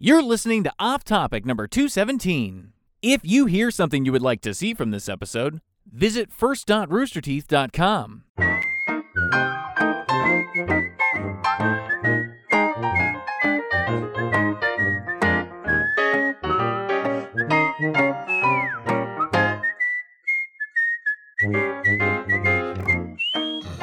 You're listening to Off Topic number 217. If you hear something you would like to see from this episode, visit first.roosterteeth.com.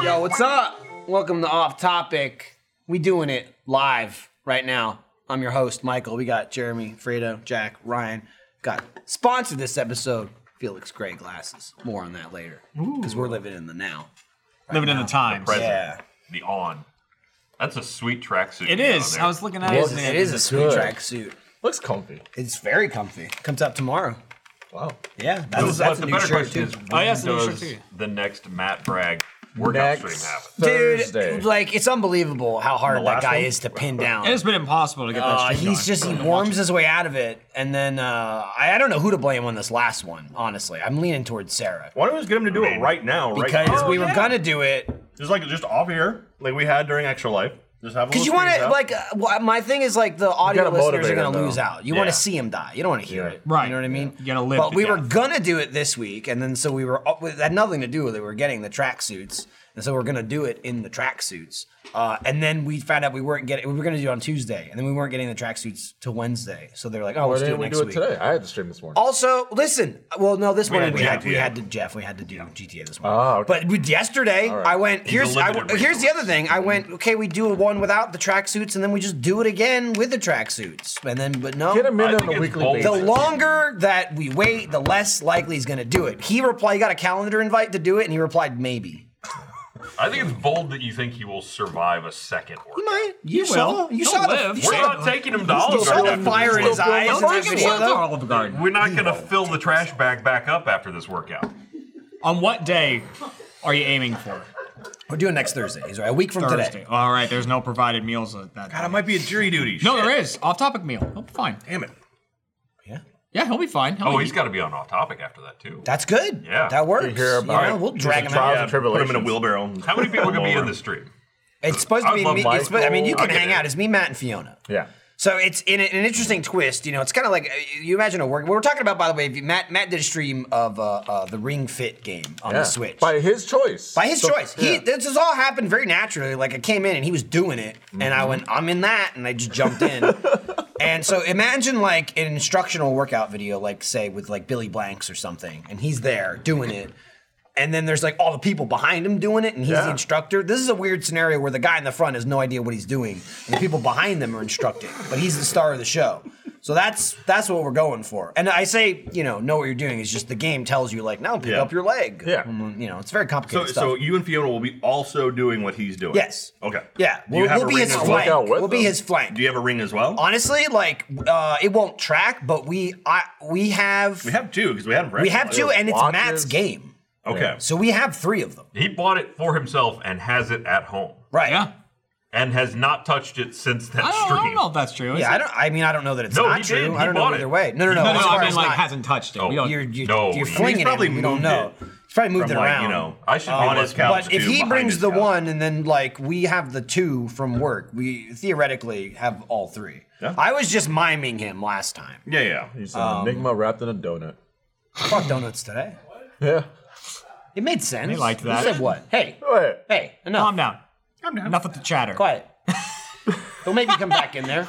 Yo, what's up? Welcome to Off Topic. We doing it live right now. I'm your host, Michael. We got Jeremy, Fredo, Jack, Ryan. Got sponsored this episode, Felix Gray Glasses. More on that later. Because we're living in the now. Living in the times. present. The on. That's a sweet tracksuit. It you got is. on I was looking at Oh, It it. is, it is a sweet tracksuit. Looks comfy. It's very comfy. Comes out tomorrow. Wow. Yeah, there. that's, But that's a the new better shirt question too. is, when Oh, yeah, it's a new shirt, does too. the next Matt Bragg workout Next stream happen? Thursday. Dude, like it's unbelievable how hard that last guy one? is to pin down. It's been impossible to get that Uh, streak he's going. just he worms his way out of it, and then uh, I, I don't know who to blame on this last one. Honestly, I'm leaning towards Sarah Why don't we just get him to do it right now? Right because now? we Oh, were gonna do it. just like just off here, like we had during Extra Life. Just have a Because little you want squeeze to out. like uh, wha- my thing is like the audio gotta listeners are motivate gonna him, though. lose out. You want Yeah. to see him die. You don't want to hear it. Right. You know what I mean? You gotta live But to we were death. gonna do it this week, and then so we were uh, it had nothing to do with it. We were getting the tracksuits, and so we're gonna do it in the tracksuits. Uh, and then we found out we weren't getting. We were gonna do it on Tuesday, and then we weren't getting the tracksuits till Wednesday. So they're like, "Oh, Why let's do didn't it we next do it week." Oh, today? I had the stream this morning. Also, listen. Well, no, this morning had we had, we GTA. had to Jeff. We had to do GTA this morning. Oh, okay. But with yesterday, I went. Here's I, limited here's the other thing. I went. Okay, we do one without the tracksuits, and then we just do it again with the tracksuits, and then but no. Get him I in think on a it's weekly bold. the basis. longer that we wait, the less likely he's going to do it. He replied. He got a calendar invite to do it, and he replied, "Maybe." I think it's bold that you think he will survive a second You workout. might. You, You saw. will. You He'll saw live. the. You We're saw not the, taking him to you Olive saw the Garden. fire in his Still eyes. going in that video, though. Olive Garden. We're not going to fill the trash bag back up after this workout. On what day are you aiming for? We're doing next Thursday. He's right. A week from Thursday. today. All right. There's no provided meals at that. God, day. it might be a jury duty. no, Shit. there is off-topic meal. He'll be fine. Damn it. Yeah, he'll be fine. He'll Oh, eat. he's got to be on off topic after that, too. That's good. Yeah. That works. You hear about You know, it. we'll He's drag a him trial out. and Yeah, put him in a tribulations. wheelbarrow. How many people are going to be in the this stream? It's supposed to I be. love Me, it's, supposed- I mean, you can Michael. hang out. It's me, Matt, and Fiona. Yeah. So it's in an interesting twist. You know, it's kind of like uh, you imagine a work. We were talking about, by the way, if you- Matt. Matt did a stream of uh, uh, the Ring Fit game on yeah. the Switch By his choice. by his So- choice. He yeah. this has all happened very naturally. Like I came in and he was doing it, and Mm-hmm. I went, I'm in that, and I just jumped in. and so imagine like an instructional workout video, like say with like Billy Blanks or something, and he's there doing it. And then there's like all the people behind him doing it, and he's the Yeah. instructor. This is a weird scenario where the guy in the front has no idea what he's doing, and the people behind them are instructing, but he's the star of the show. So that's that's what we're going for. And I say, you know, know what you're doing. It's just the game tells you, like, now pick Yeah. up your leg. Yeah. Mm, You know, it's very So, complicated stuff. so you and Fiona will be also doing what he's doing. Yes. Okay. Yeah, Do you we'll, have we'll a be ring his as flank. out with We'll be them. his flank. Do you have a ring as well? Honestly, like uh, it won't track, but we I, we have we have two because we had him. we have two, and it's watches. Matt's game, Okay. so we have three of them. He bought it for himself and has it at home Right? Yeah. and has not touched it since that I don't, I don't stream. know if that's true. is Yeah, it? I don't. I mean, I don't know that it's No, not he true. did. He I don't know bought either it. way. No, no, no. No, no, as far I mean as like not- hasn't touched it. Oh, we don't, You're you're, No, you're he's flinging probably it. We don't moved know. it He's probably moved From it like around. Um, you know, I should be on like his him. couch. But if to he behind brings his the couch. one and then like we have the two from work, we theoretically have all three. Yeah. I was just miming him last time. Yeah, yeah. He's an enigma wrapped in a donut. Fuck donuts today. Yeah. It made sense. He liked that. You said what? Hey, Wait. hey, enough. Calm down. Enough with the chatter. Quiet. Don't make me come back in there.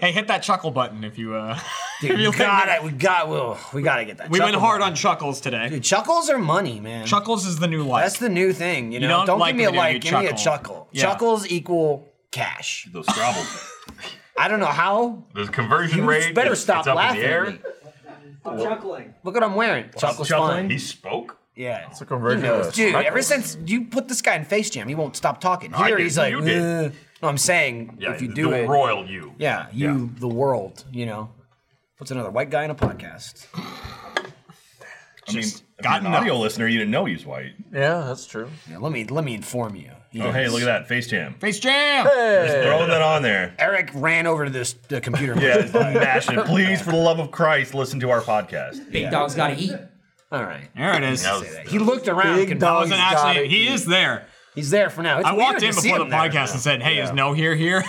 Hey, hit that chuckle button if you. uh Dude, you we got it. We got. Well, we got to get that. We went chuckle hard button. on chuckles today. Dude, chuckles are money, man. Chuckles is the new life. That's the new thing. You know. don't don't like give me a when you like. Give do me a chuckle. chuckle. Yeah. Chuckles equal cash. Those Scrabble. I don't know how. The conversion You rate. better it's- stop it's up laughing. In the air. At me. Look what I'm wearing. Chuckles chuckling? fine. He spoke. Yeah. It's a conversion. No, of a dude, smack ever roll. since you put this guy in Face Jam, he won't stop talking. I Here did, he's like, you did. "Ugh." no, I'm saying Yeah, if you the do it, royal you. yeah, you the world, you know. What's another white guy in a podcast? I mean, if you're gotten an audio listener, you didn't know he's white. Yeah, that's true. Yeah, let me let me inform you. Oh, hey, look at that face jam. Face Jam. Hey. Throwing that on there. Eric ran over to this the computer. Yeah, it's mashing it. Please, for the love of Christ, listen to our podcast. Big dog's gotta eat. All right. There it is. That was- He looked around. Big confused. dog. Wasn't actually. He is there. He's there for now. It's I walked weird in to see before the him there. podcast and said, "Hey, is no here here?"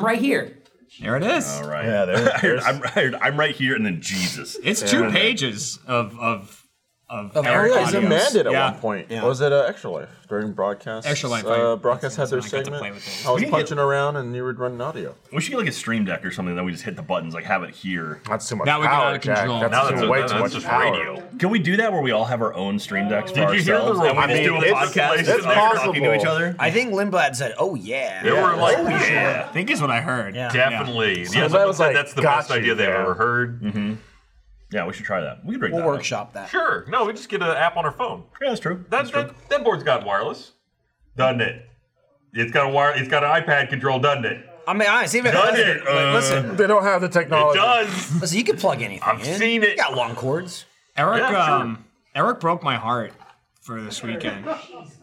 right here. There it is. All right. Yeah, there- there's- I'm, I'm, I'm right here, and then Jesus. It's two pages of of of, Of Oh, Eric yeah, he's audios. amended at Yeah. one point. Yeah. Or Was it uh, Extra Life during broadcast? Extra Life, Uh, I- broadcast had their I got to segment. play with it. I was We need to- punching around and you were running audio. We should get like a stream deck or something. Then we just hit the buttons, like have it here. That's too much Now we get out power, of Jack. control. That's Now too- that's, a, way that's too much just power. radio. Can we do that where we all have our own stream decks for Did you hear the ourselves? and we room? just I do mean, a it's- podcast it's and they're talking to possible. each other? I think Lindblad said, "Oh yeah." They were like, Oh yeah. I think is what I heard. Yeah. definitely. Yeah, that someone was said like, that's the got best you, idea they've yeah. ever heard. Mm-hmm. Yeah, we should try that. We can bring We'll that up. workshop that. Sure. No, we just get an app on our phone. Yeah, that's true. That, That's true. that, that board's got wireless, doesn't it? It's got a wire. It's got an iPad control, doesn't it? I mean, honestly, even Done listen, it, like, uh, listen, They don't have the It technology. does. listen, you can plug anything. I've in. seen You it. got long cords. Eric Yeah, sure. um Eric broke my heart for this weekend.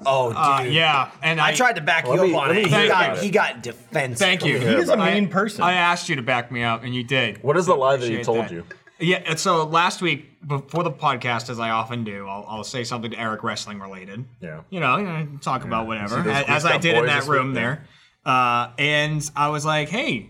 Oh, Uh, dude. yeah, and I, I tried to back you Let up me- on let it. me He hear got, about it. he got defensive. Thank you. He's a mean I- person. I asked you to back me up, and you did. What is the lie that he appreciate told that. you? Yeah, and so last week before the podcast, as I often do, I'll, I'll say something to Eric wrestling related. Yeah. You know, you know, talk about whatever, See, this a- as week I got did in boys that this week, room yeah. there. Uh, and I was like, hey,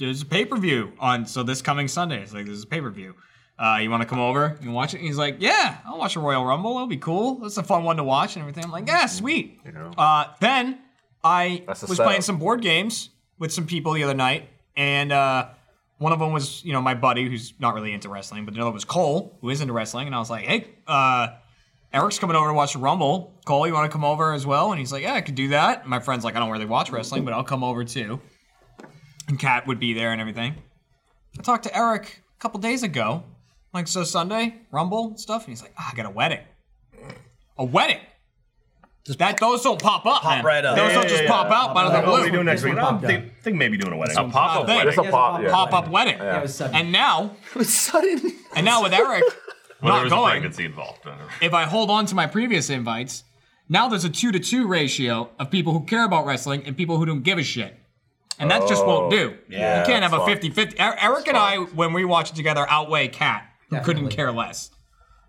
there's a pay per view on, so this coming Sunday. It's like, there's a pay per view. Uh, you want to come over and watch it? And he's like, yeah, I'll watch a Royal Rumble. It'll be cool. It's a fun one to watch and everything. I'm like, yeah, sweet. know. Uh, then I That's the was setup. playing some board games with some people the other night, and uh, one of them was, you know, my buddy who's not really into wrestling, but another was Cole who is into wrestling, and I was like, hey, uh, Eric's coming over to watch the Rumble. Cole, you want to come over as well? And he's like, yeah, I could do that. And my friend's like, I don't really watch wrestling, but I'll come over too. And Kat would be there and everything. I talked to Eric a couple days ago, like so Sunday Rumble and stuff, and he's like, ah, I got a wedding, a wedding. that those don't pop up, Pop man. right up. Those Yeah, don't just pop out. But What I are we was doing like, next week? I think, think maybe doing a wedding. A pop-up thing. wedding. It's a pop. Yeah. pop up wedding. Yeah. And now, Sudden. and now with Eric Well, there not was a going, pregnancy involved. if I hold on to my previous invites, now there's a two to two ratio of people who care about wrestling and people who don't give a shit. And that just Oh, won't do. yeah, you can't have a that's 50 50. Eric and I, when we watch it together, outweigh Kat, who couldn't care less.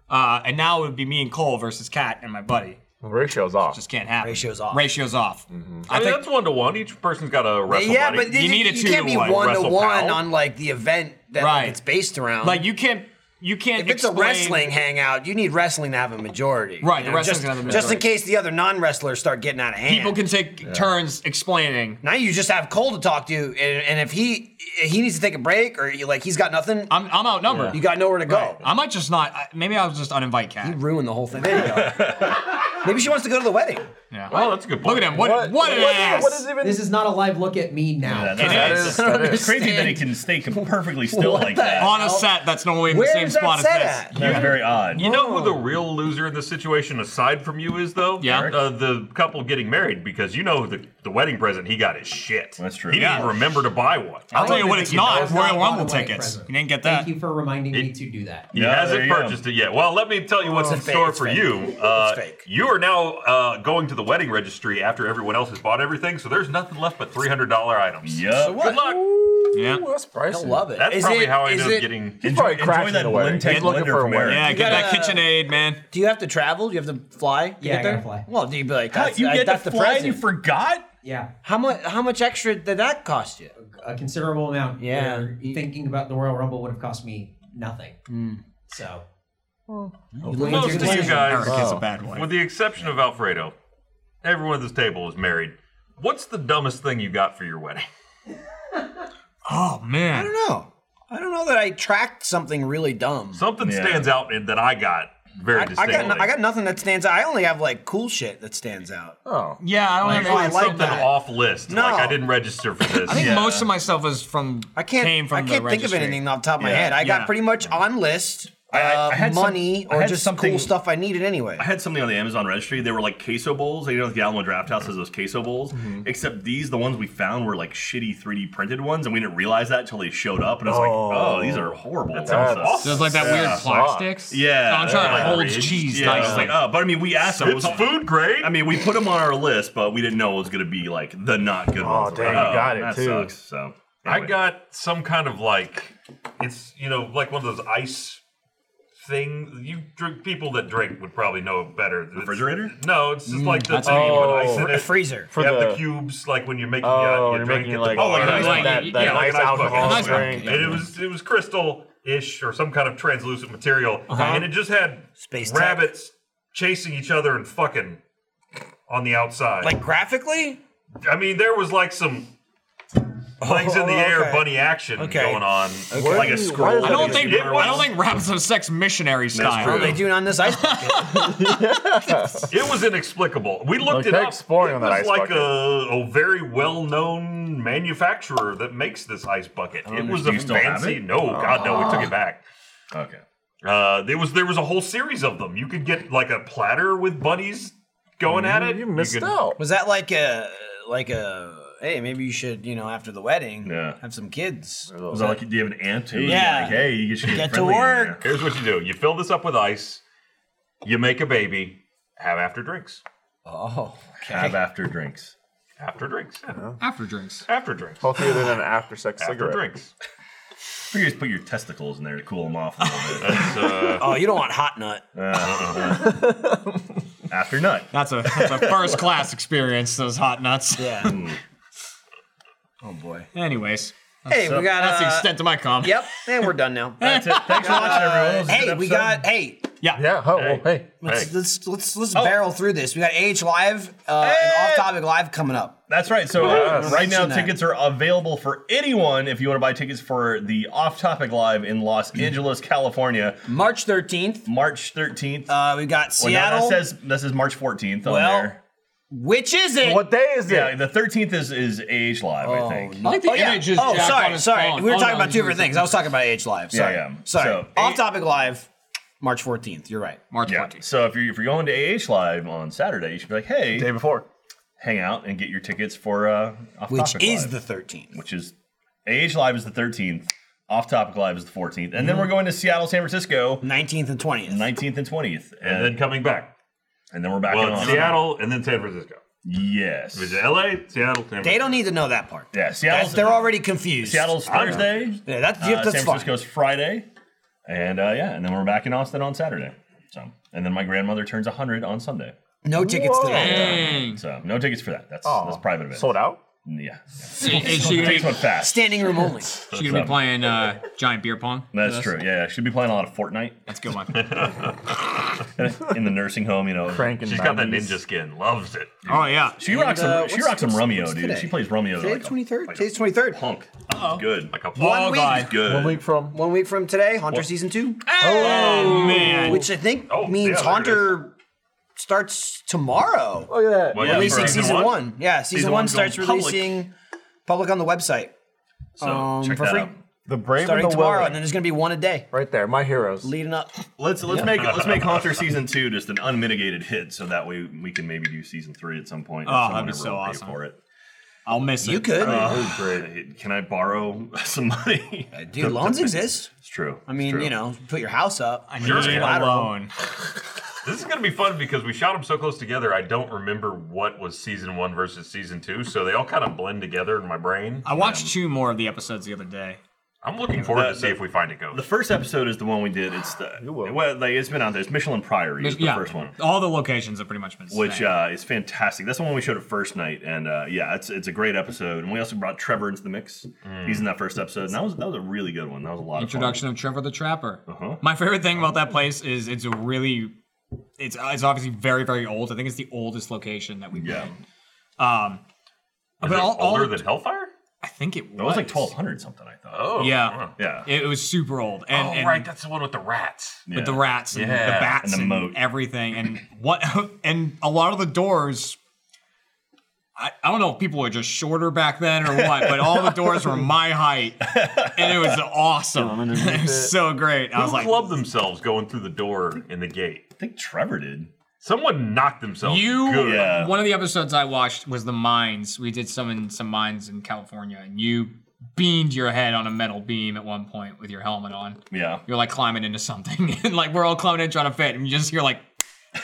Uh, and now it would be me and Cole versus Kat and my buddy. Ratio's off. Just can't happen. Ratio's off. Mm-hmm. Ratio's off. I, mean, think- that's one to one. Each person's got a wrestle Yeah, buddy. but you, need a you two can't to be one. one to Wrestle one pal. on like the event that Right. it's based around. Like, you can't. You can't if it's a explain- wrestling hangout, you need wrestling to have a majority. Right, you the know, wrestling's just, gonna have a Just in majority. case the other non wrestlers start getting out of hand. People can take turns explaining. now you just have Cole to talk to, and, and if he if he needs to take a break or you, like he's got nothing, I'm, I'm outnumbered. you got nowhere to go. I might just not. I- Maybe I'll just uninvite Kat. Ruin the whole thing. There you go. Maybe she wants to go to the wedding. oh, that's a good point. Look at him. What, what, an ass. What is even? This is not a live look at me now. that is. That It's is. crazy that he can stay com- perfectly still What like the that. on a set that's normally in the Where's same spot that set as this. at? That's very odd. You know Oh. who the real loser in this situation, aside from you, is though? Yeah. Uh, the couple getting married, because you know the, the wedding present he got is shit. That's true. He Yeah. Oh. didn't even remember to buy one. I'll tell you what, it's not. That's Royal not Rumble a wedding tickets. present. You didn't get that. Thank you for reminding me to do that. He Yeah, there hasn't you go. purchased it yet. Well, let me tell you what's Oh, in it's fake, store it's for fake. you. Uh, It's fake. You are now uh, going to the wedding registry after everyone else has bought everything, so there's nothing left but $300 items. Yup. So Good what? luck. Yeah. Ooh, that's pricey. Don't love it. That's Is probably it- how I is ended up it- getting. He's probably Enjoy- crashing enjoy that away. Lintex He's looking blender for a from way. Eric. Yeah, get that gotta- KitchenAid, man. Do you have to travel? Do you have to fly? To Yeah, get I there? gotta fly. Well, do you be like, Huh, that's, you I- get that's to the fly and present. you forgot? Yeah, how much? How much extra did that cost you? a considerable amount. Yeah. where Thinking about the Royal Rumble would have cost me nothing. So Oh, Most of you Eric guys, is a bad one. with the exception of Alfredo, everyone at this table is married. What's the dumbest thing you got for your wedding? Oh, I man. don't know. I don't know that I tracked something really dumb. Something Yeah. stands out in, that I got very I, I distinctly. got no- I got nothing that stands out. I only have like cool shit that stands out. Oh. Yeah, I don't have oh, I any- like something that. off list. No. Like I didn't register for this. I think most of my stuff is from. I can't. Came from I the can't think of registry. anything off the top of my Yeah. head. I Yeah. got pretty much on list. Uh, I- I- I had some- money I or had just something- cool stuff I needed anyway. I had something on the Amazon registry. They were like queso bowls. You know, like the Alamo Draft House has those queso bowls. Except these, the ones we found, were like shitty 3D printed ones, and we didn't realize that until they showed up. And I was like, oh, these are horrible. That sounds awesome. There's like that weird plastics. Yeah, I'm trying like to hold ridged. cheese Yeah, I was nicely. like, oh, but I mean, we asked them. It's food grade. I mean, we put them on our list, but we didn't know it was going to be like the not good Oh, ones. damn, We're you got oh, it, that too. Sucks. So I anyway. got some kind of like, it's you know like one of those ice thing. You drink people that drink would probably know better. It's- Refrigerator? no, it's just like the that's thing oh. with ice in A it. freezer. For you have the the- cubes like when you're making Oh, uh, you're your drink making at like, the, oh, like an an ice ice bucket. that, that yeah, like nice an ice bucket. alcohol An ice bucket, drink. And it was it was crystal ish or some kind of translucent material, Uh-huh. and it just had Space tech. rabbits chasing each other and fucking on the outside. Like graphically? I mean, there was like some legs in the Oh, air okay. bunny action Okay. going on, Where like do a you- why scroll. does I that don't even think It was- I don't think rabbits have sex missionary style. Oh, true. they do it on this ice bucket. It was inexplicable. We looked Like, it they're up. exploring it on that was ice like bucket. A, a very well-known manufacturer that makes this ice bucket. it was do a you still have fancy. it? No, God, no, we took it back. Okay. Uh, there was there was a whole series of them. You could get like a platter with bunnies going at it. You missed could- out. Was that like a like a hey, maybe you should, you know, after the wedding, Yeah. have some kids. Was that like, do you have an aunt who? Yeah. Like, hey, you should get, Get to friendly in there. work. Here's what you do: you fill this up with ice, you make a baby, have after drinks, Oh, Have okay. after drinks. after drinks, yeah. After drinks. after drinks, Healthier than an after sex after cigarette. drinks. You just put your testicles in there to cool them off a little bit. That's, uh, Oh, you don't want hot nut. after nut. That's a that's a first class experience. Those hot nuts. Yeah. oh boy. Anyways, Hey, we got that's the uh, extent of my comment. Yep, and we're done now. That's it. Thanks for watching, everyone. It was a hey, good we episode. got hey, Yeah, oh, well, hey. let's Hey. let's let's, let's Oh. barrel through this. We got AH Live uh, and Off Topic Live coming up. That's right. So uh, Yes. right now, Mention that. tickets are available for anyone if you want to buy tickets for the Off Topic Live in Los Mm-hmm. Angeles, California, March 13th, March 13th. uh, we got Well, no, Seattle. that says this is March 14th on Well, there. Which is it? What day is it? Yeah, the 13th is is AH Live, I think. I like the Oh, yeah. images. oh Jack on sorry, his sorry. phone. We were Oh, talking no, about he's two different using- things. I was talking about AH Live. Sorry. yeah. Sorry. So, Off A- Topic Live, March 14th. You're right. March Yeah. 14th. So if you're if you're going to AH Live on Saturday, you should be like, hey, Day before. hang out and get your tickets for uh, Off Which Topic is Live, the 13th. which is AH Live is the 13th, Off Topic Live is the 14th, and then Mm-hmm. we're going to Seattle, San Francisco, 19th and 20th. 19th and 20th, and then coming back. and then we're back Well, on it's Seattle and then San Francisco. Yes. Is it L.A., Seattle, They San Francisco. don't need to know that part. Yeah, Seattle's That's, they're already confused. Seattle's Thursday. Yeah, that's, uh, yeah, that's San fine. Francisco's Friday, and uh, yeah, and then we're back in Austin on Saturday. So, and then my grandmother turns hundred on Sunday. No tickets to that. Dang. So no tickets for that. That's Oh, that's private event. Sold out? Yeah, Is she gonna be, takes one fast. Standing room only. she gonna be playing uh, giant beer pong? That's true. Yeah, she'll be playing a lot of Fortnite That's a good one. in the nursing home. You know, Cranking She's got that 90s. ninja skin. Loves it. oh yeah. she rocks And, uh, some. She what's- rocks some what's- Romeo, what's dude. today? She plays Romeo. Today's like a- 23rd. like a Today's 23rd. Punk. Good. Like a One plug. week. She's good. One week from. One week from today, Haunter season two, Oh man. which I think Oh, means yeah, there it Haunter starts tomorrow. Look at that. Well, yeah, releasing for season, one. Yeah, season, Season one one's starts going public. releasing public. on the website So um, check for that free out. The Brave starting and the tomorrow, and Willing. then there's gonna be one a day Right there, my heroes. leading up. Let's let's make let's make Haunter season two just an unmitigated hit, so that way we can maybe do season three at some point. if Oh, that'd someone be ever so will pay awesome. For it. I'll miss it. You could, Uh, Can I borrow some money? Uh, dude. Loans exist. It's true. I mean, you know, put your house up. I need Sure. a Lateral. loan. This is going to be fun because we shot them so close together. I don't remember what was season one versus season two, so they all kind of blend together in my brain. I watched two more of the episodes the other day. I'm looking forward The- to see if we find it goes. The first episode is the one we did. It's the will. well, like, it's been out there. It's Michelin Priory is the yeah. first one, All the locations have pretty much been. the which same. uh, is fantastic. That's the one we showed at first night, and uh, yeah, it's it's a great episode. And we also brought Trevor into the mix. He's in that first episode, and that was that was a really good one. That was a lot Mm. introduction of Trevor the Trapper. Uh-huh. My favorite thing about that place is it's a really, it's it's obviously very very old. I think it's the oldest location that we've of fun. been. Yeah, Um, Is but it all, all- older than Hellfire? I think it was. that was like twelve hundred something. I thought. Oh, Yeah. huh. Yeah. It, it was super old. And, oh, and right. That's the one with the rats. with Yeah. the rats and Yeah, the bats and the and, moat. everything and what and a lot of the doors I, I don't know if people were just shorter back then or what, but all the doors were my height. And it was awesome. It was so great. I Who was like, clubbed themselves going through the door in the gate? I think Trevor did. Someone knocked themselves. you good. Yeah. one of the episodes I watched was the mines. We did some in some mines in California and you beamed your head on a metal beam at one point with your helmet on. Yeah. You're like climbing into something and like we're all climbing in trying to fit and you just hear like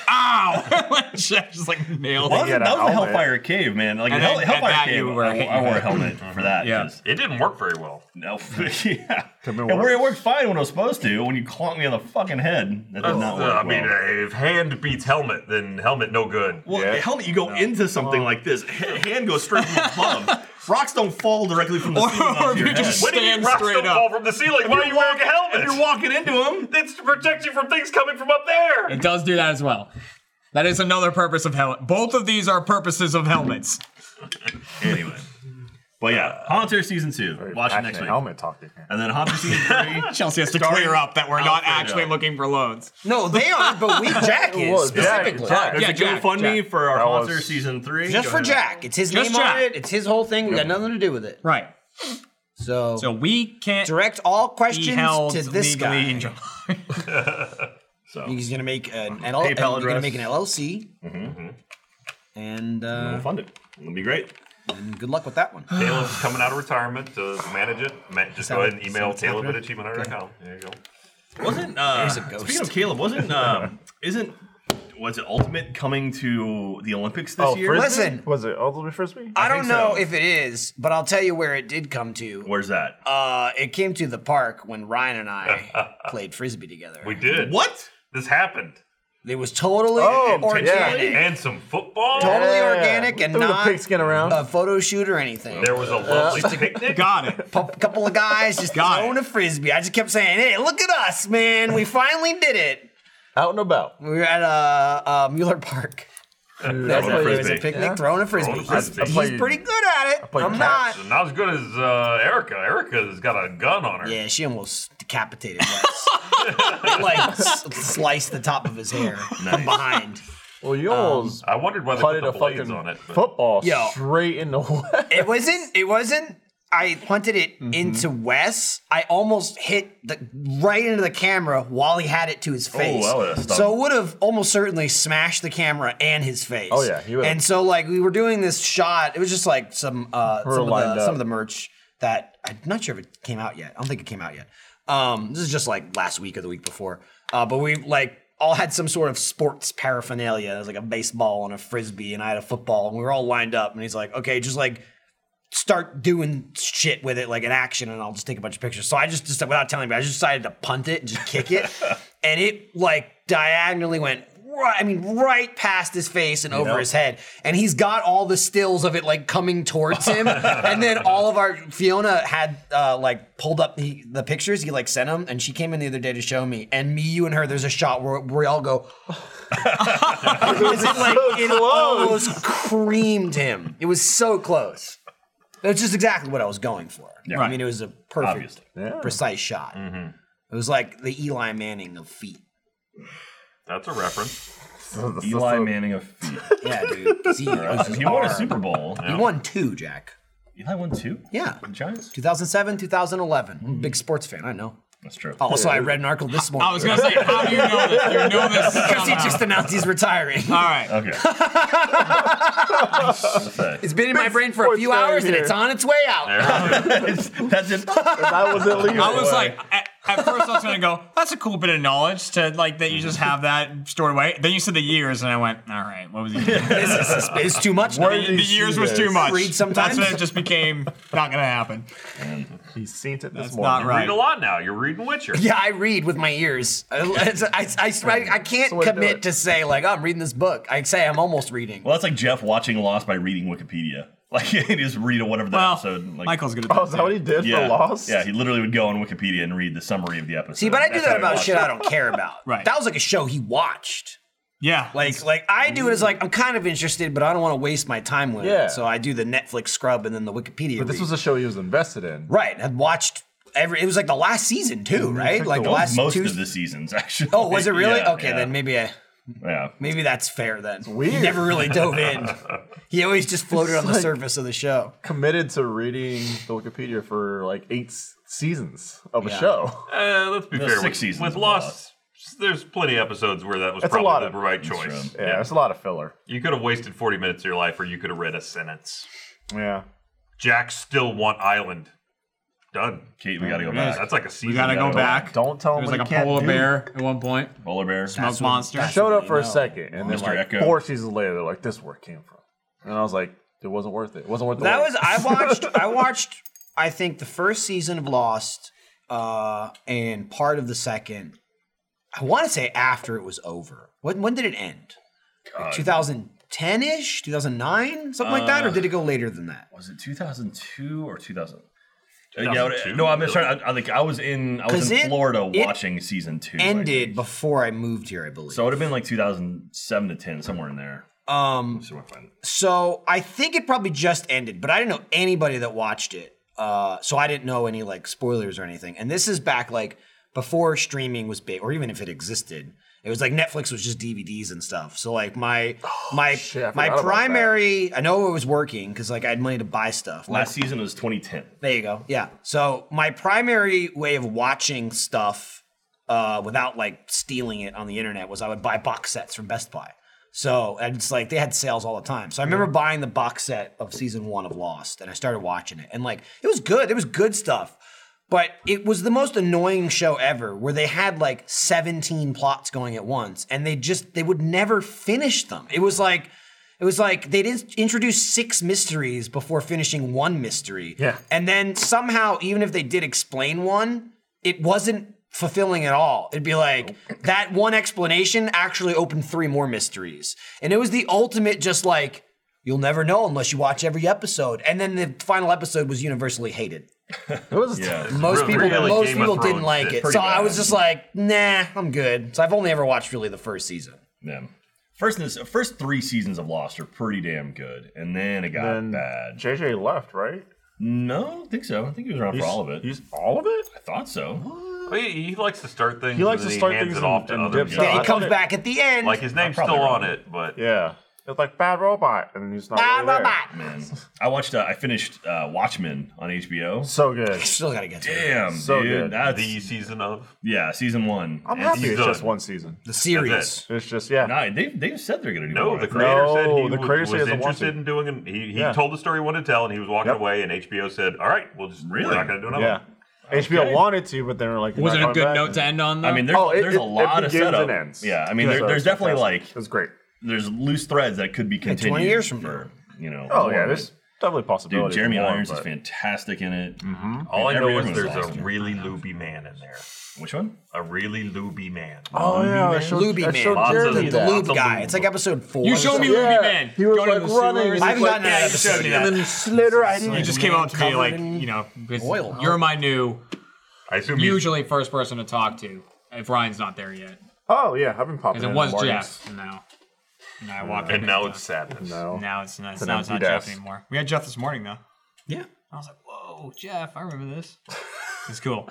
Ow! like, Jeff just like nailed Well, it. that was, He had a that was a helmet. Hellfire Cave, man. Like And Hell, then at Hellfire that Cave, you were- I, I wore a helmet for that. Yeah. 'cause- It didn't work very well. No. yeah. Took me And where it work. worked fine when it was supposed to, when you clonked me on the fucking head, that did not work. Oh, I mean, well. uh, if hand beats helmet, then helmet no good. Well, Yeah. helmet, you go into something like this. H- hand goes straight from above. Rocks don't fall directly from the Or- ceiling. or onto if your you head. just When do you Stand rocks straight don't up. fall from the ceiling? Why are you wearing a helmet? If you're walking into them. it's to protect you from things coming from up there. It does do that as well. That is another purpose of helmet. Both of these are purposes of helmets. Anyway. But yeah, Haunter season two. Watch it next Passionate week. Helmet talking. here. And then Haunter season three. Chelsea has to Starring clear up that we're not Alfredo. actually looking for loans. No, they aren't, but we Jack is Well, Jack- specifically. Jack- There's Yeah, a Jack, GoFundMe Jack. for our That Haunter was- season three. Just Go for ahead. Jack. It's his Just name Jack. on it. It's his whole thing. We got nothing to do with it. Right. So, So we can't direct all be questions held to this legally guy. in charge. He's gonna make an LL- PayPal he's gonna address. make an LLC. And We'll uh, fund it. It'll be great. good luck with that one. Caleb's coming out of retirement to manage it. Ma- Just go ahead and email Caleb at achievementhunter.com. There you go. Wasn't uh, a ghost. speaking of Caleb, wasn't um, isn't was it Ultimate coming to the Olympics this Oh, year? frisbee? Listen. was it ultimate frisbee? I don't think know so. if it is, but I'll tell you where it did come to. Where's that? Uh, it came to the park when Ryan and I played frisbee together. We did. what? This happened. It was totally Oh, organic, yeah. And some football. totally Yeah. organic, and Threw the not pigskin around. a photo shoot or anything. There was a lovely picnic. Got it. a couple of guys just Got it. throwing a frisbee. I just kept saying, "Hey, look at us, man! We finally did it." Out and about. We were at uh, uh, Mueller Park. That's a where there was a frisbee. picnic Yeah. throwing a frisbee. Throwing a frisbee. He's, I he's played- pretty good at it. played I'm catch. not. Not as good as uh, Erica. Erica's got a gun on her. Yeah, she almost decapitated Wes. It, like s- sliced the top of his hair from behind. Well, you almost I wondered why they put putted the a blades fucking on it. but- football Yo. straight in the wet. It wasn't. It wasn't. I punted it Mm-hmm. into Wes. I almost hit the right into the camera while he had it to Oh, his face. that would've stung. so it would have almost certainly smashed the camera and his face. Oh, yeah, he would've- And so like we were doing this shot. It was just like some uh, We're some of lined the up. some of the merch that I'm not sure if it came out yet. I don't think it came out yet. Um, this is just like last week or the week before. Uh, but we like all had some sort of sports paraphernalia. There was like a baseball and a frisbee, and I had a football, and we were all lined up. And he's like, "Okay, just like start doing shit with it, like an action, and I'll just take a bunch of pictures." So I just, just without telling me, I just decided to punt it and just kick it, and it like diagonally went. Right, I mean, right past his face and over his head, and he's got all the stills of it like coming towards him. and then all of our Fiona had uh, like pulled up the, the pictures. He like sent them, and she came in the other day to show me. And me, you, and her. There's a shot where we all go, because it like it almost creamed him. It was so close. That's just exactly what I was going for. I mean, it was a perfect, Obviously. precise shot. It was like the Eli Manning of feet. That's a reference. Eli Manning of feet. Yeah, dude. 'cause He, was just he won a hard. Super Bowl. He won two, Jack. Eli won two. Yeah. The Giants. 2007, 2011. I'm a big sports fan. I know. Oh, That's true. Also, I read an article this morning. I was gonna say, how do you know this? You know this. because he just announced he's retiring. All right. Okay. It's been in my brain for a sports few fan hours and here. it's on its way out. That's that's it. That was illegal. I was like, at, at first I was gonna go, that's a cool bit of knowledge to like that you just have that stored away. Then you said the years, and I went, all right, what was he? doing? This is, it's too much. Where The did he years see was this? too much. Read sometimes. That's when it just became not gonna happen. He seen it this That's morning. not right. Read a lot now. You're reading Witcher. Yeah, I read with my ears. I, I, I, I- I can't That's the way to do commit it. to say like oh, I'm reading this book. I say I'm almost reading. Well, that's like Jeff watching Lost by reading Wikipedia. Like you just read whatever the Well, episode. Like, Michael's good at that. Oh, is that what he did yeah, for Lost? Yeah, he literally would go on Wikipedia and read the summary of the episode. See, but I do That's that how he about watched shit it. I don't care about. Right. That was like a show he watched. yeah, Like, like I do it as like I'm kind of interested, but I don't want to waste my time with Yeah. it. So I do the Netflix scrub and then the Wikipedia. But this read. was a show he was invested in. right. I'd watched every. It was like the last season too, right? Like the Well, last most two. of the seasons actually. oh, was it really? Yeah, okay, yeah, then maybe I. Yeah. Maybe that's fair then. He weird. never really dove in. he always just floated It's on the like- surface of the show. Committed to reading the Wikipedia for like eight s- seasons of a Yeah. show. Uh, let's be No, fair. six with, seasons with is a Lost, there's plenty of episodes where that was That's a probably lot the of- right true. choice. Yeah, it's a lot of filler. You could have wasted 40 minutes of your life, or you could have read a sentence. Yeah. Jack still want island. Done. Kate, we gotta go Yes, back. That's like a season. we gotta go back. Don't tell him It was what like a he can't polar do. bear at one point. Polar bear. Smoke monster. He showed up for a second, and then Mr. like Echo. four seasons later, they're like, "This is where it came from," and I was like, "It wasn't worth it. It wasn't worth the That wait." was I watched I watched I think the first season of Lost uh, and part of the second. I want to say after it was over. When when did it end? Like 2010 ish, 2009, something like that, or did it go later than that? Was it 2002 or 2000? Uh, yeah, 2002? no, I'm just trying. I, I think I was in I 'Cause was in it- Florida it watching season two. I Ended think. before I moved here, I believe. so it would have been like 2007 to 10, somewhere in there. um, So I find it. So I think it probably just ended, but I didn't know anybody that watched it. Uh, so I didn't know any like spoilers or anything. And this is back like before streaming was big, or even if it existed. It was like Netflix was just DVDs and stuff. So like my my Oh, shit, I my forgot about that. primary, I know it was working because like I had money to buy stuff. My Last season was 2010. there you go. Yeah. So my primary way of watching stuff uh, without like stealing it on the internet was I would buy box sets from Best Buy. So and it's like they had sales all the time. So I remember buying the box set of season one of Lost, and I started watching it, and like it was good. It was good stuff. But it was the most annoying show ever where they had like 17 plots going at once and they just they would never finish them. It was like it was like they did introduce six mysteries before finishing one mystery. Yeah. And then somehow even if they did explain one, it wasn't fulfilling at all. It'd be like that one explanation actually opened three more mysteries. And it was the ultimate just like you'll never know unless you watch every episode. And then the final episode was universally hated. It was Most Really- people, really most Game of people didn't Thrones like shit. it, so Pretty I bad. was just like, "Nah, I'm good." So I've only ever watched really the first season. Yeah. First, this, first three seasons of Lost are pretty damn good, and then it got then bad. JJ left, right? No, I don't think so. I think he was around for all of it. He's all of it. I thought so. I mean, he likes to start things. He likes and to then start he hands things it off and- to and other dips people. out. Yeah, I he comes thought it- back at the end. Like his name's probably still on wrong. it, but Yeah, it's like Bad Robot, and he's not. ah, really there. robot. Man, I watched. Uh, I finished uh, Watchmen on HBO. So good. Still gotta get to it. Damn, So dude, good. that's the season of yeah, season one. I'm And happy. he's It's done. just one season. the series. That's It's just yeah. Nah, they they've said they're gonna do no, more. the creator No, said he the wa- creator said he was doesn't want interested to. in doing it. He, he Yeah. told the story he wanted to tell, and he was walking Yep. away. And HBO said, "All right, we'll just Really? we're not going to do another." yeah. one." HBO wanted to, but they were like, Was it "Not a coming good back." note to end on? Though? I mean, there's, it- there's it- a it lot of begins and setup. ends. Yeah, I mean, So there, it's there's definitely fantastic. like it's great. there's loose threads that could be continued. 20 years from for, you know. Oh more, yeah, but- there's definitely dude, possibilities. Jeremy for more, Irons is but- fantastic in it. All I And know everyone is was there's lost in a it. really looby man in there, Which one? a really looby man. Oh yeah, I showed, Luby I man, showed Lots of- Jeremy the, the that. lube Lots of guy. lube. It's like episode four. you showed me Yeah, Ruby Man. he was, going to like, the sewer. running. It's I haven't like, gotten that yeah, episode showed me yet. that. and Slater, I didn't. You just came out to be Covered like, in you know, because oil, huh? you're my new, I assume he's- usually first person to talk to if Ryan's not there yet. Oh yeah, I've been popping. Because in it the was mornings. Jeff. No. No, I walked in and now uh, it's sadness. No. Now it's not, it's an now it's not empty Jeff desk. anymore. We had Jeff this morning, though. Yeah. I was like, whoa, Jeff, I remember this. It's cool.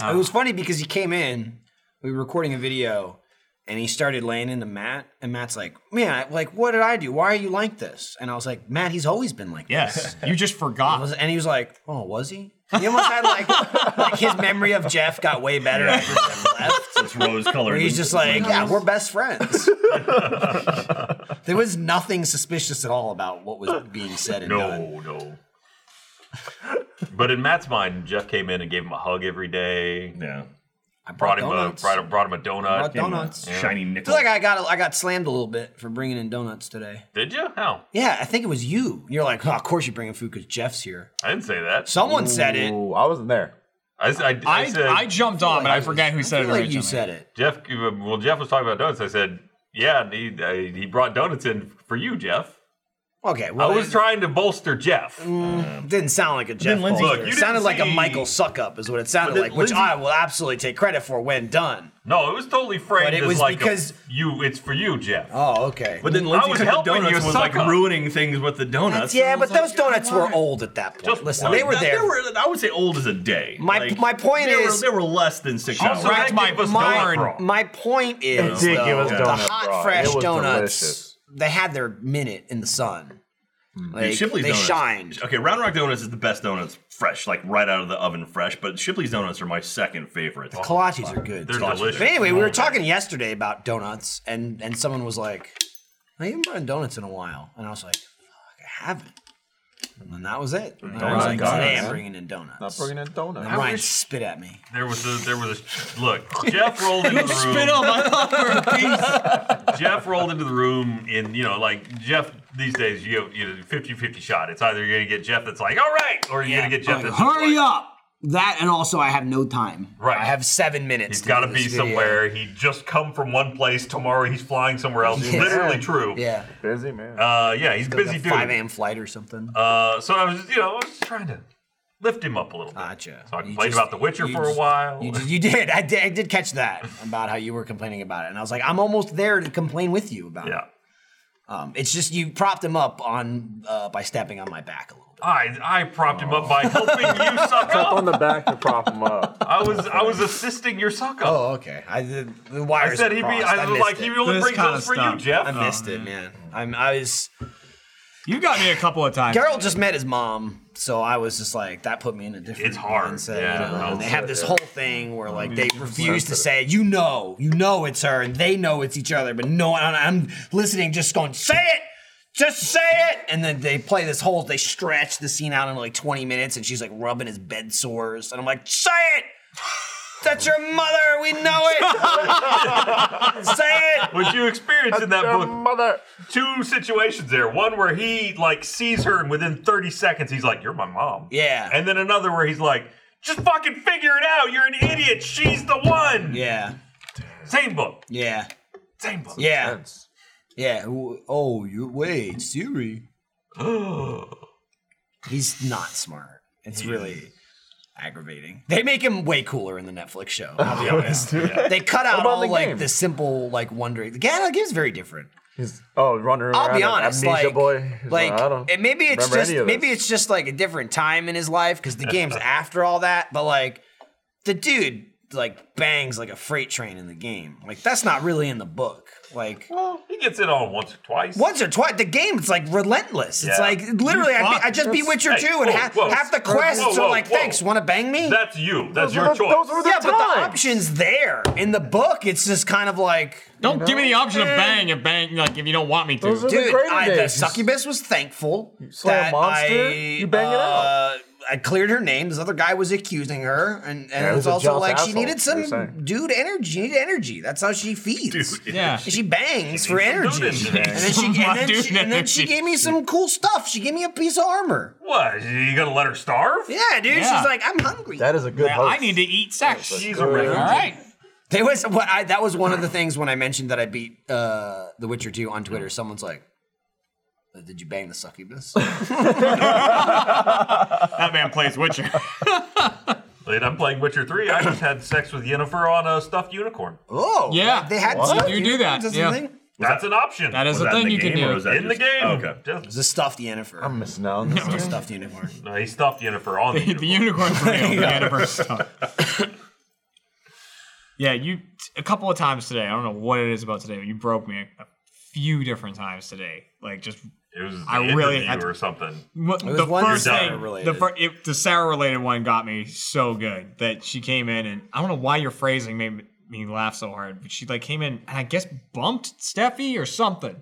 It was funny because he came in, we were recording a video, and he started laying into Matt, and Matt's like, "Man, I- like, what did I do? Why are you like this?" And I was like, "Matt, he's always been like Yes. You just I was- forgot. and he was like, "Oh, was he?" He almost had like, like his memory of Jeff got way better after Jeff left. It's rose colored. Where he's just like, "Yeah, we're best friends." there was nothing suspicious at all about what was being said and done. No, no. but in Matt's mind, Jeff came in and gave him a hug every day. yeah, I brought, Brought him donuts. a brought, brought him a donut. Brought donuts. shiny I feel nickel. like I got I got slammed a little bit for bringing in donuts today. Did you? How? Yeah, I think it was you. You're like, "Oh, of course you're bringing food because Jeff's here." I didn't say that. Someone said it. Ooh, I wasn't there. I, s- I- I I, said I jumped on, but I forgot who I said it feel originally. like you said it. Jeff. Well, Jeff was talking about donuts. I said, yeah, and he uh, he brought donuts in for you, Jeff. Okay, I well, Mm. was it trying to bolster Jeff. didn't sound like a Jeff. Lindsay- Bolster. Look, you it sounded didn't like a see- Michael Suckup is what it sounded But like, did which Lindsay- I will absolutely take credit for when done. No, it was totally framed But it as was like a- because- you. It's for you, Jeff. Oh, okay. but then I Lindsay was took the helping donuts you and was like suck up. ruining things with the donuts. yeah, And I but was like, those donuts were old at that point. Just Listen, one. they were That- there. I would say old as a day. My- my point they is- were, they were less than six hours. also, That's that my gave us my, donut bra. my point is did though, give us the donut hot bra. fresh It was donuts delicious. they had their minute in the sun. Like, Dude, Shipley's they donuts. shined. Okay, Round Rock Donuts is the best donuts, fresh, like right out of the oven, fresh. But Shipley's donuts are my second favorite. Kolaches are good. They're too. delicious. But anyway, we were talking yesterday about donuts, and and someone was like, "I haven't brought in donuts in a while," and I was like, "Fuck, I haven't." And then that was it. And I was like, donuts. "Today I'm bringing in donuts." Not bringing in donuts. And Ryan spit at me. There was a there was a look. Jeff rolled into the room. Spit on my locker piece. Jeff rolled into the room in, you know, like Jeff these days, you have you know, 50 50 shot. It's either you're going to get Jeff that's like, all right, or you're going to get Jeff Like, that's Hurry just like, up. that and also I have no time. Right. I have seven minutes. He's to got to do be this video. somewhere. He just come from one place. Tomorrow he's flying somewhere else. Yeah. Literally true. Yeah. Busy man. Uh, yeah, he's Like busy a dude. 5 a.m. flight or something. Uh, so I was, just, you know, I was just trying to lift him up a little bit. Gotcha. So I You complained just- about The Witcher you for a just- while. You, did- you did. I did. I did catch that about how you were complaining about it, and I was like, I'm almost there to complain with you about yeah. it. Um, it's just you propped him up on uh, by stepping on my back a little bit. I I propped him up by Oh. helping you suck Up on up. the back to prop him up. I was I was assisting your suck up. Oh, okay. I did. The wires. I said he'd be. crossed. I was missed like it. he Oh, only This brings kinda those for you, stuff. Jeff. I missed it, man. I'm. I was. You got me a couple of times. Carol just met his mom, so I was just like, that put me in a different. It's hard, mindset, yeah, you know? that's And they have it, this yeah. whole thing where like they refuse to say, you know, you know it's her, and they know it's each other, but no, and I'm listening, just going, say it. Just say it, and then they play this whole. They stretch the scene out into like 20 minutes, and she's like rubbing his bed sores, and I'm like, "Say it, that's your mother. We know it. say it." Which you experience in that Your book mother. two situations there. One where he like sees her and within 30 seconds he's like, "You're my mom." Yeah. And then another where he's like, "Just fucking figure it out. You're an idiot. She's the one." Yeah, Same book. yeah, Same book. yeah, Tense. yeah. w- Oh, you wait, Siri. He's not smart. It's really aggravating. They make him way cooler in the Netflix show. I'll be honest. They cut out about all the like game? the simple like wondering. The game- the game's very different. He's oh running around. I'll be like honest, amnesia like, boy. He's like I don't and maybe it's remember just any of maybe this. it's just like a different time in his life because the game's after all that. But like the dude like bangs like a freight train in the game. Like that's not really in the book. Like Well, he gets it on once or twice. once or twice, the game it's like relentless. It's Yeah. like literally, I, be, I just beat Witcher Hey, two, and whoa, half, whoa. half the quests Whoa, whoa, are like, whoa. "Thanks, want to bang me?" That's you. That's your Those- choice. Those were the yeah, but the times. option's there in the book. It's just kind of like, Don't give me the option of bang and bang like if you don't want me Those are to. the dude, greater I, the days. succubus was thankful slam that monster, I, you bang it Uh, I cleared her name. This other guy was accusing her, and and he it was was a also jealous like she asshole, needed you're some saying. dude energy. She needed energy. That's how she feeds. Dude, Yeah. She bangs for needs some energy. dude in there. And then, she, Some and, then dude she, and then she energy. gave me some cool stuff. She gave me a piece of armor. What? You gonna let her starve? Yeah, dude. Yeah. She's like, I'm hungry. That is a good. Yeah, host. I need to eat sex. She's a All All refugee. right. There was what I that was one of the things when I mentioned that I beat uh The Witcher 2 on Twitter. Someone's like, "Uh, "Did you bang the succubus?" That man plays Witcher. And I'm playing Witcher 3. I just had sex with Yennefer on a stuffed unicorn. oh, Yeah. they had What? stuffed You do unicorns that, as a yeah. thing? That's an option. That is a Was that in thing the you can game, or do. was that in the just- game. Oh, okay. It Just- was a stuffed Yennefer. I'm missing out. on this. a stuffed unicorn. no, he stuffed Yennefer on the, the unicorn. unicorn's real. the universe stuff. yeah, you a couple of times today. I don't know what it is about today, but you broke me a, a few different times today. Like just It was the I interview really had to- or something. Well, was the one first Sarah thing, related. the, fir- it, the Sarah related one got me so good that she came in and I don't know why your phrasing made me laugh so hard, but she like came in and I guess bumped Steffi or something.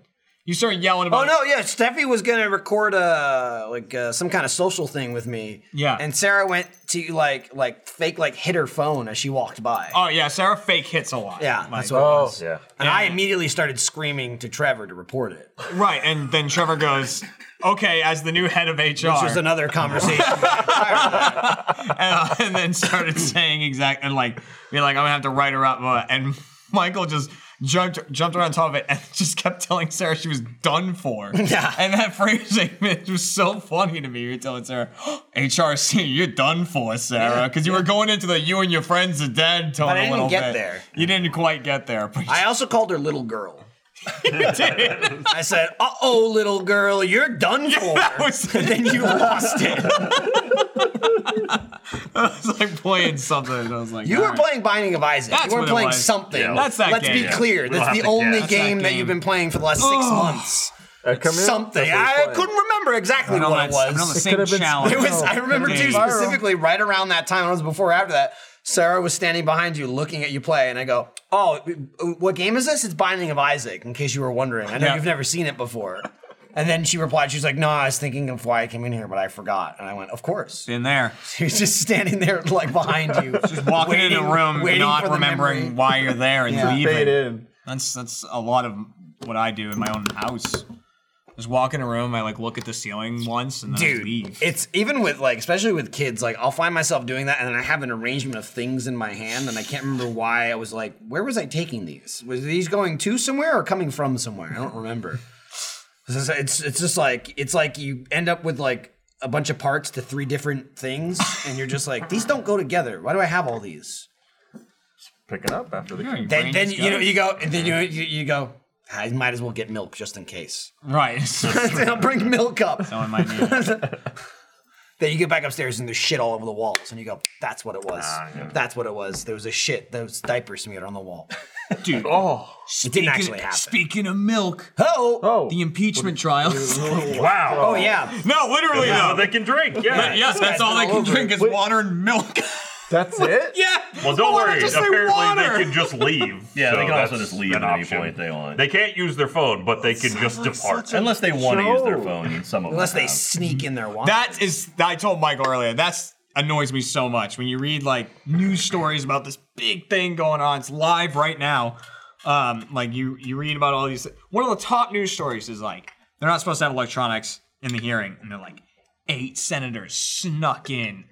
You started yelling Oh about. no, yeah, Steffi was gonna record uh like uh, some kind of social thing with me. Yeah. And Sarah went to like like fake like hit her phone as she walked by. Oh yeah, Sarah fake hits a lot. Yeah, Like, that's what it Oh was. yeah. And I immediately started screaming to Trevor to report it. right. And then Trevor goes, "Okay, as the new head of HR," Which was another conversation. uh, and then started saying exact and like being like, I'm gonna have to write her up. uh, And Michael just jumped jumped around top of it and just kept telling Sarah she was done for. Yeah. And that phrasing it was so funny to me. You're telling Sarah, HRC, you're done for, Sarah, because you were going into the you and your friends are dead tone But I a didn't little get bit. there. You didn't quite get there, but I also called her little girl. I said, "Uh oh, little girl, you're done for." was- and then you lost it. I was like playing something. And I was like, You "All were right." playing Binding of Isaac. That's you weren't what it playing was. something. Yeah. That's that Let's game. be Yeah. cleer. don't That's have the to only guess. That's game, that that you've game. been playing for the last six months. At Camille, Something. Uh, that's what I he's playing. couldn't remember exactly I've been on what it that- I've been on the was. same could have been- challenge. It was. I remember Okay. too Viral. specifically right around that time. It was before or after that. Sarah was standing behind you, looking at you play, and I go, "Oh, what game is this? It's Binding of Isaac." In case you were wondering, I know Yeah. you've never seen it before. And then she replied, "She's like, no, I was thinking of why I came in here, but I forgot." And I went, "Of course." in there. She was just standing there, like behind you, just Walking in a room, not remembering why you're there and Yeah. leaving. Fade in. That's that's a lot of what I do in my own house. Just walk in a room, I like look at the ceiling once, and then I Dude, leave. it's even with like, especially with kids, like I'll find myself doing that, and then I have an arrangement of things in my hand, and I can't remember why I was like, where was I taking these? Was these going to somewhere or coming from somewhere? I don't remember. It's just- It's it's just like it's like you end up with like a bunch of parts to three different things, and you're just like, these don't go together. Why do I have all these? Pick it up after the Your Then brain then just you know goes. you go and then you you, you go. I might as well get milk just in case. right. Someone I'll bring milk up. might need it. Then you get back upstairs and there's shit all over the walls, and you go, "That's what it was. That's what it was. There was a shit. There was diaper smeared on the wall. Dude, Oh, It didn't actually happen." Speaking of milk, oh, oh, oh. the impeachment trials. Oh, Wow. yeah. no, literally That's no. what they can drink. Yeah. Yes, that's all they all can over drink is water and milk. That's it? yeah. Well, don't Why not worry. just say Apparently, water? they can just leave. Yeah, So they can also that's just leave an at any option. point they want. They can't use their phone, but they can just depart. Unless they want to use their Joe. phone, and some of Unless them they have. sneak in their water. That is, I told Michael earlier, that's annoys me so much when you read like news stories about this big thing going on. It's live right now. Um, like you, you read about all these. One of the top news stories is like they're not supposed to have electronics in the hearing, and they're like eight senators snuck in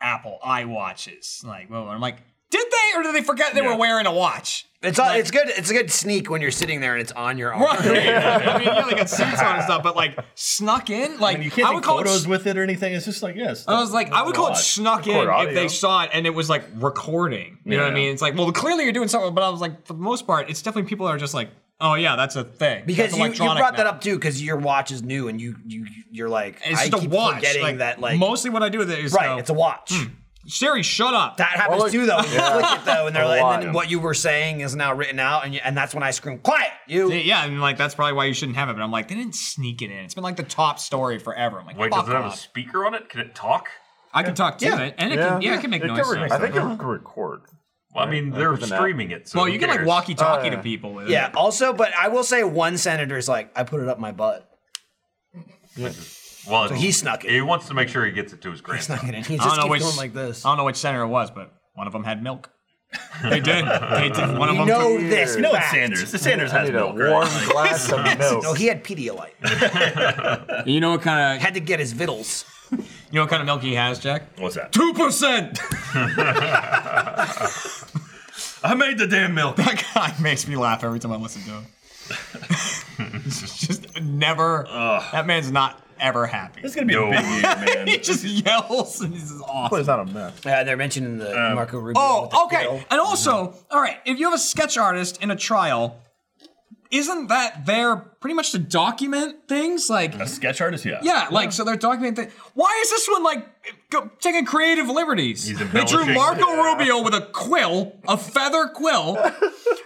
Apple iWatches. Like, well, I'm like, did they or did they forget they were wearing a watch? it's all, it's good. It's a good sneak when you're sitting there and it's on your arm. Right. I mean, yeah, they got suits on and stuff, but like snuck in. Like I mean, you can't I take would call it photos with it or anything. It's just like yes. I was like, I would call it Watch. snuck in Record if audio. they saw it and it was like recording. You know what I Yeah. mean? It's like, well, clearly you're doing something, but I was like, for the most part, it's definitely people that are just like, oh yeah, that's a thing. Because That's you, you electronic brought that now. up too, because your watch is new and you you you're like It's I just keep a watch. forgetting like, that like Hmm. mostly what I do with it is right. go, It's a watch. Siri, shut up. That happens look- too though. When you click it though, and they're A like, and then lot. what you were saying is now written out, and you, and that's when I scream, "Quiet, you!" yeah, and like that's probably why you shouldn't have it. But I'm like, they didn't sneak it in. It's been like the top story forever. I'm like, Wait, fuck does it have a off. speaker on it? Can it talk? I can talk to Yeah. it, and it Yeah. can, yeah, it can make It noise. can re- I think it can record. Well, I mean, Like they're with an app. streaming it. So well, who you can like cares? Uh, walkie-talkie Oh, yeah. to people. With Yeah. it. Also, but I will say one senator's like, I put it up my butt. Well, he snuck it. He wants to make sure he gets it to his He grandson. snuck it in. He I don't just know keeps which going like this. I don't know which center it was, but one of them had milk. they did. They did. One of You them. know took- this. You know it's fact. Sanders. The Sanders I has need a milk, warm right? Like, glass of milk. No, he had Pedialyte. you know what kind of had to get his vittles. you know what kind of milk he has, Jack? what's that? Two percent. I made the damn milk. That guy makes me laugh every time I listen to him. It's just never. That man's not ever happy. It's gonna be a big year, man. He just yells and he's But awesome. it's not a mess. Yeah, they're mentioning the Marco Rubio. with the Oh, okay. tail. And also, all right, if you have a sketch artist in a trial, isn't that there pretty much to document things? Like, a sketch artist, yeah. Yeah, like so they're documenting. Why is this one like go, taking creative liberties? He's they drew embellishing. Marco Rubio with a quill, a feather quill, and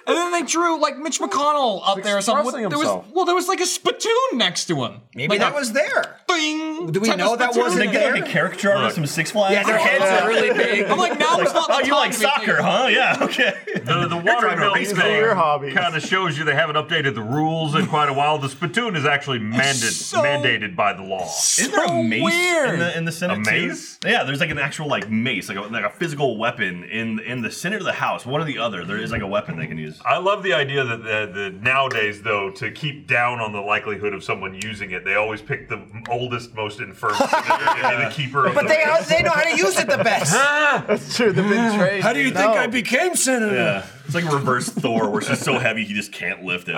then they drew like Mitch McConnell up there or something. Expressing there was himself. well, there was like a spittoon next to him. Maybe like that a was there. Thing. Do we type of know that spittoon. Did wasn't they get like There? a caricature artist from Six Flags? Yeah, their heads are really big. I'm like, now it's not the Oh, you time like to be taking- soccer, huh? Yeah, okay. The, the water driving a milk baseball. Your hobbies. kind of shows you they haven't updated the rules in quite a while. The spittoon is actually manded, So- mandated by the law. So Isn't there a mace weird. in the in the Senate? A too? mace? Yeah, there's like an actual like mace, like a, like a physical weapon in in the Senate or the House, one or the other. There is like a weapon they can use. I love the idea that the, the nowadays, though, to keep down on the likelihood of someone using it, they always pick the oldest, most infirm senator to be the keeper of But the they they know how to use it the best. That's true. They've been trained. How became senator? Yeah, it's like reverse Thor, where it's just so heavy he just can't lift it.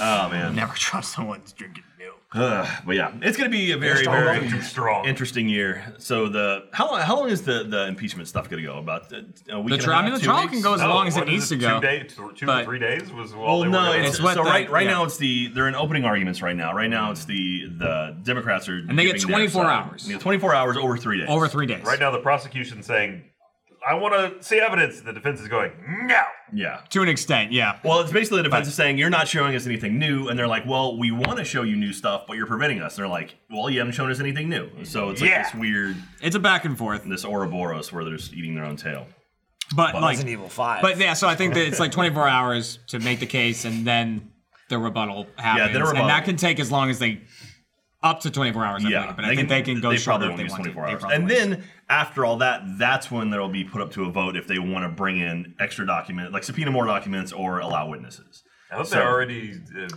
Oh man, Never trust someone who's drinking milk. Ugh, but yeah, it's gonna be a very They're very too strong. interesting year. So the how long how long is the the impeachment stuff gonna go? About uh, a week. The and a trial, I half, mean, the two trial weeks? can go as No, long as it what needs is to it, go. Two days, two But- or three days was all Well, they were Oh, no, gonna it's, do. It's what so they- right right yeah. now it's the they're in opening arguments right now. Right now it's the the Democrats are they get giving their 24 side. hours. Yeah, 24 hours over three days. Over three days. Right now, the prosecution saying, "I want to see evidence." The defense is going, "Hmm." "No." Yeah. To an extent, yeah. Well, it's basically the defense is saying you're not showing us anything new, and they're like, "Well, we want to show you new stuff, but you're preventing us." And they're like, "Well, you haven't shown us anything new." So it's like Yeah. this weird, It's a back and forth, this Ouroboros where they're just eating their own tail. but like, Resident Evil Five. but yeah. So I think that it's like 24 hours to make the case, and then the rebuttal happens, then a rebuttal. and that can take as long as they up to 24 hours. I Yeah, believe, but I think they can go They shorter probably if won't they use want 24 to. They hours. probably And won't. then after all that, that's when they'll be put up to a vote if they want to bring in extra document, like subpoena more documents or allow witnesses. I hope So- they already uh,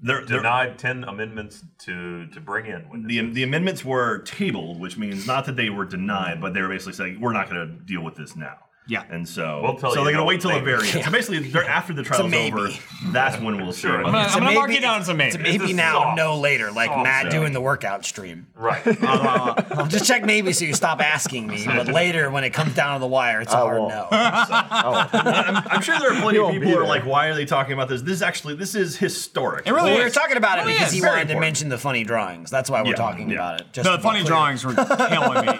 They're, they're, Denied ten amendments to to bring in witnesses. the, the amendments were tabled, which means not that they were denied, but they were basically saying we're not going to deal with this now. Yeah. and so We'll tell so you they're going to no wait till the later. very end. So basically, they're after the trial's maybe. over. That's when we'll see. Sure. I'm gonna, It's a I'm gonna mark maybe- it down as a It's a maybe. maybe a now, soft- no later, like soft Matt sell. doing the workout stream. Uh, Right. I'll just check maybe so you stop asking me, but later when it comes down to the wire, it's a I hard won't. no. Oh. I'm, I'm sure there are plenty of won't be people who are there. like, why are they talking about this? This is actually this is historic. It really Well, we were is. talking about it Really because is. he Very wanted to important. mention the funny drawings. That's why we're Yeah, talking yeah. about it. Just The to be funny clear. drawings were killing me,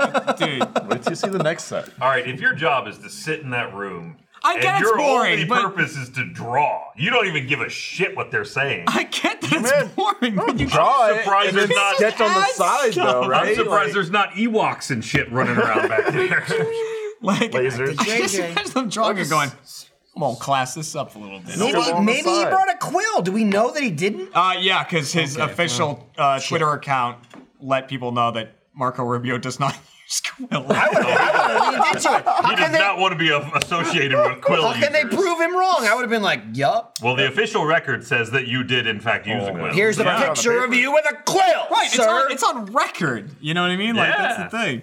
dude. Wait till you see the next set. All right, if your job is to sit in that room, I get it's and your boring, only but- purpose is to draw, you don't even give a shit what they're saying. I get that it's Man. boring, but you Draw it surprised and then there's not- sketch on the Just side, though, right? I'm surprised there's not Ewoks and shit running around back there. like Lasers. I just imagine them drawing and going, "I'm gonna class this up a little bit." Nope. Scribble Maybe, on the maybe he side. brought a quill. Do we know that he didn't? Uh, yeah, because his official uh, Twitter account let people know that Marco Rubio does not use Quill. I would have leaned into it. How he can does they, not want to be a- associated with Quill. how can they users. prove him wrong? I would have been like, yup. Well, the official record says that you did, in fact, Oh, use a Quill. Here's a Yeah. picture of you with a quill, Right, it's sir. on, it's on record. You know what I mean? Like Yeah. that's the thing.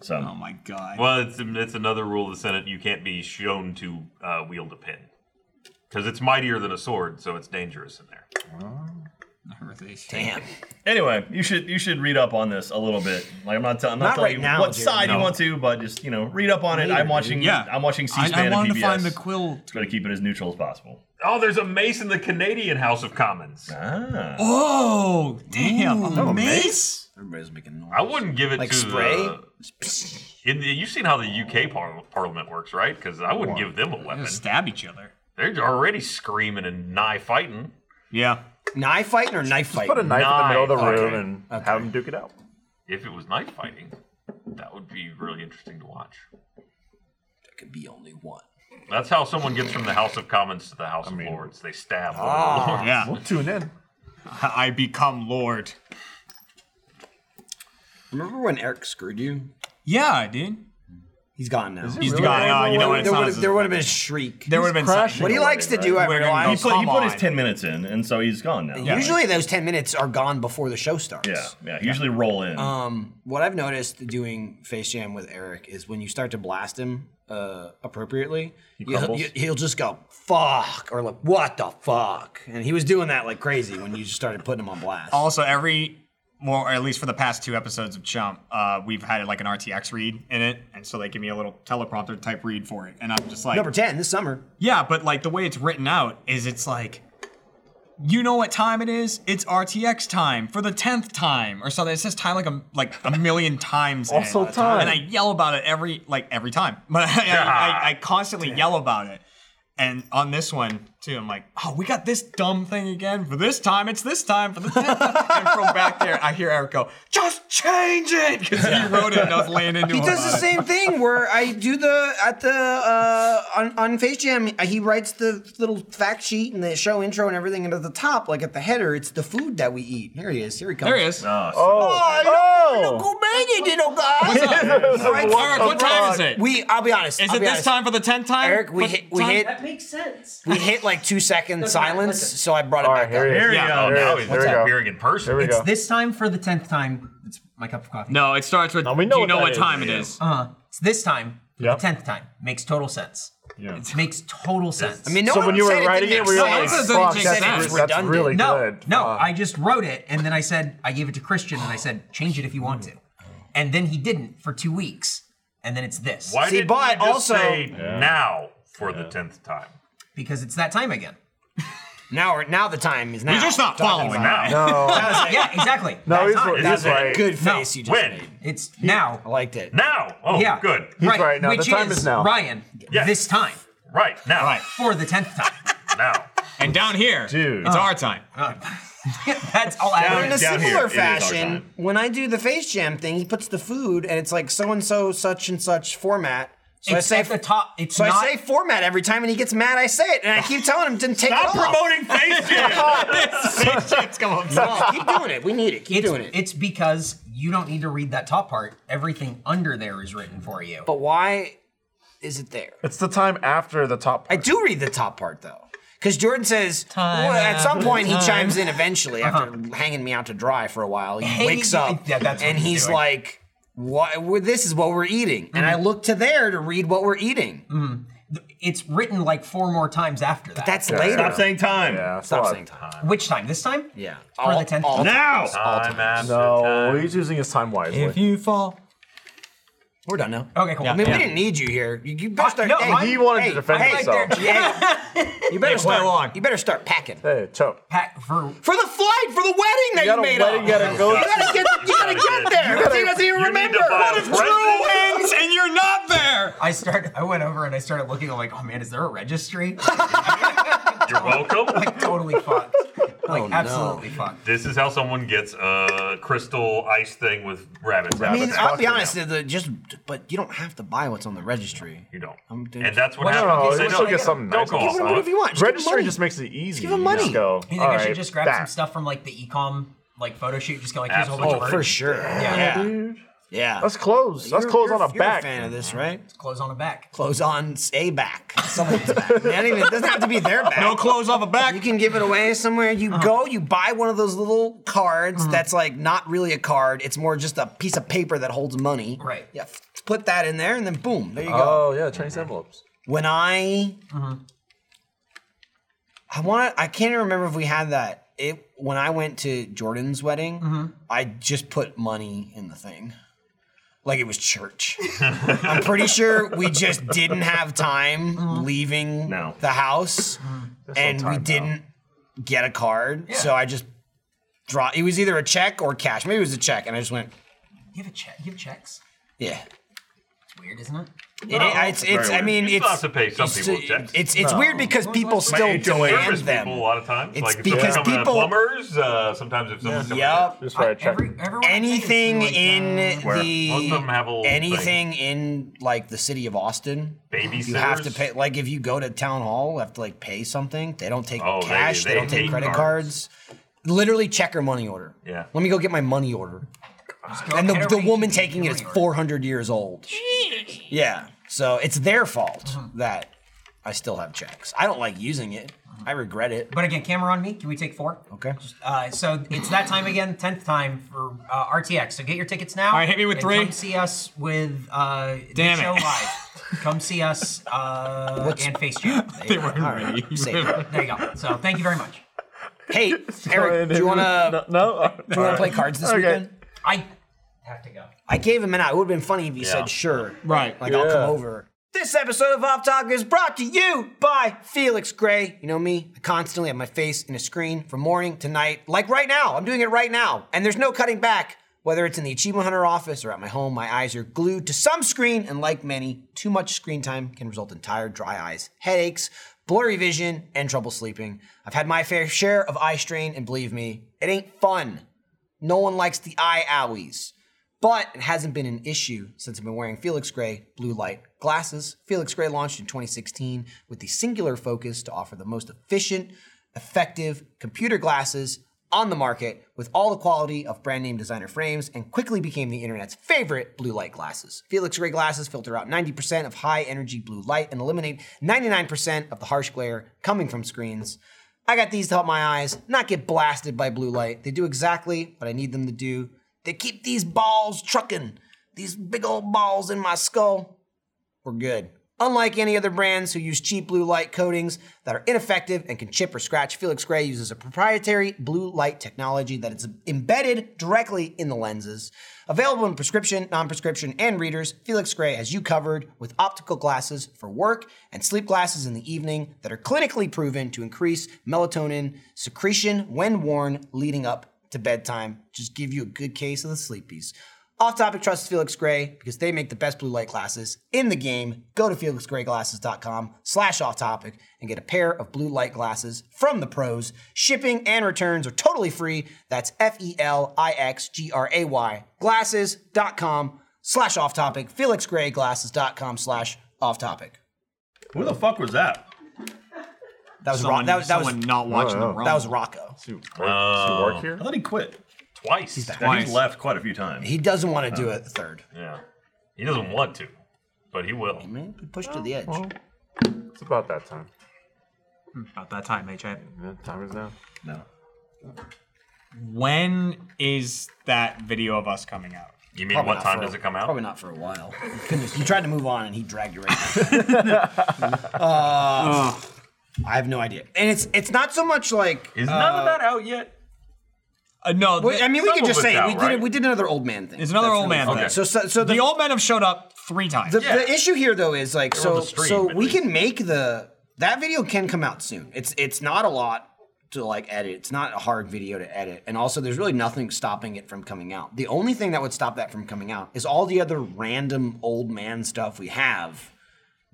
So Oh my god. Well, it's, it's another rule of the Senate. You can't be shown to uh, wield a pen because it's mightier than a sword, so it's dangerous in there. Damn. anyway, you should you should read up on this a little bit. Like I'm not, tell, I'm not, Not telling right you now, what Jared, side no. you want to, but just you know read up on it. I'm watching. Yeah, I'm watching C-SPAN I, I and wanted PBS. to find the Quill. Try to keep it as neutral as possible. Oh, there's a mace in the Canadian House of Commons. Ah. Oh damn! a mace? Everybody's making noise. I wouldn't give it Like to spray? the. In the, you've seen how the UK par- Parliament works, right? Because I wouldn't give them a They're weapon. gonna stab each other. They're already screaming and nigh fighting. Yeah. Knife fighting or knife fighting? Put a knife in the middle of Knife, the okay. room and have them duke it out. If it was knife fighting, that would be really interesting to watch. There could be only one. That's how someone gets from the House of Commons to the House of Lords. They stab. ah, Yeah. We'll tune in. I become Lord. Remember when Eric screwed you? Yeah, dude. He's gone now. He's Really? gone. Uh, you know what? It's there not would as- have there would have been a shriek. there would have been crashing. what he likes to do, I We're gonna he realize. go put, he come put his on. 10 minutes in, and so he's gone now. Yeah. Usually those ten minutes are gone before the show starts. Yeah, yeah. Usually roll in. Um, what I've noticed doing Face Jam with Eric is when you start to blast him uh, appropriately, he will crumbles. he'll just go "fuck" or like "what the fuck," and he was doing that like crazy when you just started putting him on blast. Also, every well, or at least for the past two episodes of Chump, uh, we've had like an RTX read in it, and so they give me a little teleprompter type read for it, and I'm just like, Number ten this summer. yeah, but like the way it's written out is it's like. You know what time it is? It's RTX time for the tenth time or something. It says time like a like a million times. in it. Also time. And I yell about it every like every time. But I, I, I, I constantly yell about it. And on this one too, I'm like, oh, we got this dumb thing again for this time. It's this time for the tenth. time." and from back there, I hear Eric go, "Just change it," because he wrote it and I was laying into He him. does about the it. same thing where I do the at the uh, on on Face Jam. He writes the little fact sheet and the show intro and everything, and at the top, like at the header, it's the food that we eat. Here he is. Here he comes. There he is. Ah, so- Oh! made it, little guy. Eric, what time is it? We, I'll be honest. is I'll it be this honest. time for the tenth time? Eric, we But- hit, we time- hit, That makes sense. we hit like two seconds silence, listen. so I brought it All back right, here up. he is. Here Yeah, we Oh, go. now What's he's up? appearing in person. There we go. This time for the tenth time. It's my cup of coffee. No, it starts with. Now we do know you what know that what is. time it is? Uh, it's this time. for Yep. The tenth time makes total sense. Yeah. It makes total sense. I mean, no so one when you said were writing didn't it, we were make like, sense. doesn't fuck, make that's, sense. re- that's really no, good. no. Fuck. I just wrote it, and then I said I gave it to Christian, and I said change it if you want to, and then he didn't for two weeks, and then it's this Why See, did but you just also- say now for the tenth time? because it's that time again. Now, we're- now the time is now. You're just not Talking following about that. no, yeah, exactly. no, he's, That time. he's That's a right. good No. face you just When? made. It's now. I liked it. Now. Oh, Yeah. good. He's right. Now, the Which time is now. Ryan, Yes. this time Right now. Right. for the tenth time. Now. And down here, Dude. it's our time. That's all I But in a have. down similar here, it is our fashion, time. when I do the face jam thing, he puts the food and it's like so and so, such and such format. So It's I say at the top. It's So not. I say format every time, and he gets mad. I say it, and I keep telling him to take it off. face jam. It's come up. No, keep doing it. We need it. Keep it's, doing it. it's because you don't need to read that top part. Everything under there is written for you. but why is it there? it's the time after the top. I part. do read the top part though, Because Jordan says, Time well, at some after point he time. chimes in eventually after hanging me out to dry for a while. He Hanging wakes you- up Yeah, that's what and he's he's doing. Mm-hmm. like, "What? well, This is what we're eating." And I look to there to read what we're eating. It's written like four more times after that. That's later. Stop saying time. Yeah, that's Stop a lot. saying time. which time? This time? Yeah. For the tenth time. Now! Time after No, time. he's using his time wisely. If you fall, We're done now. Okay, cool. I mean, we didn't need you here. You, you better Uh, start. no, hey, I'm- he wanted hey, to defend hey, himself. yeah, you better play start. along. You better start packing Hey, Cho. Pat, for for the flight, for the wedding that You you, got a made wedding, up. you gotta go You gotta to. get, you gotta get there. You gotta- he doesn't even you need remember. to buy a present. wins and you're not there. I started, I went over and I started looking. I'm like, oh man, is there a registry? You're welcome. totally fucked. Like absolutely fucked. This is how someone gets a crystal ice thing with rabbits. I mean, rabbits. I'll be honest. The, just, but you don't have to buy what's on the registry. you don't. I'm doing- and that's what Well, No, happens. Oh, you They still don't- get something Don't nice. go Give off him book. whatever you want. Just give him Registering money. just makes it easy. give him You just money. go, You think "All I should right, just grab back." some stuff from like the ecom like photo shoot? Just go like, here's a whole bunch Oh, of Absolutely. for birds. sure. Yeah. Yeah. Dude, Yeah. That's close. That's You're- close you're- on a you're back. a fan of this, right? Clothes on the back. Clothes on a back. Someone's back. Not even- it doesn't have to be their back. No clothes off a You back. Uh-huh. can give it away somewhere. You go, you buy one of those little cards that's like not really a card. It's more just a piece of paper that holds money. Right. Yeah. f- Put that in there, and then boom, there you go. Oh yeah, Chinese envelopes. When I, Uh-huh. I want. I can't even remember if we had that. It when I went to Jordan's wedding, Mm-hmm. I just put money in the thing. Like it was church. I'm pretty sure we just didn't have time Mm-hmm. leaving No. the house and no we time now. didn't get a card. So I just draw. It was either a check or cash. Maybe it was a check, and I just went, You have a check. You have checks. yeah. It's weird, isn't it? It, it's, it's, I weird. mean, You it's still have to pay some it's- uh, people checks. It's it's weird because people My still HOA demand service them. People, a lot of times, It's like if because someone people- plumbers. Uh, sometimes if someone comes Yep. Just right. check. Every, everyone I think is doing, Anything like, in uh, the Most of them have a little thing. anything in like the city of Austin, babysitters. you have to pay. Like if you go to town hall, you have to like pay something. They don't take Oh, they- cash. They, they don't take hate credit cards. cards. Literally, check or money order. Yeah. Let me go get my money order. go and the, get a the rate woman to get taking your it is money order. 400 years old. Yeah. So it's their fault that I still have checks. I don't like using it. I regret it. But again, camera on me. Can we take four? Okay. Uh, so it's that time again, tenth time for uh, RTX. So get your tickets now. All right, hit me with and three. Come see us with uh, Damn the it. show live. come see us uh, and face jam. They weren't ready. Save it. There you go. So thank you very much. Hey, Eric, do you want to No. no? do you want to play cards this Okay. weekend? I have to go. I gave him an out. It would have been funny if he Yeah. said sure. Right. Like I'll Yeah. come over. This episode of Off Talk is brought to you by Felix Gray. You know me, I constantly have my face in a screen from morning to night. Like right now, I'm doing it right now. And there's no cutting back. Whether it's in the Achievement Hunter office or at my home, my eyes are glued to some screen, and like many, too much screen time can result in tired, dry eyes, headaches, blurry vision, and trouble sleeping. I've had my fair share of eye strain, and believe me, it ain't fun. No one likes the eye owies. But it hasn't been an issue since I've been wearing Felix Gray blue light glasses. Felix Gray launched in 2016 with the singular focus to offer the most efficient, effective computer glasses on the market with all the quality of brand name designer frames and quickly became the internet's favorite blue light glasses. Felix Gray glasses filter out 90% of high energy blue light and eliminate 99% of the harsh glare coming from screens. I got these to help my eyes not get blasted by blue light. They do exactly what I need them to do. They keep these balls trucking, these big old balls in my skull. We're good. Unlike any other brands who use cheap blue light coatings that are ineffective and can chip or scratch, Felix Gray uses a proprietary blue light technology that is embedded directly in the lenses. Available in prescription, non prescription, and readers, Felix Gray has you covered with optical glasses for work and sleep glasses in the evening that are clinically proven to increase melatonin secretion when worn leading up to bedtime. Just give you a good case of the sleepies. Off topic trust Felix Gray because they make the best blue light glasses in the game. Go to felixgrayglasses.com slash off topic and get a pair of blue light glasses from the pros. Shipping and returns are totally free. That's E F-E-L-I-X-G-R-A-Y glasses.com slash off topic. Felixgrayglasses.com slash off topic. Who the fuck was that? That was, Ro- Someone, that, was, that, was someone not watching Oh, the oh. rumble. that was Rocco. Does he work- Uh, does he work here? Um, I thought he quit. twice. Yeah, Twice. He's left quite a few times. He doesn't want to do it third. Yeah, he doesn't want to, but he will. Man, he pushed to the edge. It's about that time. About that time, hey, Chad. Yeah, time is now. No. When is that video of us coming out? You mean Probably what not time for- does it come out? Probably not for a while. Goodness, you tried to move on and he dragged you right back. uh, I have no idea. And it's it's not so much like. Is none of that out yet? Uh, no, Wait, I mean, we Some could just of it's say out, we did right? we did another old man thing. It's another old man really thing. fun. So so, so the, the, old men have showed up three times. the, Yeah. the issue here though is like on so the stream, so at we least. can make the that video can come out soon. It's it's not a lot to like edit. It's not a hard video to edit. And also there's really nothing stopping it from coming out. The only thing that would stop that from coming out is all the other random old man stuff we have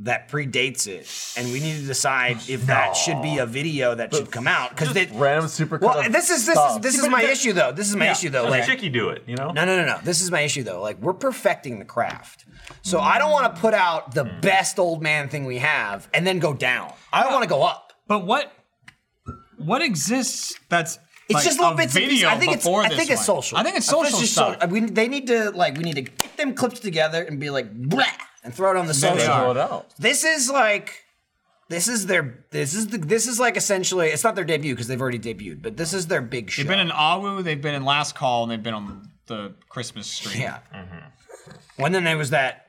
that predates it. And we need to decide if that should be a video that should come out cuz they Random super. Well, this is this is this is my that- issue though. This is my issue though. Let Like Chicky do it, you know? no, no, no, no. This is my issue though. Like we're perfecting the craft. So I don't want to put out the Mm. best old man thing we have and then go down. I Uh, want to go up. But what what exists that's It's like, just little a bits and pieces. video I think it's before I this think it's one? social. I think it's feel social just stuff. so- we, they need to like we need to get them clips together and be like blah and throw it on the they social. are. Blow it out. This is like this is their this is the this is like essentially it's not their debut because they've already debuted, but this is their big show. They've been in Awu, they've been in Last Call, and they've been on the Christmas stream. Yeah. Mm-hmm. When then there was that.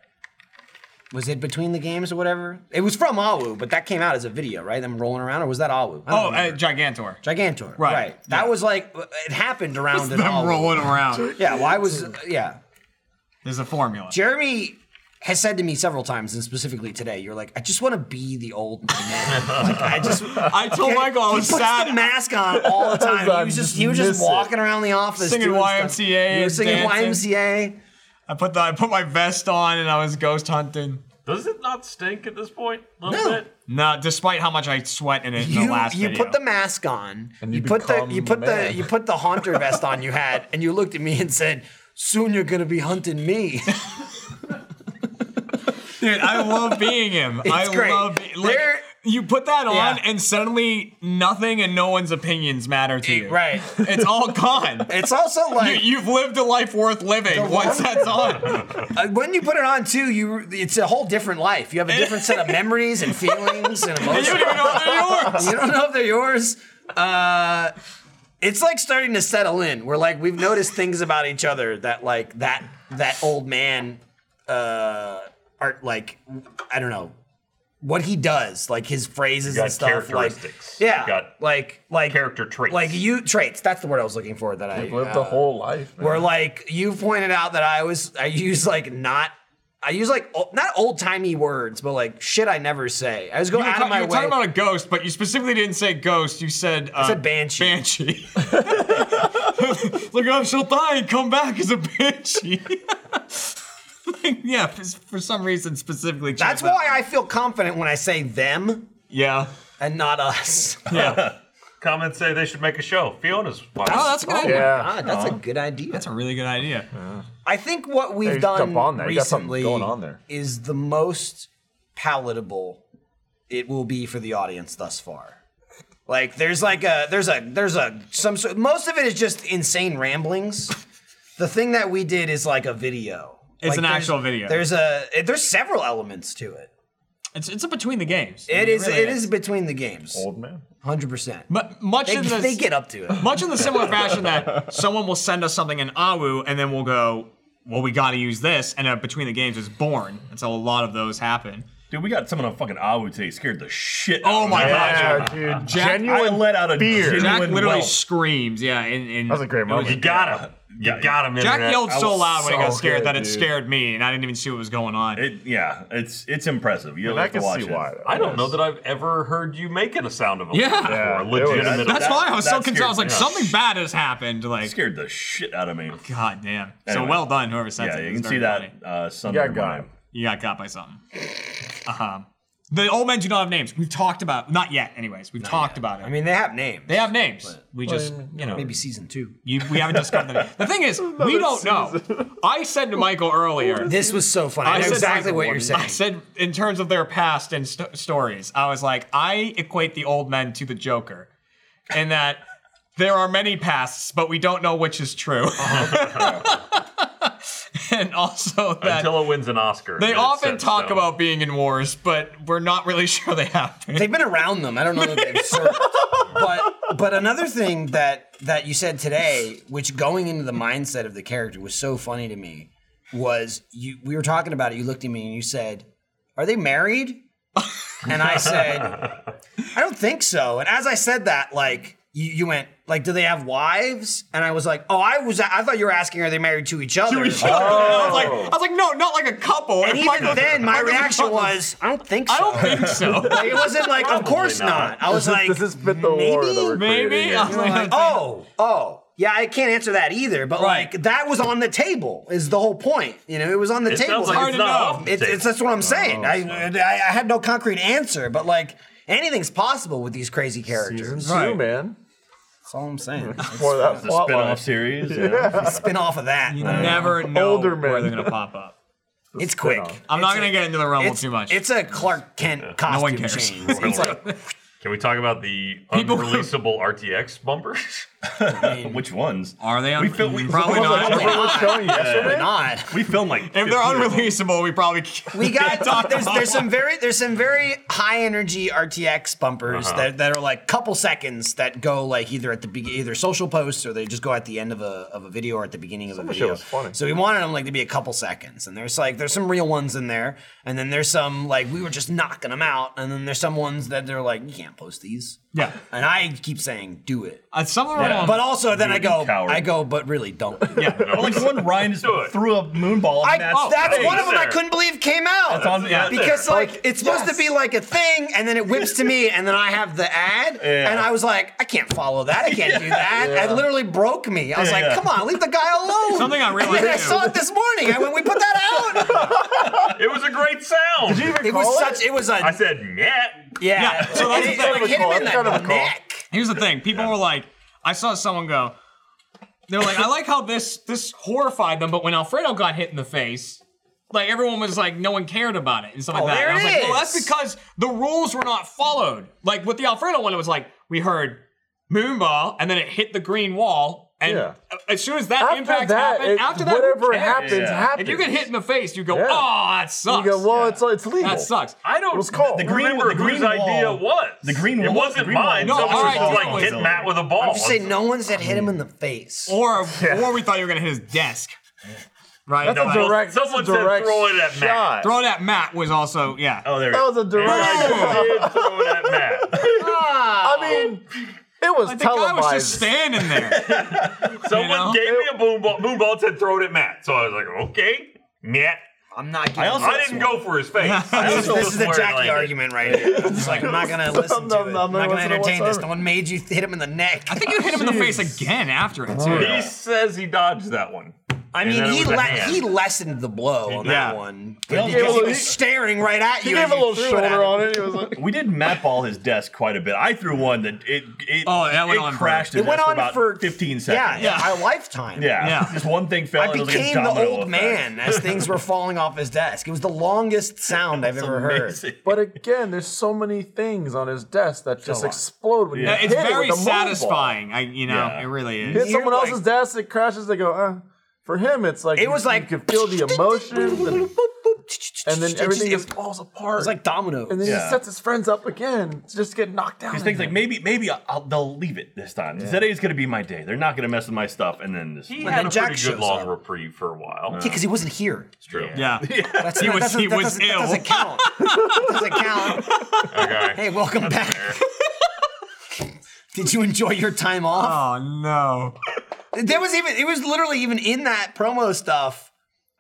Was it between the games or whatever? It was from Awu, but that came out as a video, right? Them rolling around, or was that Awu? I don't Oh, uh, remember. Gigantor. Gigantor. Right. right, That yeah. was like it happened around an Them Awu. rolling around. Yeah. Why was yeah? There's a formula. Jeremy has said to me several times, and specifically today, you're like, I just want to be the old man. like, I just. I told Michael I was he puts the sad. mask on all the time. he I was just just he was just miss it. walking around the office Singing doing Stuff. YMCA He and was singing dancing. YMCA. I put the I put my vest on and I was ghost hunting. Does it not stink at this point? A little No. bit? No, despite how much I sweat in it in you, the last you video. put the mask on And you, you put the become you put the the man. you put the haunter vest on you had and you looked at me and said soon you're gonna be hunting me Dude, I love being him. I great. love be- like There- you put that on Yeah. and suddenly nothing and no one's opinions matter to you. right It's all gone. it's also you, like you've lived a life worth living once that's on. uh, when you put it on too you it's a whole different life you have a different set of memories and feelings and And you don't emotions even know they're yours. you don't know if they're yours uh it's like starting to settle in we're like we've noticed things about each other that like that that old man uh art like i don't know what he does like his phrases You got and stuff like characteristics. yeah You got like like character traits. like you traits that's the word i was looking for that i Lived uh, the whole life. Man. where like you pointed out that I was I use like not I use like o- not old timey words, but like shit I never say. I was going You were, out ta- of my you were way. talking about a ghost, but you specifically didn't say ghost. You said uh, I said banshee. Banshee. Look up, she'll die and come back as a banshee. yeah, for, for some reason specifically. chose that's that. why I feel confident when I say them Yeah. and not us. Yeah. Comments say they should make a show. Fiona's watching. oh, that's a good. idea. yeah. God, that's a good idea. That's a really good idea. I think what Hey, we've just done jump on there. You got something recently going on there. is the most palatable it will be for the audience thus far. Like there's like a there's a there's a some sort most of it is just insane ramblings. the thing that we did is like a video. It's Like, an there's- actual video. There's a it- there's several elements to it. It's it's a between the games. It is really it is between the games. Old man. 100%. Mu- much They, in the they get up to it. much in the similar fashion that someone will send us something in Awu, and then we'll go, well, we got to use this, and uh, between the games is born. That's how a lot of those happen. Dude, we got someone on fucking Awu today. Scared the shit. Oh out of my me. God. Yeah, dude. I Genuine let out a fear. genuine Jack literally whelp. screams, yeah. And, and That was a great it moment. You got him. You Yeah. got him. Jack internet. yelled so was loud when he got so scared good, that it dude. scared me, and I didn't even see what was going on. It, yeah, it's it's impressive. You I have to can watch see it. why. I don't know that I've ever heard you making a sound of him. Yeah. before, Yeah, it was- legitimate. That's that- why I was that so concerned. I was scared- like, yeah. something bad has happened. Like, Scared the shit out of me. God damn. So Anyway. well done, whoever sent Yeah, it. you It's can see very funny. that uh, Sunday Yeah, I got morning. him. You got caught by something. Uh-huh. The old men do not have names. We've talked about not yet. Anyways, we've talked about it. I mean, they have names. they have names. We just you know Maybe season 2. you, we haven't discovered them. The thing is, we don't know. I said to Michael earlier. This was so funny. I, know said- exactly what you're saying. I said in terms of their past and st- stories. I was like, I equate the old men to the Joker, in that there are many pasts, but we don't know which is true. and also that Until it wins an Oscar. they it's set often in talk stone. about being in wars, but we're not really sure they happen. They've been around them. I don't know that they've served. But but another thing that that you said today, which going into the mindset of the character was so funny to me, was you we were talking about it. You looked at me and you said, "Are they married?" And I said, "I don't think so." And as I said that, like you, you went like, "Do they have wives?" And I was like, "Oh, I was I thought you were asking, are they married to each other?" I was like, Oh, I was like, no, not like a couple. And It's even like- then, my I was- reaction was, "I don't think so." I don't think so. Like, it wasn't like, of course not. not. I was like, Does this fit the lore that we're Maybe? creating? I was like, oh, oh. Yeah, I can't answer that either, but Right. like that was on the table is the whole point. You know, it was on the It table. sounds like hard it's to not know. off the it's, table. it's that's what I'm saying. I, I I had no concrete answer, but like anything's possible with these crazy Season characters. two, man. That's all I'm saying. More of that It's a plot line. spin-off series. you know? Spin off of that. You never know Older where men. they're gonna pop up. it's quick. I'm not It's gonna a- get into the rumble it's, too much. It's a Clark Kent costume one cares. change. It's like, Can we talk about the People- unreleasable RTX bumpers? Which ones? Are they? We on- feel- we- probably we- not. Remember what I was showing you why yesterday? not. We filmed like. If they're 15 of them. unreleasable, we probably can't We got talk there's about there's one. some very there's some very high energy RTX bumpers that, that are like couple seconds that go like either at the be- either social posts or they just go at the end of a of a video or at the beginning of a of the shit video. was funny. So we wanted them like to be a couple seconds, and there's like there's some real ones in there, and then there's some like we were just knocking them out, and then there's some ones that they're like you can't post these, Yeah, and I keep saying do it, uh, some of them. are on- but also then Do I it, you go coward. I go but really don't. Do it. yeah, Well, like one Ryan just Do it. threw a moonball. I, and that's, that's hey, one of them I there. couldn't believe came out. on- yeah, because there. like it's supposed to be like a thing, and then it whips to me, and then I have the ad, Yeah. and I was like, I can't follow that. I can't do that. It literally broke me. I was like, yeah. come on, leave the guy alone. Something I And then I realized, too. saw it this morning. I went, we put that out. it was a great sound. It was such. It was a I said, Matt. yeah. Yeah, so that's it, the thing like, with hit him Cole. in Kind of a the call. neck. Here's the thing: people were like, I saw someone go. They're like, I like how this this horrified them, but when Alfredo got hit in the face, like everyone was like, no one cared about it and stuff like Oh, that. there and I was it like, well, that's is. because the rules were not followed. Like with the Alfredo one, it was like we heard moonball, and then it hit the green wall, and Yeah. as soon as that After impact that, happened, it- after that, who whatever cares? happens, If you happens. get hit in the face, you go, Yeah. oh, that You sucks. go, well, it's it's legal. that sucks. I don't It was called. The green- remember the green whose idea wall- was. the green It wall- wasn't the green mine. wall- No, So it was all just right, like deal. hit Matt with a ball. I'm just saying, no one's that hit him in the face. Or, or we thought you were gonna hit his desk, right? That's No, a direct. that's someone a said direct throw it at Matt. shot. Throw it at Matt was also yeah. Oh, there. That was a And direct. I did throw it at Matt. I mean, it was Like, the guy televised. was just standing there. Someone You know? gave me a boom ball. Boom ball said throw it at Matt. So I was like, okay, Matt. I'm not. Getting I also- I didn't go for his face. I This, also this was is the where it Jackie landed. argument right here. I'm just like, I'm not gonna listen to it. I'm not gonna entertain this. No one made you hit him in the neck. I think you hit him in the face again after it too. He says he dodged that one. I And mean, then it he was a le- hand. he lessened the blow on Yeah. that one because Yeah. He gave he a- was staring right at you. He gave as a you little threw it at shoulder him. on it. He was like, We did mat ball his desk quite a bit. I threw one that it it, Oh, that went it on for- crashed. his It went desk on for, about for 15 Yeah, seconds. yeah, a lifetime. yeah. Yeah. Just one thing fell. I and it was became like the a domino old effect. man as things were falling off his desk. It was the longest sound I've ever heard. Amazing. but again, there's so many things on his desk that just lot. explode when Yeah, Uh, you It's hit it very with a moonball. satisfying. I you know Yeah. it really Hit is. You're someone else's like- desk, it crashes. They go, uh. For him, it's like It you- was like- you can feel the emotions, and, and then It everything just, just it, falls apart. was like dominoes. and then Yeah. he sets his friends up again to just get knocked down. Because things like again. maybe maybe I'll, I'll- they'll leave it this time. Today's gonna be my day. They're not gonna mess with my stuff. And then this. He When had the a Jack pretty good shows long up. reprieve for a while. because he wasn't here. It's true. Yeah. That's He not, was- that's, he that was doesn't, ill. That doesn't count. that doesn't count. Okay. Hey, welcome back. Did you enjoy your time off? Oh no. There was even it was literally even in that promo stuff.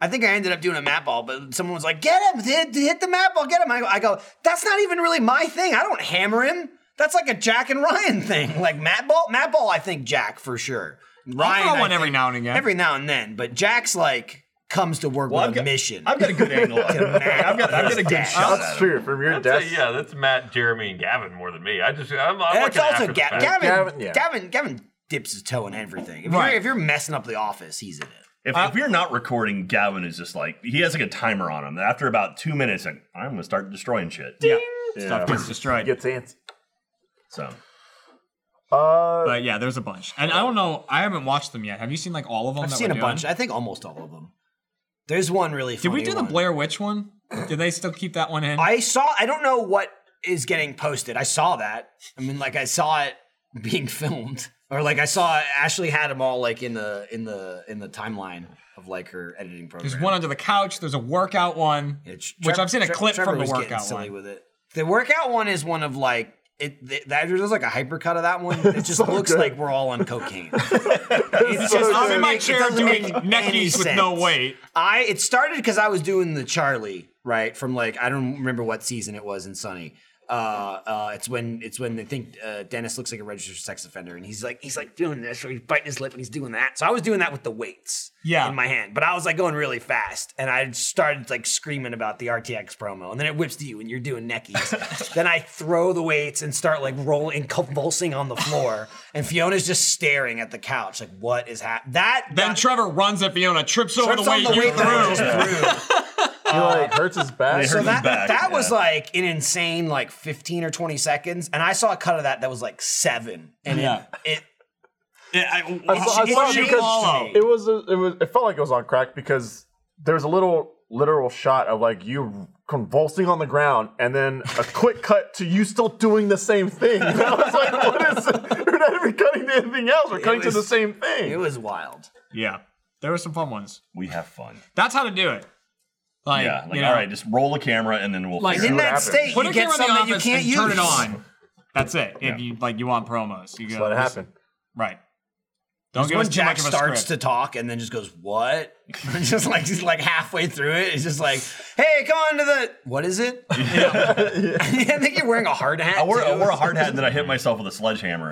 I think I ended up doing a mat ball, but someone was like, "Get him! Hit, hit the mat ball! Get him!" I go, I go, "That's not even really my thing. I don't hammer him. That's like a Jack and Ryan thing. Like mat ball, mat ball. I think Jack for sure. Ryan, I I one every think- now and again. every now and then, but Jack's like comes to work Well, with a mission. I've got a good angle. on it. I've got I've got a good That's shot. at that's it. true. From your I'd desk, say, yeah, that's Matt, Jeremy, and Gavin more than me. I just, I'm, I'm and it's looking also after the Ga- fact. Gavin. Gavin, Gavin, yeah. Gavin. dips his toe in everything. If, Right. you're, if you're messing up the office, he's in it. If, if you're not recording, Gavin is just like he has like a timer on him. After about two minutes, like, I'm gonna start destroying shit. Yeah. Yeah. Stuff gets destroyed. gets antsy. So Uh, But yeah, there's a bunch. And I don't know. I haven't watched them yet. Have you seen like all of them? I've that seen we're a bunch. doing? I think almost all of them. There's one really Did funny. we do the one. Blair Witch one? Did they still keep that one in? I saw. I don't know what is getting posted. I saw that. I mean, like I saw it being filmed, or like I saw Ashley had them all like in the in the in the timeline of like her editing program. there's one under the couch. There's a workout one, Yeah, Tr- which Tre- I've seen a Tre- clip Trevor from the was getting workout silly one. with it. The workout one is one of like it. th- that there's like a hypercut of that one. It just so looks good. like we're all on cocaine. It's so I'm in good. my It chair doesn't doing make any neckies with no sense. weight. I it started because I was doing the Charlie right from like I don't remember what season it was in Sunny. Uh, uh, it's when it's when they think uh, Dennis looks like a registered sex offender, and he's like he's like doing this, or he's biting his lip, and he's doing that. So I was doing that with the weights, Yeah. in my hand. But I was like going really fast, and I started like screaming about the RTX promo, and then it whips to you, and you're doing neckies. then I throw the weights and start like rolling, convulsing on the floor, and Fiona's just staring at the couch, like what is happening? That Then that- Trevor runs at Fiona, trips, over trips the weight on the you weight that I threw. just threw. He like hurts his back. They So hurt his that, back, that yeah. was like an insane like 15 or 20 seconds. And I saw a cut of that that was like seven. And Yeah. it, Yeah, I- I saw, I It saw changed it because me. it was a, it was it felt like it was on crack because there's a little literal shot of like you convulsing on the ground and then a quick cut to you still doing the same thing. And I was like, what is it? We're not even cutting to anything else. We're cutting was- to the same it, thing. it was wild. Yeah, there were some fun ones. we have fun. That's how to do it. Like, Yeah, like you know, all right, just roll the camera and then we'll. Like- In figure it what that happens. state, put you a get camera in the something you office can't and use. turn it on. That's it. If you like, you want promos, you Just go. let it happen. Right. Don't give us When too Jack much of a starts to script. talk and then just goes, what? And just like he's like halfway through it. It's just like, hey, come on to the what is it? I think you're wearing a hard hat. I wore, I too. wore a hard hat and then I hit myself with a sledgehammer.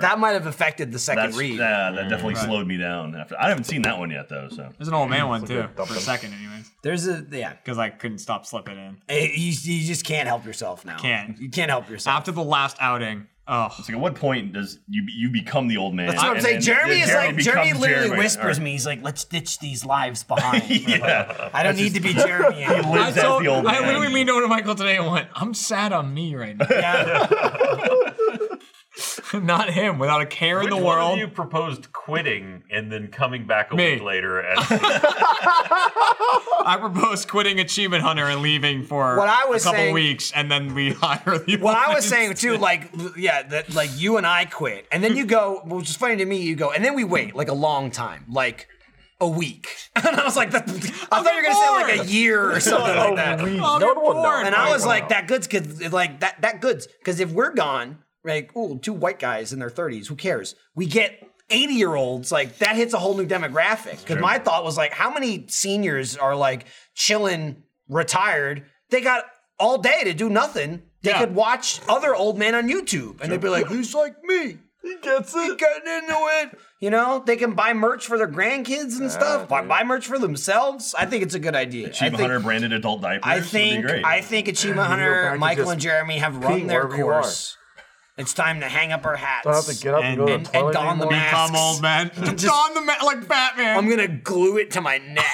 That might have affected the second That's- read. yeah, that definitely slowed me down. After I haven't seen that one yet though, so There's an old man one too, good for dumping. a second, anyways, There's a yeah. because I couldn't stop slipping in Eh, you, you just can't help yourself now. Can't. you can't help yourself. after the last outing. Oh, it's like at what point does you you become the old man? That's what I'm and saying. then- Jeremy then is like Jeremy becomes literally Jeremy. whispers All me. He's like, "Let's ditch these lives behind. Yeah. I don't need to be Jeremy He anymore." lives as the old I man. literally leaned over to Michael today and went, "I'm sad on me right now, Yeah. not him." Without a care in Which the one of world, you proposed quitting and then coming back a Me. week later? And I propose quitting Achievement Hunter and leaving for What I was a couple saying- weeks, and then we hire the. What I old was saying man. too, like, yeah, that like you and I quit, and then you go, which is funny to me. You go, and then we wait like a long time, like a week, and I was like, that, I thought you were gonna say like a year or something like that. We- Oh, no you're one knows. bored. And I was like, that goods could like that that goods because if we're gone, like ooh, two white guys in their thirties, who cares? We get eighty year olds like that hits a whole new demographic. Because my thought was like, how many seniors are like chilling, retired? They got all day to do nothing. They Yeah. could watch other old men on YouTube, and they'd be like, who's like me? He gets it. Getting into it, you know. They can buy merch for their grandkids and stuff. Buy, buy merch for themselves. I think it's a good idea. I Cheap think- Hunter branded adult diapers. I would be think great. I think Achievement You'll Hunter, probably Michael just and Jeremy have run ping their wherever you course. It's time to hang up our hats. Don't have to get up And- and, go to and- the and toilet don the anymore. mask. Come old man, don the ma- like Batman. I'm gonna glue it to my neck.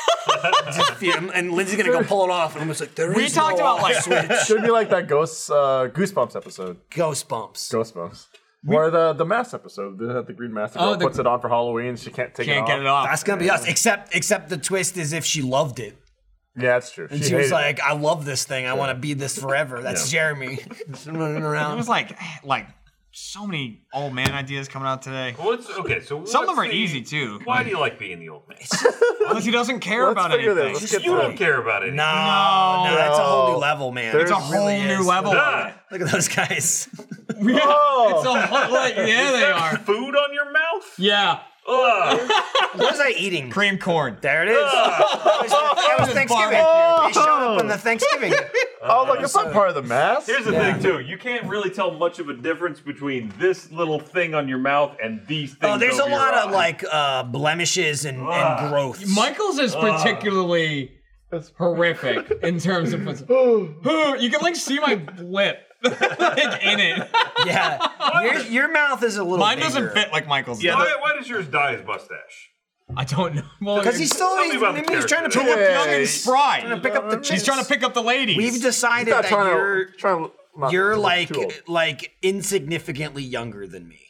Just feel- and, Lindsay's gonna go pull it off, and I'm just like, there is we talked no about off like Should be like that Ghosts uh, Goosebumps episode. ghost bumps. Ghostbumps. Or the the mask episode. The, the green mask. The Oh, girl the- puts it on for Halloween. She can't take can't it, get it off. off. That's gonna be us. Except, except the twist is if she loved it, Yeah, that's true. and she, was like, "I love this thing. I want to be this forever." That's Jeremy Just running It around. was like like so many old man ideas coming out today. what's okay? So Some of them what's are the- easy too. Why do you like being the old man? Because he doesn't care Let's about figure anything. this. Let's get You to don't it. care about it. No, no, that's a whole new level, man. There's- it's a It whole really new is. level. Ah, Look at those guys. Oh, It's a whole, like, yeah, they there's are. food on your mouth? Yeah, Ugh. What was I eating? cream corn. There it is. That was, that was Thanksgiving. Oh. They showed up on the Thanksgiving. I was like, it's not part of the mask. Here's the thing, too. You can't really tell much of a difference between this little thing on your mouth and these things. Oh, there's a over your lot eye. of like uh, blemishes and, and growth. Michael's Ah. is particularly horrific in terms of what's. you can like see my lip like, in it. Yeah, your, your mouth is a little. Mine doesn't bigger. fit like Michael's. Yeah, does. Why, why does yours dye his mustache? I don't know. Well, Because he's still Tell me he's, about the maybe he's trying to pick character. up young and spry. trying to pick up the chicks. He's trying to pick up the ladies. We've decided not that trying to- you're trying to- not- you're too like old. like insignificantly younger than me.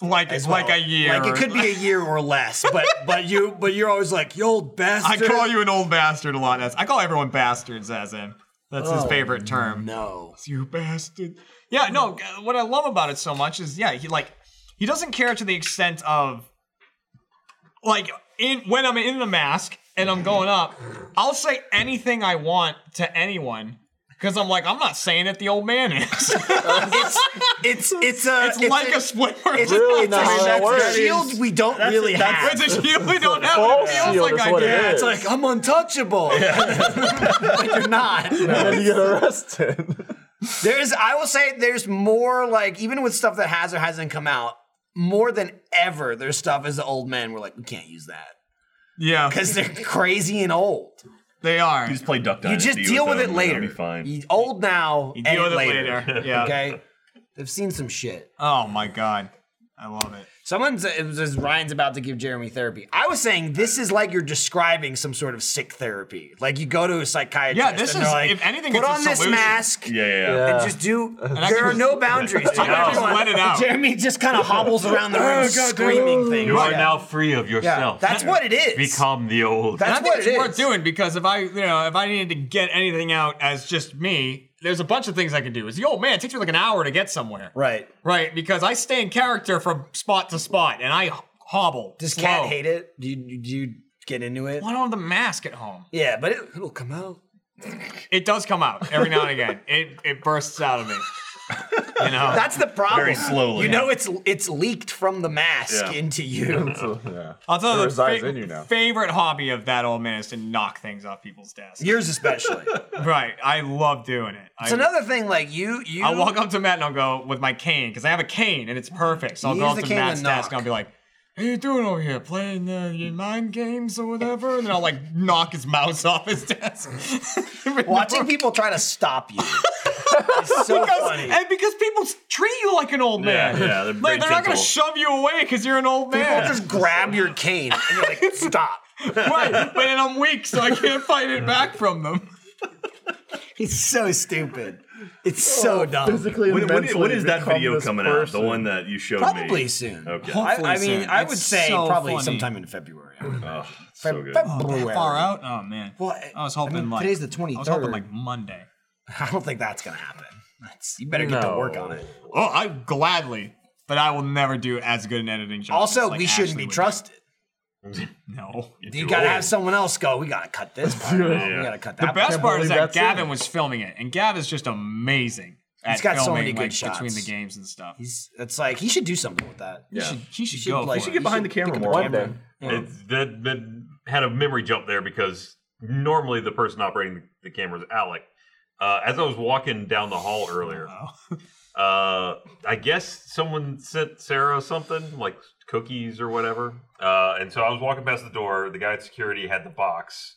like as like well. a year. Like it could be a year or less, but but you but you're always like you old I bastard. call you an old bastard a lot. As I call everyone bastards as him. That's his favorite term. Oh, No. you bastard. Yeah, no, g- what I love about it so much is yeah, he like he doesn't care to the extent of like in when I'm in the mask and I'm going up, I'll say anything I want to anyone. Cause I'm like, I'm not saying that the old man is. It's it's it's a it's, like a, split person. it's, really it's not how that a, it's a works. shield we don't really have. It's a shield we don't have. False It feels shield like is I what it did. It's is. like I'm untouchable, but you're not. and then you get arrested. There's, I will say, there's more like even with stuff that has or hasn't come out, more than ever, there's stuff as the old men. We're like, we can't use that Yeah, because they're crazy and old. they are. You just play Duck You Dynasty. just deal with them, it later. It'll be fine. You- old now, You and deal with it later. later. Yeah. Okay, they've seen some shit. Oh my god, I love it. Someone's it was, as Ryan's about to give Jeremy therapy. I was saying this is like you're describing some sort of sick therapy. Like you go to a psychiatrist. Yeah, this and is- they're like, if anything, put it's a on this solution. mask. yeah, yeah, yeah. Yeah. And just do. I there can are just- no boundaries. to I can just it. let it out. Oh, Jeremy just kind of hobbles around the room screaming things. You are Yeah. now free of Yeah, yourself. That's what it is. Become the old. That's And I think what it's it worth is. doing because if I, you know, if I needed to get anything out as just me, there's a bunch of things I can do. It's the old man. It takes me like an hour to get somewhere. right. Right, because I stay in character from spot to spot, and I h- hobble. Does slow. cat hate it? Do you, do you get into it? Well, I don't have the mask at home. Yeah, but it, it'll come out. It does come out every now and again. It it bursts out of me. You know. That's the problem. Very slowly. You know, it's it's leaked from the mask Yeah. into you. I'll tell you the fa- It resides in you now. favorite hobby of that old man is to knock things off people's desks. Yours especially. right, I love doing it. It's I, another thing. Like you, you. I'll walk up to Matt and I'll go with my cane because I have a cane and it's perfect. So I'll Use go up the to cane Matt's to desk knock. and I'll be like, "How you doing over here? Playing uh, your mind games or whatever?" And then I'll like knock his mouse off his desk. Watching people try to stop you is so funny. And because people s- treat you like an old Yeah, man. yeah, they're very like, they're not going to gentle. shove you away because you're an old People man. just grab your cane and you're like, stop. right. But then I'm weak, so I can't fight it back from them. He's so stupid. It's Oh, so dumb. Physically and When, when- mentally when is that become video this coming person. out? The one that you showed me. Probably soon. Okay. I, I mean, soon. I would It's say so probably funny. sometime in February. I would- Oh, so good. February. Far out? Oh, man. Well, I was hoping I mean, like. today's the I was hoping 23rd. like Monday. I don't think that's gonna happen. That's, you better get to work on it. Oh, I gladly. But I will never do as good an editing job. Also, we shouldn't be trusted. No. You gotta have someone else go. We gotta cut this part. out. We gotta cut that. The best part. part is believe that that's Gavin it. was filming it, and Gav is just amazing. at He's got so filming, many good like, shots. between the games and stuff. He's, it's like he should do something with that. He should, he should, should, go. like- for You it. should get behind the camera more. One day. It's, that, that had a memory jump there because normally the person operating the camera is Alec. Uh, as I was walking down the hall earlier, uh, I guess someone sent Sarah something like cookies or whatever. Uh, and so I was walking past the door. The guy at security had the box,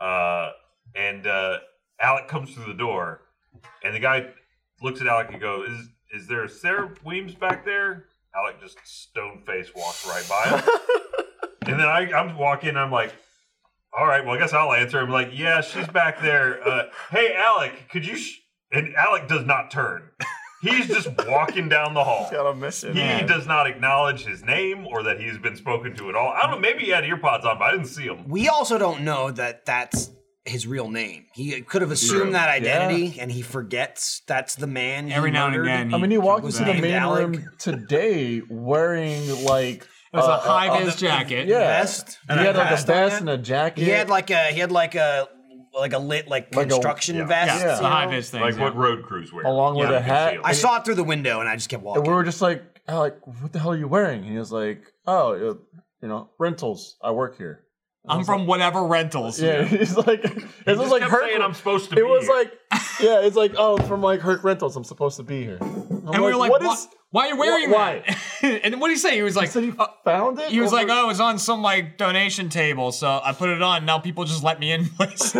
uh, and uh, Alec comes through the door, and the guy looks at Alec and goes, "Is is there a Sarah Weems back there?" Alec just stone face walks right by him. And then I, I'm walking. I'm like, all right, well, I guess I'll answer. I'm like, yeah, she's back there. Uh, hey, Alec, could you? Sh-? And Alec does not turn. He's just walking down the hall. Got a mission. He does not acknowledge his name or that he's been spoken to at all. I don't know. Maybe he had earpods on, but I didn't see him. We also don't know that that's his real name. He could have assumed that identity, and he forgets that's the man. he Every now and murdered. again. I mean, he walked into the Named main Alec. room today wearing like It was uh, a high vis uh, jacket. yeah, Vest? He had like a Vest on vest and a jacket. He had like a he had like a like a lit like Like a- construction yeah. vest. Yeah, it's you a high know? vis thing. Like yeah. what road crews wear. Along with Yeah, a I can hat. see him. I saw it through the window, and I just kept and we walking. were just like, like, what the hell are you wearing? And he was like, oh, uh, you know, rentals. I work here. I'm from whatever rentals. Yeah, he's like, it was Just like kept Herc. saying I'm supposed to. it be was here. like, yeah, it's like, oh, I'm from like Herc Rentals. I'm supposed to be here. And And we were like, what "Why- is? why are you wearing why?" that? and what did he say? He was like, So you uh, found it? he was like, Over- oh, it was on some like donation table, so I put it on. Now people just let me in places.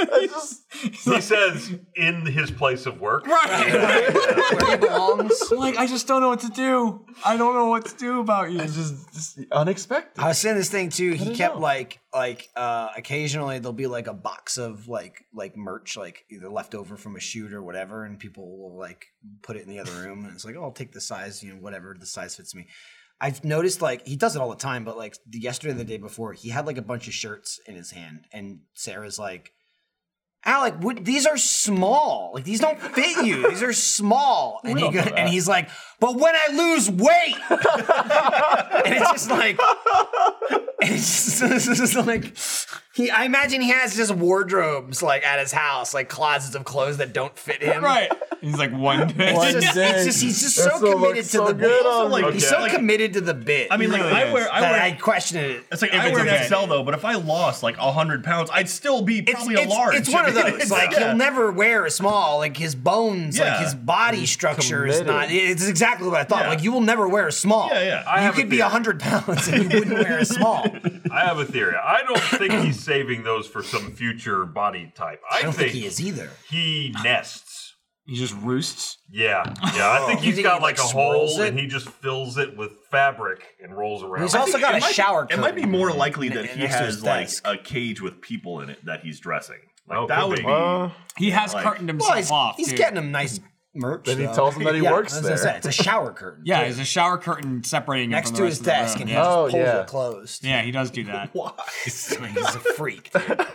"Oh, I just, He's He says in his place of work. Right. Where he belongs. like I just don't know what to do. I don't know what to do about you. It's just, just unexpected. I was seeing this thing too. He don't kept know. like like uh occasionally there'll be like a box of like like merch like either left over from a shoot or whatever, and people will like put it in the other room, and it's like, oh, I'll take the size, you know, whatever the size fits me. I've noticed like he does it all the time, but like the- yesterday and the day before, he had like a bunch of shirts in his hand, and Sarah's like. Alec, what, these are small. Like these don't fit you. These are small. And, he go, and he's like, but when I lose weight, and it's just like, and it's just, this is like, he. I imagine he has just wardrobes like at his house, like closets of clothes that don't fit him. Right. He's like one day. One It's just, day. it's just- he's just This so will look committed to so the good bit. on Like, me. He's so Okay. committed to the bit. I mean, like really I is. wear, I that wear. I question it. it's like every I wear an day. XL though, but if I lost like hundred pounds, I'd still be It's, probably it's, a large. it's one of I mean, those. it's- Like yeah. he'll never wear a small. Like his bones, like Yeah. his body structure is committed. not. It's exactly what I thought. Yeah. Like you will never wear a small. Yeah, yeah. I you have a could be theory. hundred pounds and you wouldn't wear a small. I have a theory. I don't think he's saving those for some future body type. I, I don't think he is either. he nests. He just roosts. Yeah, yeah. I think You he's think got he, like, like, a hole, swirls it? and he just fills it with fabric and rolls around. He's I also think- got it a might be- shower. It might be curtain. more likely Ne- that he next to his has like desk. a cage with people in it that he's dressing. Like Oh, that could would be. be. Uh, He has like- cartoned himself Well, he's, off. he's dude. getting him nice merch. Then he though. tells him that he works I was gonna there. say, it's a shower curtain. Yeah, too, there's a shower curtain separating him next from the to rest his of the desk, room. and he yeah. Oh, just pulls yeah. it closed. yeah, he does do that. Why? I mean, he's a freak. dude.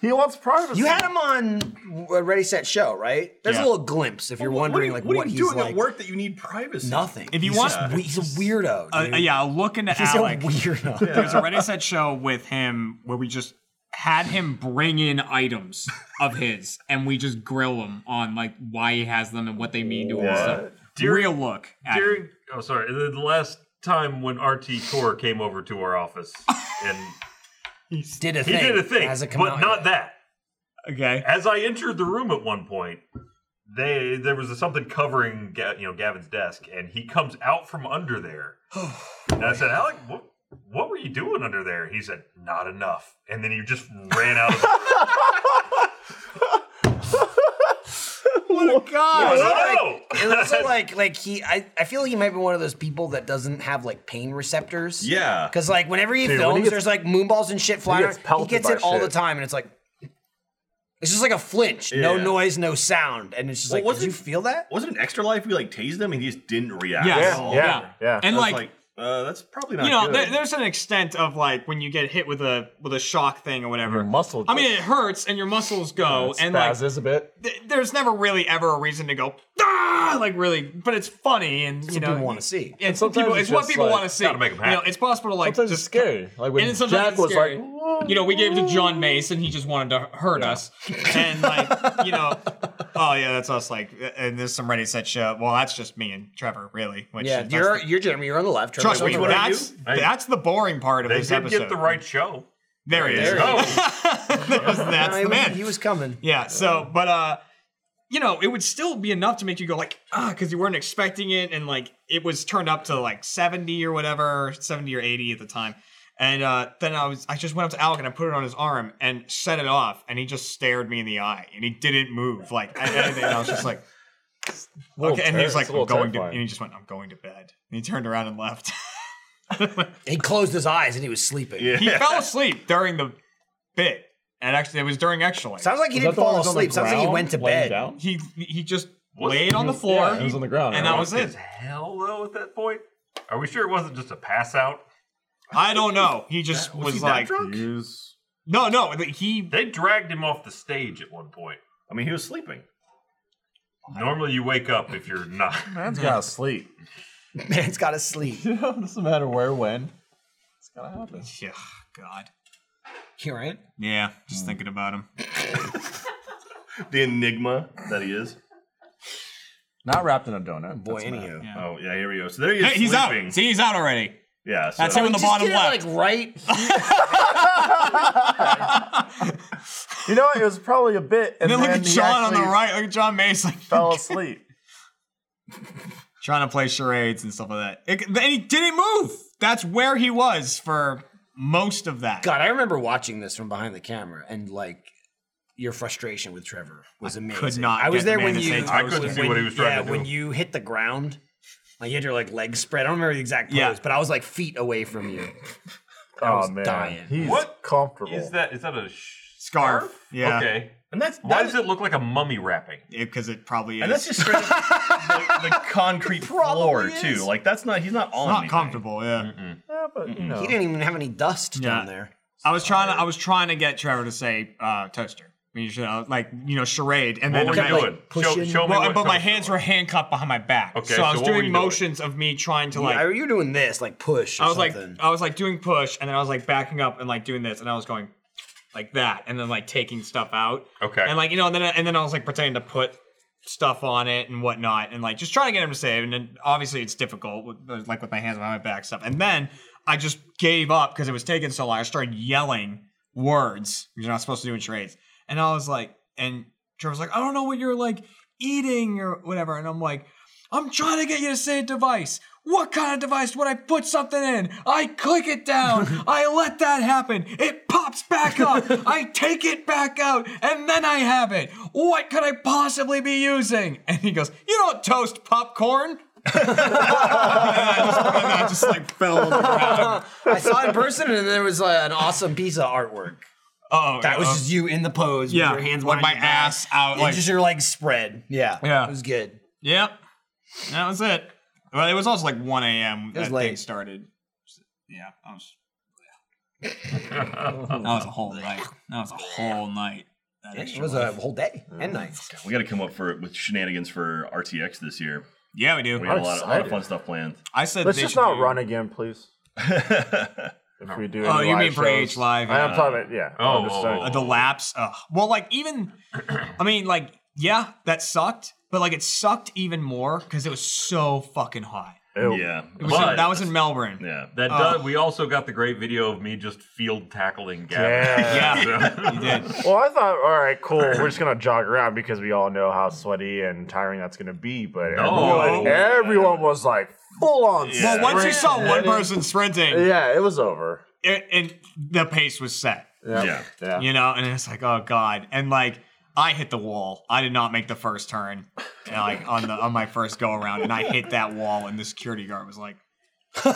he wants privacy. You had him on a Ready Set Show, right? There's Yeah. a little glimpse if you're What are you- wondering like what, what are you he's doing like. at work that you need privacy? Nothing. If you he's want- Uh, just we- he's a weirdo. Uh, dude. yeah, looking at he's Alec. a weirdo. There's a Ready Set Show with him where we just had him bring in items of his, and we just grill him on like why he has them and what they mean to him. and stuff. Real look. At him. during oh sorry the the last time when RT Core came over to our office and Did a he thing. did a thing, Hasn't come but out not yet. that. Okay. As I entered the room at one point, they there was something covering Ga- you know Gavin's desk, and he comes out from under there. and I said, Alec, what, what were you doing under there? He said, Not enough. And then he just ran out of the room. What a Oh, It was god. like- No. it was also like like he I, I feel he might be one of those people that doesn't have like pain receptors. Yeah. Because like whenever he Dude, when films, he gets- there's like moonballs and shit flying. gets around. he pelted gets by it all the shit. time, and it's like it's just like a flinch, no Yeah. noise, no sound, and it's just Well, like, was did it- you feel that? Wasn't an extra life we like tased him and he just didn't react? Yes. at all? Yeah, Yeah. yeah. I And was like, like, uh, that's probably not. you know, good. there, there's an extent of like when you get hit with a with a shock thing or whatever. Your muscle I mean, it hurts and your muscles go, and like spazzes a bit. th- there's never really ever a reason to go ah! like really, but it's funny and you know people want to see. Yeah, it's, sometimes people, it's it's what just, people like, want to see. gotta make 'em You know, happy. it's possible to like Sometimes it's just scary. Like and when it's sometimes Jack it's was scary. like, "Whoa." you know, we gave it to John Mace and he just wanted to hurt us. And like, you know, oh yeah, that's us. Like, and there's some ready set show. Well, that's just me and Trevor, really. Which Yeah, that's you're the- you're Jeremy. You're on the left. trust Trevor, me, you're on the right. that's Hey. that's the boring part of They this did episode. get the right show. There he is. There he Oh, Oh, that was- that's No, he the was- man. He was coming. Yeah. So, but uh, you know, it would still be enough to make you go like ah, because you weren't expecting it, and like it was turned up to like seventy or whatever, seventy or eighty at the time. And uh, then I was, I just went up to Alec and I put it on his arm and set it off, and he just stared me in the eye, and he didn't move like at anything. And I was just like, Little okay, and he was terror- like, it's a little I'm going to, terrifying. and he just went, I'm going to bed, and he turned around and left. He closed his eyes and he was sleeping. Yeah. he fell asleep during the bit, and actually it was during extra life. Sounds like he Was that didn't the one that fall was on the asleep. Sounds like he ground, went to laying bed. down? he he just Was- laid on the floor. Yeah, he was on the ground. and right? that was Is it. hell though at that point? Are we sure it wasn't just a pass out? I don't know. He just was, was he that like, drunk? no, no. like, He They dragged him off the stage at one point. I mean, he was sleeping. Normally, you wake up if you're not. Man's gotta sleep. Man's got to sleep. You know, doesn't matter where, when. It's gotta happen. yeah, God, You right? yeah. Just thinking about him. The enigma that he is. Not wrapped in a donut. Boy, That's bad. anywho. Oh yeah, here we go. So there he is. Hey, he's sleeping. out. See, he's out already. Yeah. So That's him in the Just bottom get it, left. like right. You know, what? it was probably a bit, and and, then look then at he John on the actually right. Look at John Mason Fell asleep. trying to play charades and stuff like that. It, and he didn't move. That's where he was for most of that. God, I remember watching this from behind the camera and like your frustration with Trevor was amazing. not I was get there the when man to you. say I couldn't Tyler see what he was trying yeah, to do. when you hit the ground, like you had your like legs spread. I don't remember the exact pose, Yeah. but I was like feet away from you. Oh man, dying. he's What comfortable. Is that is that a sh- Scarf, yeah. Okay. And that's Why that does it look like a mummy wrapping? because it probably is. And that's just straight up the, the concrete floor is. too. Like that's not he's not on not anything. comfortable. Yeah. Yeah, but you know, He didn't even have any dust down there. I was trying to I was trying to get Trevor to say uh, toaster. I mean, you should, uh, like you know charade, and What then were kept, you like, doing? Show, pushing- show me. well, what- but my show- hands were handcuffed behind my back. Okay, so I was so what were doing you doing? motions of me trying to like yeah, you were doing this like push. Or I was like uh, something. I was like doing push, and then I was like backing up and like doing this, and I was going like that, and then like taking stuff out. Okay. And like you know, and then and then I was like pretending to put stuff on it and whatnot, and like just trying to get him to save. And then obviously it's difficult, with, like with my hands behind my back stuff. And then I just gave up because it was taking so long. I started yelling words which you're not supposed to do in charades, and I was like, and Trevor's like, I don't know what you're like eating or whatever, and I'm like. I'm trying to get you to say a device. What kind of device would I put something in? I click it down. I let that happen. It pops back up. I take it back out, and then I have it. What could I possibly be using? And he goes, You don't toast popcorn. and, I just, and I just like fell on the ground. I saw it in person, and there was uh, an awesome piece of artwork. Oh, That was just you in the pose. Yeah, with your hands like behind my your back. ass out, Yeah, like- just your legs spread. Yeah, Yeah. it was good. Yep. That was it. Well, it was also like 1 a.m. It was that thing late. started. Yeah, I was. that was a whole night. That was a whole night. That It extra was life. a whole day and night. We got to come up for with shenanigans for RTX this year. yeah, we do. We have a lot, of, lot of excited. fun stuff planned. I said let's they just should not do- run again, please. If we do. Oh, any you live mean for shows. H Live? I am yeah. talking about yeah. Oh, I'm just oh, saying. oh, Uh, the laps. Ugh. Well, like even, I mean, like yeah, that sucked, but like it sucked even more because it was so fucking hot. Ew. yeah, It was But- in, that was in Melbourne. yeah. That does, we also got the great video of me just field tackling Gavin. Yeah, So- you did. Well, I thought, all right, cool. We're just gonna jog around because we all know how sweaty and tiring that's gonna be. But No. everyone, everyone was like full on. Well, once you saw sprint. one person sprinting, yeah, it was over. it, and the pace was set, Yeah. yeah. you know, and it's like, oh god, and like I hit the wall. I did not make the first turn, and, like on the on my first go around, and I hit that wall, and the security guard was like, Man,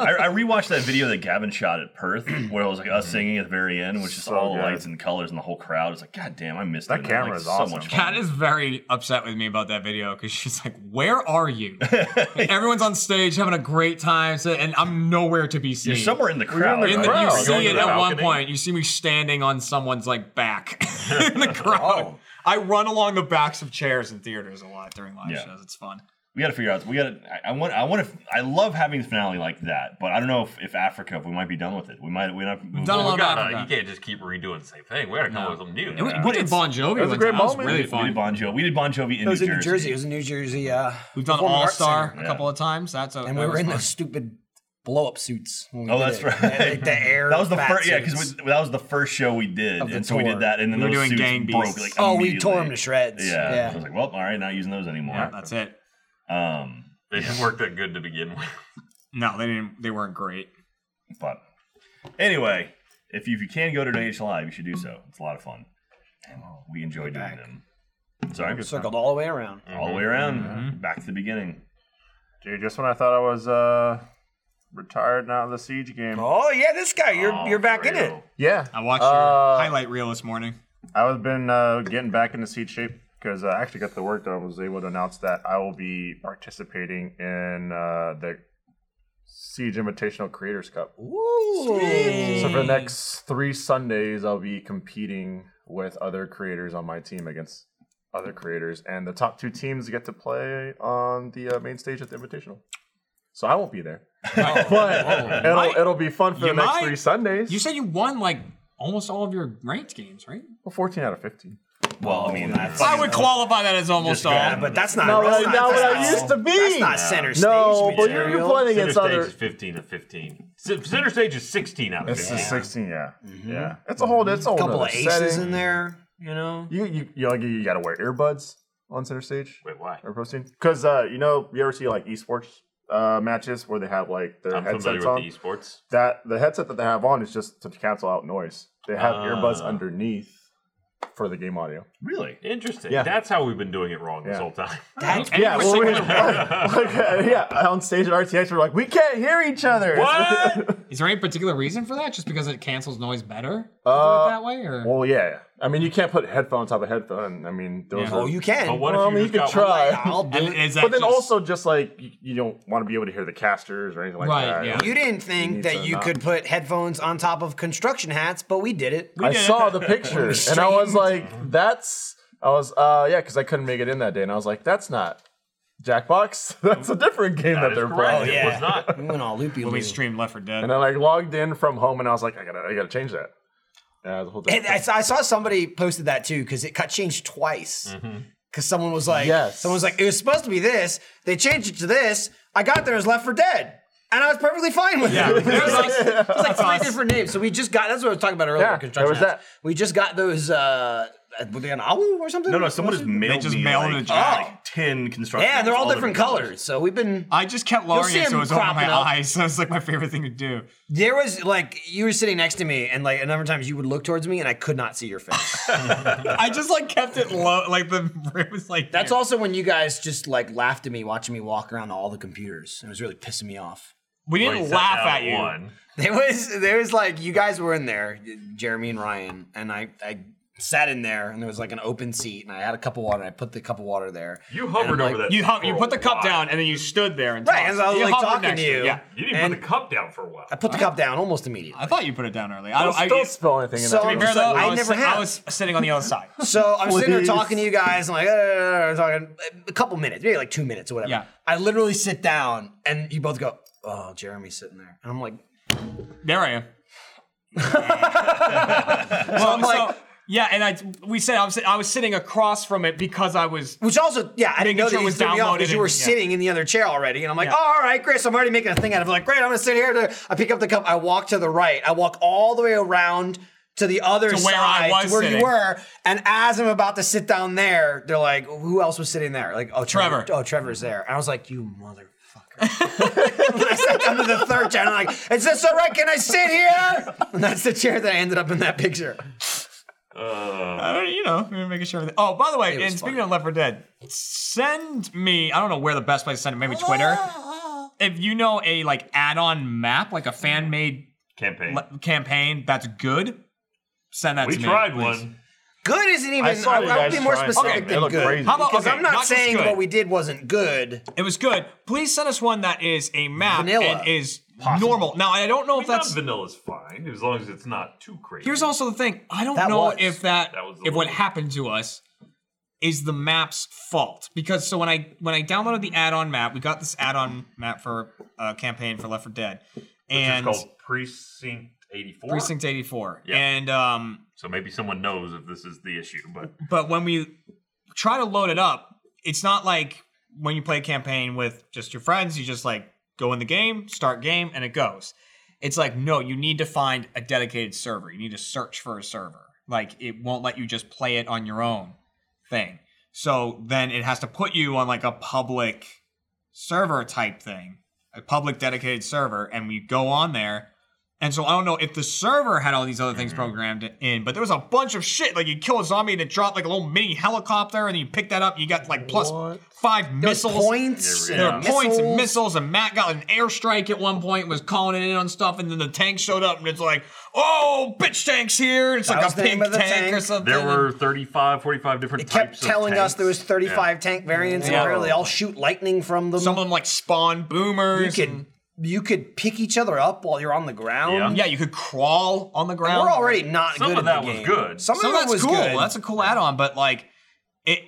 I, I rewatched that video that Gavin shot at Perth, where it was like us singing at the very end, which is Mm-hmm. So all the good. lights and colors and the whole crowd. It's like, God damn, I missed That it. camera Like, is so awesome. much fun. Kat is very upset with me about that video because she's like, "Where are you? Everyone's on stage having a great time, so, and I'm nowhere to be seen." You're somewhere in the crowd. in In the the- you crowd. see to it the at one balcony. point. You see me standing on someone's like back in the crowd. I run along the backs of chairs in theaters a lot during live Yeah. shows. It's fun. we got to figure out. We got to. I, I want. I want to. I love having a finale like that, but I don't know if, if Africa. If we might be done with it. We might. We might. We've done a lot of God, Africa. uh, you can't just keep redoing the same thing. We gotta come up with something new. And we- we did Bon Jovi. was a one great time. That was moment. really We did fun. Bon Jovi. We did Bon Jovi in, It was New, in New Jersey. Jersey. It was in New Jersey. Uh, We've done Performing All Arts Star Center. a Yeah. couple of times. That's a, and that we was were in fun. those stupid blow up suits. when we Oh, did that's it. right. And, like, the air. That was the bat first. Yeah, suits. because that was the first show we did, Of the and so we tour. did that, and then We were those doing suits Gang broke. Beasts. Like, Oh, we immediately. tore 'em to shreds. Yeah. Yeah. I was like, well, all right, not using those Yeah, anymore. that's it. Um, They didn't work that good to begin with. No, they didn't. They weren't great. But anyway, if you, if you can go to NH Live, you should do so. It's a lot of fun. And we enjoy doing back. them. Sorry, circled all the way around. Mm-hmm. all the way around, back to the beginning. Dude, just when I thought I was uh, retired and out of the siege game. Oh yeah, this guy. You're you're back in it. Yeah, I watched Uh, your highlight reel this morning. I was been uh, getting back into seed shape because I actually got the work done. I was able to announce that I will be participating in uh, the Siege Invitational Creators Cup. So for the next three Sundays, I'll be competing with other creators on my team against other creators, and the top two teams get to play on the uh, main stage at the Invitational. So I won't be there, but it'll, might. it'll be fun for You the next might. three Sundays. You said you won like almost all of your ranked games, right? Well, fourteen out of fifteen. Well, I mean, that's I would qualify that as almost all. grab But that's not. No, that's like, not, not what that's I not- used to be. That's not center stage. No, but you're, you're material. playing Center against stage other. is 15 of 15. C- Center stage is 16 out of It's 15. a sixteen, yeah, yeah. It's a whole. It's a whole Mm-hmm. couple of nother aces setting. in there. You know. You you you, like, you gotta wear earbuds on center stage Wait, why? or posting because uh, you know you ever see like esports uh, matches where they have like their I'm familiar headsets with on. the esports. That the headset that they have on is just to cancel out noise. They have earbuds Ah. underneath for the game audio. Really? Interesting. Yeah. That's how we've been doing it wrong this Yeah. whole time. yeah, well, we- like, uh, yeah, on stage at RTX, we're like, we can't hear each other. What? Is there any particular reason for that? Just because it cancels noise better? Uh, that way, or well, yeah. I mean, you can't put headphone on top of headphone. I mean, those Yeah. are. Oh, you can. But what Well, I if you mean, just you got could try. I'll do And it. is that but then just- also, just like you, you don't want to be able to hear the casters or anything like Right, that. yeah. You didn't think need that to you not- could put headphones on top of construction hats, but we did it. I saw the picture and I was like, that's. I was, uh, yeah, because I couldn't make it in that day. And I was like, that's not Jackbox. That's a different game that, That is they're Oh, correct. playing. It was not. We went all loopy. when we loopy. streamed Left 4 Dead? And I like logged in from home and I was like, I gotta, I gotta change that. Yeah, the whole thing. And I, saw- I saw somebody posted that too because it got changed twice. Because someone was like, Yes. someone was like, it was supposed to be this. They changed it to this. I got there, it was Left for Dead, and I was perfectly fine with it. it was like, it was like three different names. So we just got. That's what I was talking about earlier. Yeah, with construction there was hats. We just got those. uh Were they an Awu or something? No, no, someone just mailed just me mailed like, it to Jack. like 10 construction. Yeah, and they're all hats, different colors. So we've been. I just kept lowering see it so him it was over my cropping up. eyes. So it's like my favorite thing to do. There was like you were sitting next to me, and like a number of times you would look towards me, and I could not see your face. I just like kept it low, like the it was like That's here. also when you guys just like laughed at me watching me walk around all the computers. It was really pissing me off. We Well, didn't you sat laugh down at you. One. There was there was like you guys were in there, Jeremy and Ryan, and I I sat in there, and there was like an open seat, and I had a cup of water, and I put the cup of water there. You hovered like- over that. You hu- you for put a the cup while. down and then you stood there and Right, talked. and I was You like hovered talking next to you. Yeah, You didn't And- put the cup down for a while. I put the cup down almost immediately. I thought you put it down early. I don't. don't, I, don't spill anything in so- that. to be room. fair though, I was never sit- have. I was sitting on the other side. So I'm sitting there Please. talking to you guys, and like uh, talking a couple minutes, maybe like two minutes or whatever. Yeah. I literally sit down, and you both go, "Oh, Jeremy's sitting there," and I'm like, There I am. well, I'm like- so- yeah, and I we said I was I was sitting across from it because I was which also, yeah, I didn't Making know sure that it you was threw me off downloaded because you were and- yeah. sitting in the other chair already, and I'm like, Yeah. "All right, Chris, I'm already making a thing out of it." Like, great, I'm gonna sit here. To, I pick up the cup, I walk to the right, I walk all the way around. To the other To side, where I was to where sitting. you were, and as I'm about to sit down there, they're like, "Who else was sitting there?" Like, "Oh, Trevor." Trevor. Oh, Trevor's there. And I was like, "You motherfucker!" I sat down to the third chair and I'm like, is this all right? Can I sit here? And that's the chair that I ended up in that picture. I don't- you know, we were making sure. That, oh, by the way, was and speaking fun. of Left 4 Dead, send me. I don't know where the best place to send it. Maybe Twitter. if you know a like add-on map, like a fan-made Campaign. le- campaign that's good, send that we to me. tried please. one. Good isn't even. I I, saw you I would guys be more trying. specific Okay, it than looked good. crazy. How about Because okay, I'm not, just saying good. what we did wasn't good. It was good. Please send us one that is a map Vanilla. and is normal. Now I don't know if That's that's. vanilla's fine as long as it's not too crazy. Here's also the thing. I don't That know was- if that, That was the if what one. happened to us is the map's fault because so when I when I downloaded the add-on map, we got this add-on map for uh, campaign for Left 4 Dead, it's and called Precinct 84. Precinct 84, Yeah. and um, So maybe someone knows if this is the issue, but but when we try to load it up, it's not like when you play a campaign with just your friends, you just like go in the game, start game, and it goes. It's like, no, you need to find a dedicated server. You need to search for a server. Like, it won't let you just play it on your own thing. So then it has to put you on like a public server type thing, a public dedicated server, and we go on there. And so I don't know if the server had all these other things programmed in, but there was a bunch of shit. Like you kill a zombie and it dropped like a little mini helicopter, and then you pick that up, you got like plus five There's missiles. points. There There and were points and missiles. missiles, and Matt got an airstrike at one point, was calling it in on stuff, and then the tank showed up, and it's like, oh, bitch tank's here. It's That like was a the pink name of tank, the tank. or something. there were 35, 45 different It types kept telling of us there was tanks. 35 tank variants, and Yeah. apparently they all shoot lightning from them. some of them like spawn you boomers. could and- you could pick each other up while you're on the ground. yeah, you could crawl on the ground. We're already not Some good of at that the was game. good. Some so of that that's was cool. good. That's a cool add-on, but like it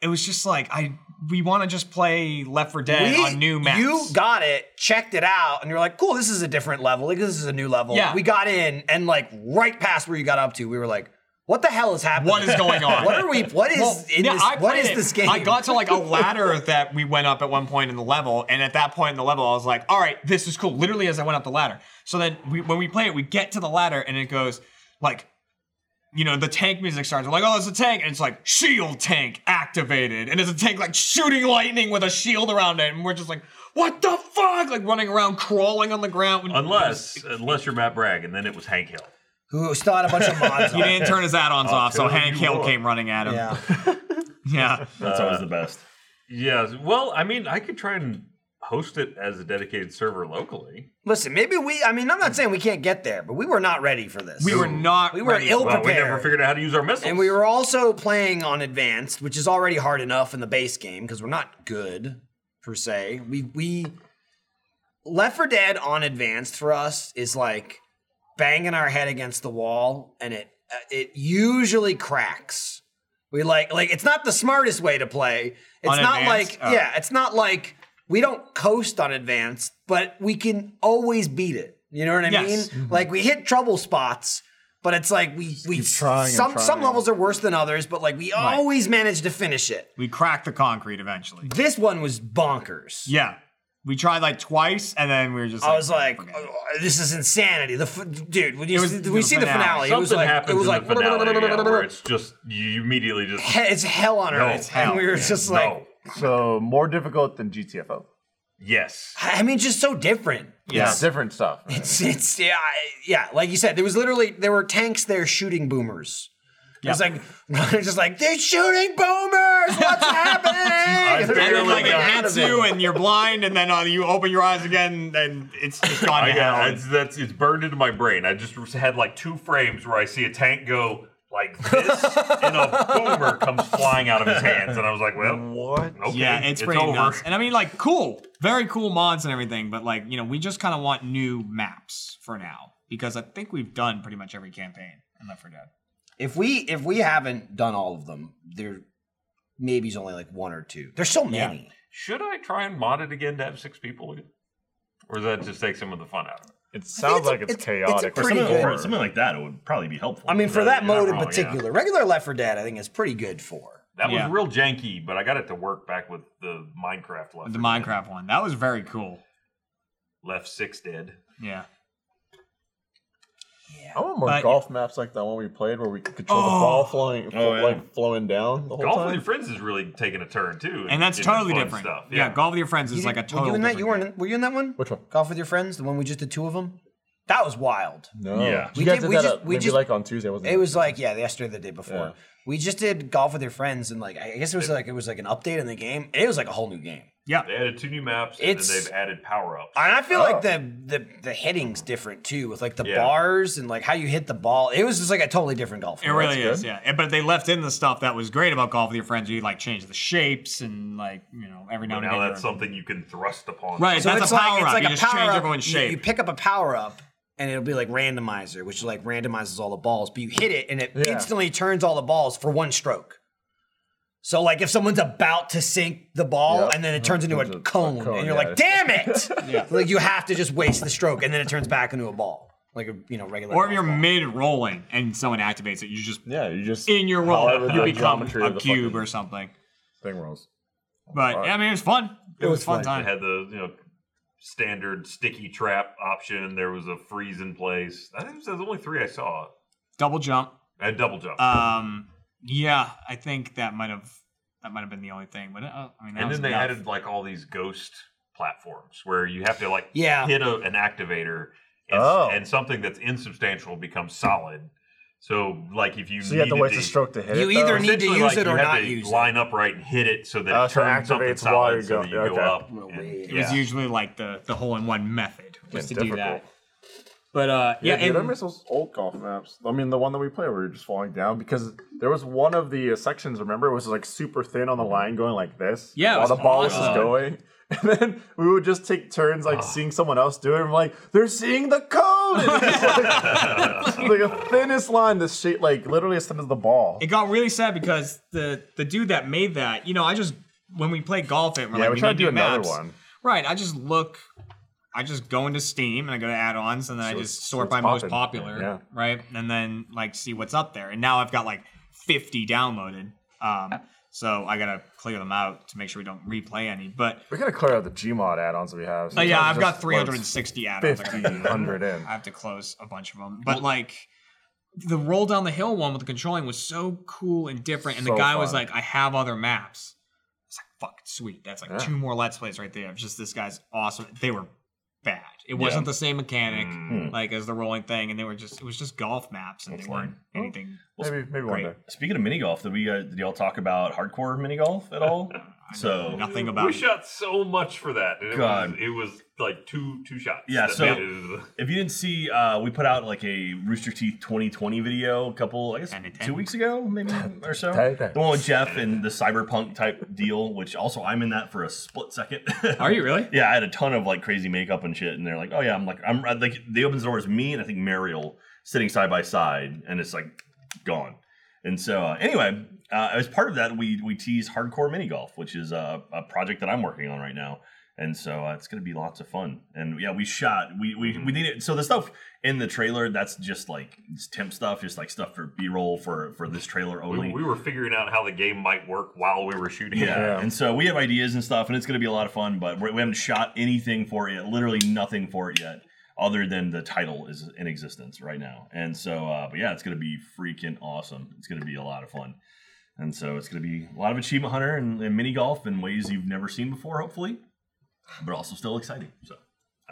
it was just like I we want to just play Left 4 Dead We- on new maps. You got it, checked it out, and you're like, cool, this is a different level. Like, this is a new level. Yeah. We got in, and like right past where you got up to, we were like, what the hell is happening? What is going on? What are we? What is Well, in yeah, this? I What played is it. this game? I got to like a ladder that we went up at one point in the level, and at that point in the level, I was like, "All right, this is cool." Literally, as I went up the ladder. So then, we, when we play it, we get to the ladder, and it goes like, you know, the tank music starts. We're like, "Oh, it's a tank," and it's like, "Shield tank activated," and it's a tank like shooting lightning with a shield around it, and we're just like, what the fuck? Like running around, crawling on the ground. Unless, unless you're Matt Bragg, and then it was Hank Hill. Who still had a bunch of mods he on. didn't turn his add-ons off, so tell Hank you Hill what. came running at him. Yeah. Yeah. That's always the best. Uh, Yes. Well, I mean, I could try and host it as a dedicated server locally. Listen, maybe we, I mean, I'm not saying we can't get there, but we were not ready for this. We were not. We were ready. ill- Well, we never Prepared. figured out how to use our missiles. And we were also playing on advanced, which is already hard enough in the base game because we're not good per se. We we Left 4 Dead on advanced for us is like banging our head against the wall, and it uh, it usually cracks. We like like it's not the smartest way to play. It's On not like advanced? Oh. yeah, it's not like we don't coast on advanced, but we can always beat it. You know what I Yes. Mm-hmm. mean? Like we hit trouble spots, but it's like we we keep trying and some some trying. levels are worse than others, but like we always manage to finish it. We cracked the concrete eventually. This one was bonkers. Yeah. We tried like twice, and then we were just. I was like, forget it. "Oh, this is insanity. The f- dude, when you was see- the we see the finale, finale. it was Something like happens it was in like the finale yeah, where it's just you immediately just he- it's hell on earth. it's hell. And we were just like, no. So more difficult than GTFO. Yes. I mean, just so different. Yeah, different stuff. It's, it's yeah, I- yeah. Like you said, there was literally there were tanks there shooting boomers. It's like just like they're shooting boomers. What's happening? I And then barely like it got hits you, and you're blind, and then uh, you open your eyes again, and it's just gone I to hell. got it's, that's it's burned into my brain. I just had like two frames where I see a tank go like this, and a boomer comes flying out of his hands, and I was like, "Well, what? Okay, yeah, it's, pretty over." nuts. And I mean, like, cool, very cool mods and everything, but like, you know, we just kind of want new maps for now because I think we've done pretty much every campaign in Left 4 Dead. If we if we haven't done all of them, there maybe's only like one or two. There's so Yeah. many. Should I try and mod it again to have six people again, or does that just take some of the fun out of it? It sounds like it's- it's, it's a chaotic. pretty Something, good- or something like that, it would probably be helpful. I mean, for Right, that you're not mode in wrong, yeah. particular, regular Left 4 Dead, I think is pretty good for. That Yeah. was real janky, but I got it to work back with the Minecraft left. The Minecraft one. That was very cool. left six dead. Yeah. I want more But- golf maps like that one we played where we could control the ball flying, Oh, yeah. like flowing down the whole Golf with time. your friends is really taking a turn too, And that's in the totally fun different. Stuff. Yeah. Golf with Your Friends is You like a didn't- total. Were you in that? You different weren't. in- Were you in that one? Which one? Golf with your friends, the one we just did two of them. That was wild. No. Yeah. You We guys did- did, we that just- uh, we maybe just- like on Tuesday, wasn't it? It was like yeah, yesterday, or the day before. Yeah. We just did golf with your friends, and like I guess it was like it was like an update in the game. It was like a whole new game, They added two new maps, It's- and then they've added power ups. and I feel like the the the hitting's different too, with like the Yeah. bars and like how you hit the ball. It was just like a totally different golf. It really is, yeah. And- But they left in the stuff that was great about Golf with Your Friends. You like change the shapes and like you know every now But and now again. that's you're- something you can thrust upon. Right, that's a power up. you just change up. everyone's You- shape. You pick up a power up, and it'll be like randomizer, which like randomizes all the balls. But you hit it, and it Yeah. instantly turns all the balls for one stroke. So like if someone's about to sink the ball Yep. Uh, and then it turns into a Turns into a cone, cone, and you're yeah. like, damn it! Like you have to just waste the stroke, and then it turns back into a ball, like a you know regular. or if you're golf ball. mid rolling and someone activates it, you just Yeah, you just in your roll However, you the become geometry a of the cube fucking- or something. thing rolls. But yeah, I mean, it was fun. It, was, was a fun fun. time. It had the you know standard sticky trap option. There was a freeze in place. I think there's only three I saw. Double jump. And double jump. Um, yeah, I think that might have that might have been the only thing. But uh, I mean, that and was then they enough. added like all these ghost platforms where you have to like Yeah. hit a, an activator and, Oh. and something that's insubstantial becomes solid. So like if you So you have to needed wait to stroke to hit You it. either though? need to essentially, use like, it you or had not to use it. Line up right and hit it so that Oh, it so it turns something activates while solid you so go. that you go Okay. up. Well, and- weird. It was yeah. usually like the the hole in one method was to Yeah, do that. difficult. But uh, yeah, dude, I and miss those old golf maps. I mean, the one that we played where you're just falling down because there was one of the uh, sections. Remember, it was like super thin on the line, going like this. Yeah, it was while the ball was awesome. Oh. just going. And then we would just take turns, like seeing someone else do it. And we're like, they're seeing the code. And it's just, like, like a thinnest line, this shape, like literally as thin as the ball. it got really sad because the the dude that made that, you know, I just when we play golf, it we're yeah, like, we we tried need to do new another maps. one. Right. I just look. I just go into Steam and I go to add-ons and then I it's- just sort so by it's most popping. popular, Yeah. right? And then like see what's up there. And now I've got like 50 downloaded. Um, so I gotta clear them out to make sure we don't replay any. But We gotta clear out the Gmod add-ons we have. uh, yeah, I've got Sometimes it just loads 360 add-ons. I gotta do. 1,500 in. I have to close a bunch of them. But like the roll down the hill one with the controlling was so cool and different. And the So guy was fun. like, I have other maps. It's like fuck, sweet. That's like two more let's plays right there. It's just this guy's awesome. They were bad. It wasn't the same mechanic Mm. like as the rolling thing, and they were just it was just golf maps, and they weren't anything. Maybe maybe one Great. day. Speaking of mini golf, did we uh, did y'all talk about hardcore mini golf at all? so Nothing about we it. shot so much for that. and It God. was, it was like two two shots. Yeah, that so- made it into the- If you didn't see, uh, we put out like a Rooster Teeth 2020 video a couple, I guess, Ten to ten. two weeks ago, maybe or so. Ten to ten. The one with Jeff and the cyberpunk type deal, which also I'm in that for a split second. Are you really? yeah, I had a ton of like crazy makeup and shit, and they're like, "Oh yeah, I'm like, I'm I- like." They open the door is me and I think Mariel sitting side by side, and it's like gone. And so uh, anyway, uh, as part of that, we we tease hardcore mini golf, which is a, a project that I'm working on right now, and so uh, it's going to be lots of fun. And yeah, we shot, we we Mm-hmm. we need it. So the stuff in the trailer that's just like it's temp stuff, just like stuff for B roll for for this trailer only. we, we were figuring out how the game might work while we were shooting. Yeah. Yeah. And so we have ideas and stuff, and it's going to be a lot of fun, but we we haven't shot anything for it yet, literally nothing for it yet, other than the title is in existence right now. And so, uh, but yeah, it's going to be freaking awesome. It's going to be a lot of fun. And so it's going to be a lot of Achievement Hunter and, and mini golf in ways you've never seen before, hopefully, but also still exciting. So,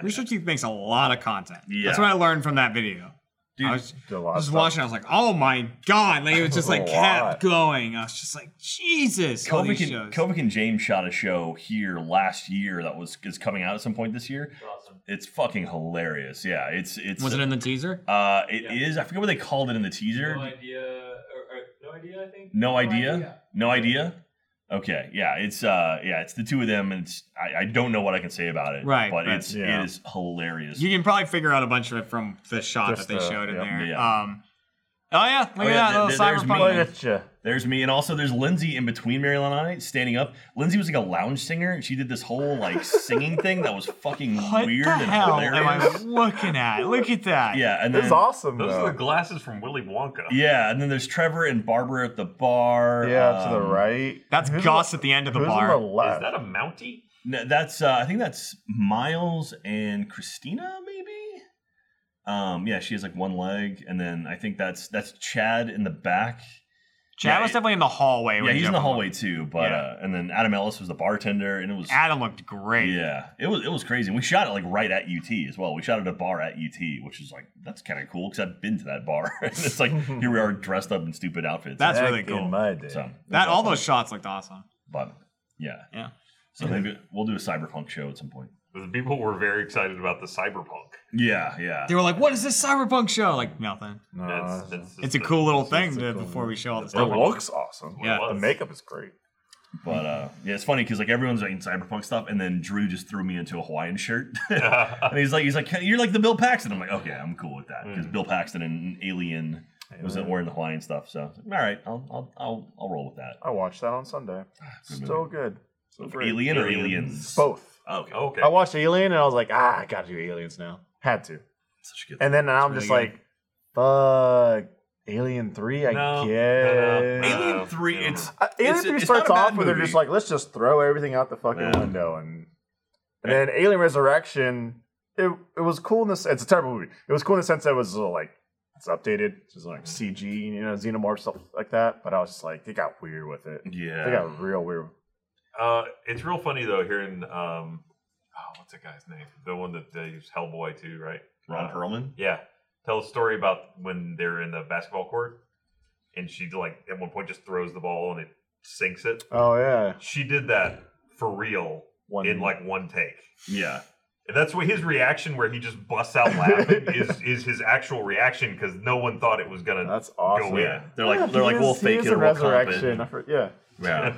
Rooster Teeth makes a lot of content. Yeah. That's what I learned from that video. dude, I was Did a lot of just stuff. watching. I was like, "Oh my god!" Like it was just like A lot. kept going. I was just like, "Jesus!" all these Kovic shows. and, Kovic and James shot a show here last year that was is coming out at some point this year. Awesome. It's fucking hilarious. Yeah, it's it's was it in the teaser? Uh, it is. I forget what they called it in the teaser. No idea. Or, no idea. I think. No idea. No idea. Okay. Yeah. It's uh. Yeah. It's the two of them, and it's, I, I don't know what I can say about it. Right, But right. it's Yeah. it is hilarious. You can probably figure out a bunch of it from the shot Just that they the- showed in yeah. there. Yeah. Um, oh yeah, look Oh, at yeah, that there- little there- there's me. Look cyberpunk. at ya. There's me, and also there's Lindsay in between Marilyn and I, standing up. Lindsay was like a lounge singer, and she did this whole like singing thing that was fucking What weird the and hell am I hilarious. looking at? Look at that. Yeah, and This then is awesome Those though. are the glasses from Willy Wonka. yeah, and then there's Trevor and Barbara at the bar. yeah, to the um, right. That's Who's Gus at the end of the who's on bar. the Is left? that a Mountie? No, that's uh, I think that's Miles and Christina, maybe. Um, yeah, she has like one leg, and then I think that's that's Chad in the back. Chad Yeah, was it- definitely in the hallway. Yeah, when he's in the opened hallway too. But Yeah. uh, and then Adam Ellis was the bartender, and it was it. Adam looked great. yeah, it was it was crazy. And we shot it like right at UT as well. We shot at a bar at UT, which is like that's kind of cool because I've been to that bar, and it's like here we are dressed up in stupid outfits. That's Back really cool. In my day. so that all those shots looked awesome. but yeah, Yeah. So maybe we'll do a cyberpunk show at some point. The people were very excited about the cyberpunk. Yeah, yeah. They were like, "What is this cyberpunk show?" Like nothing. No, That's, it's- that's just It's a the- cool little it's just thing a to, cool- before we show all this It stuff. looks awesome. Yeah. The makeup is great. But uh, yeah, it's funny because like everyone's like in cyberpunk stuff, and then Drew just threw me into a Hawaiian shirt, and he's like, he's like, "You're like the Bill Paxton." I'm like, "Okay, I'm cool with that," Mm. because Bill Paxton and Alien was wearing the Hawaiian stuff. So I was like, all right, I'll I'll I'll, I'll roll with that. I watched that on Sunday. Ah, so good. So great. Alien or aliens? Both. Oh, okay. Okay. I watched Alien and I was like, ah, I gotta do aliens now. Had to. Such a good. And then now I'm really just like, fuck, Alien 3, I No, no, guess. no, no. Alien Uh, three. yeah. It's Uh, Alien it's- 3 it's starts not a bad off where they're movie. just like, let's just throw everything out the fucking Yeah. window. And, and then Alien Resurrection, it, it was cool in this. It's a terrible movie. It was cool in the sense that it was uh, like, it's updated. It's just like CG, you know, xenomorph stuff like that. But I was just like, they got weird with it. They yeah. got real weird. Uh, it's real funny though hearing um, oh, what's that guy's name? The one that they use Hellboy too, right? Ron Uh, Perlman. Yeah. Tell a story about when they're in the basketball court, and she like at one point just throws the ball and it sinks it. Oh yeah, She did that for real one in like one take. Yeah. And that's what his reaction, where he just busts out laughing, is is his actual reaction because no one thought it was gonna. That's awesome. Go in. Yeah. They're Yeah, like they're he like we'll is- he fake is it a or we'll comp it. resurrection. I for- yeah, Yeah.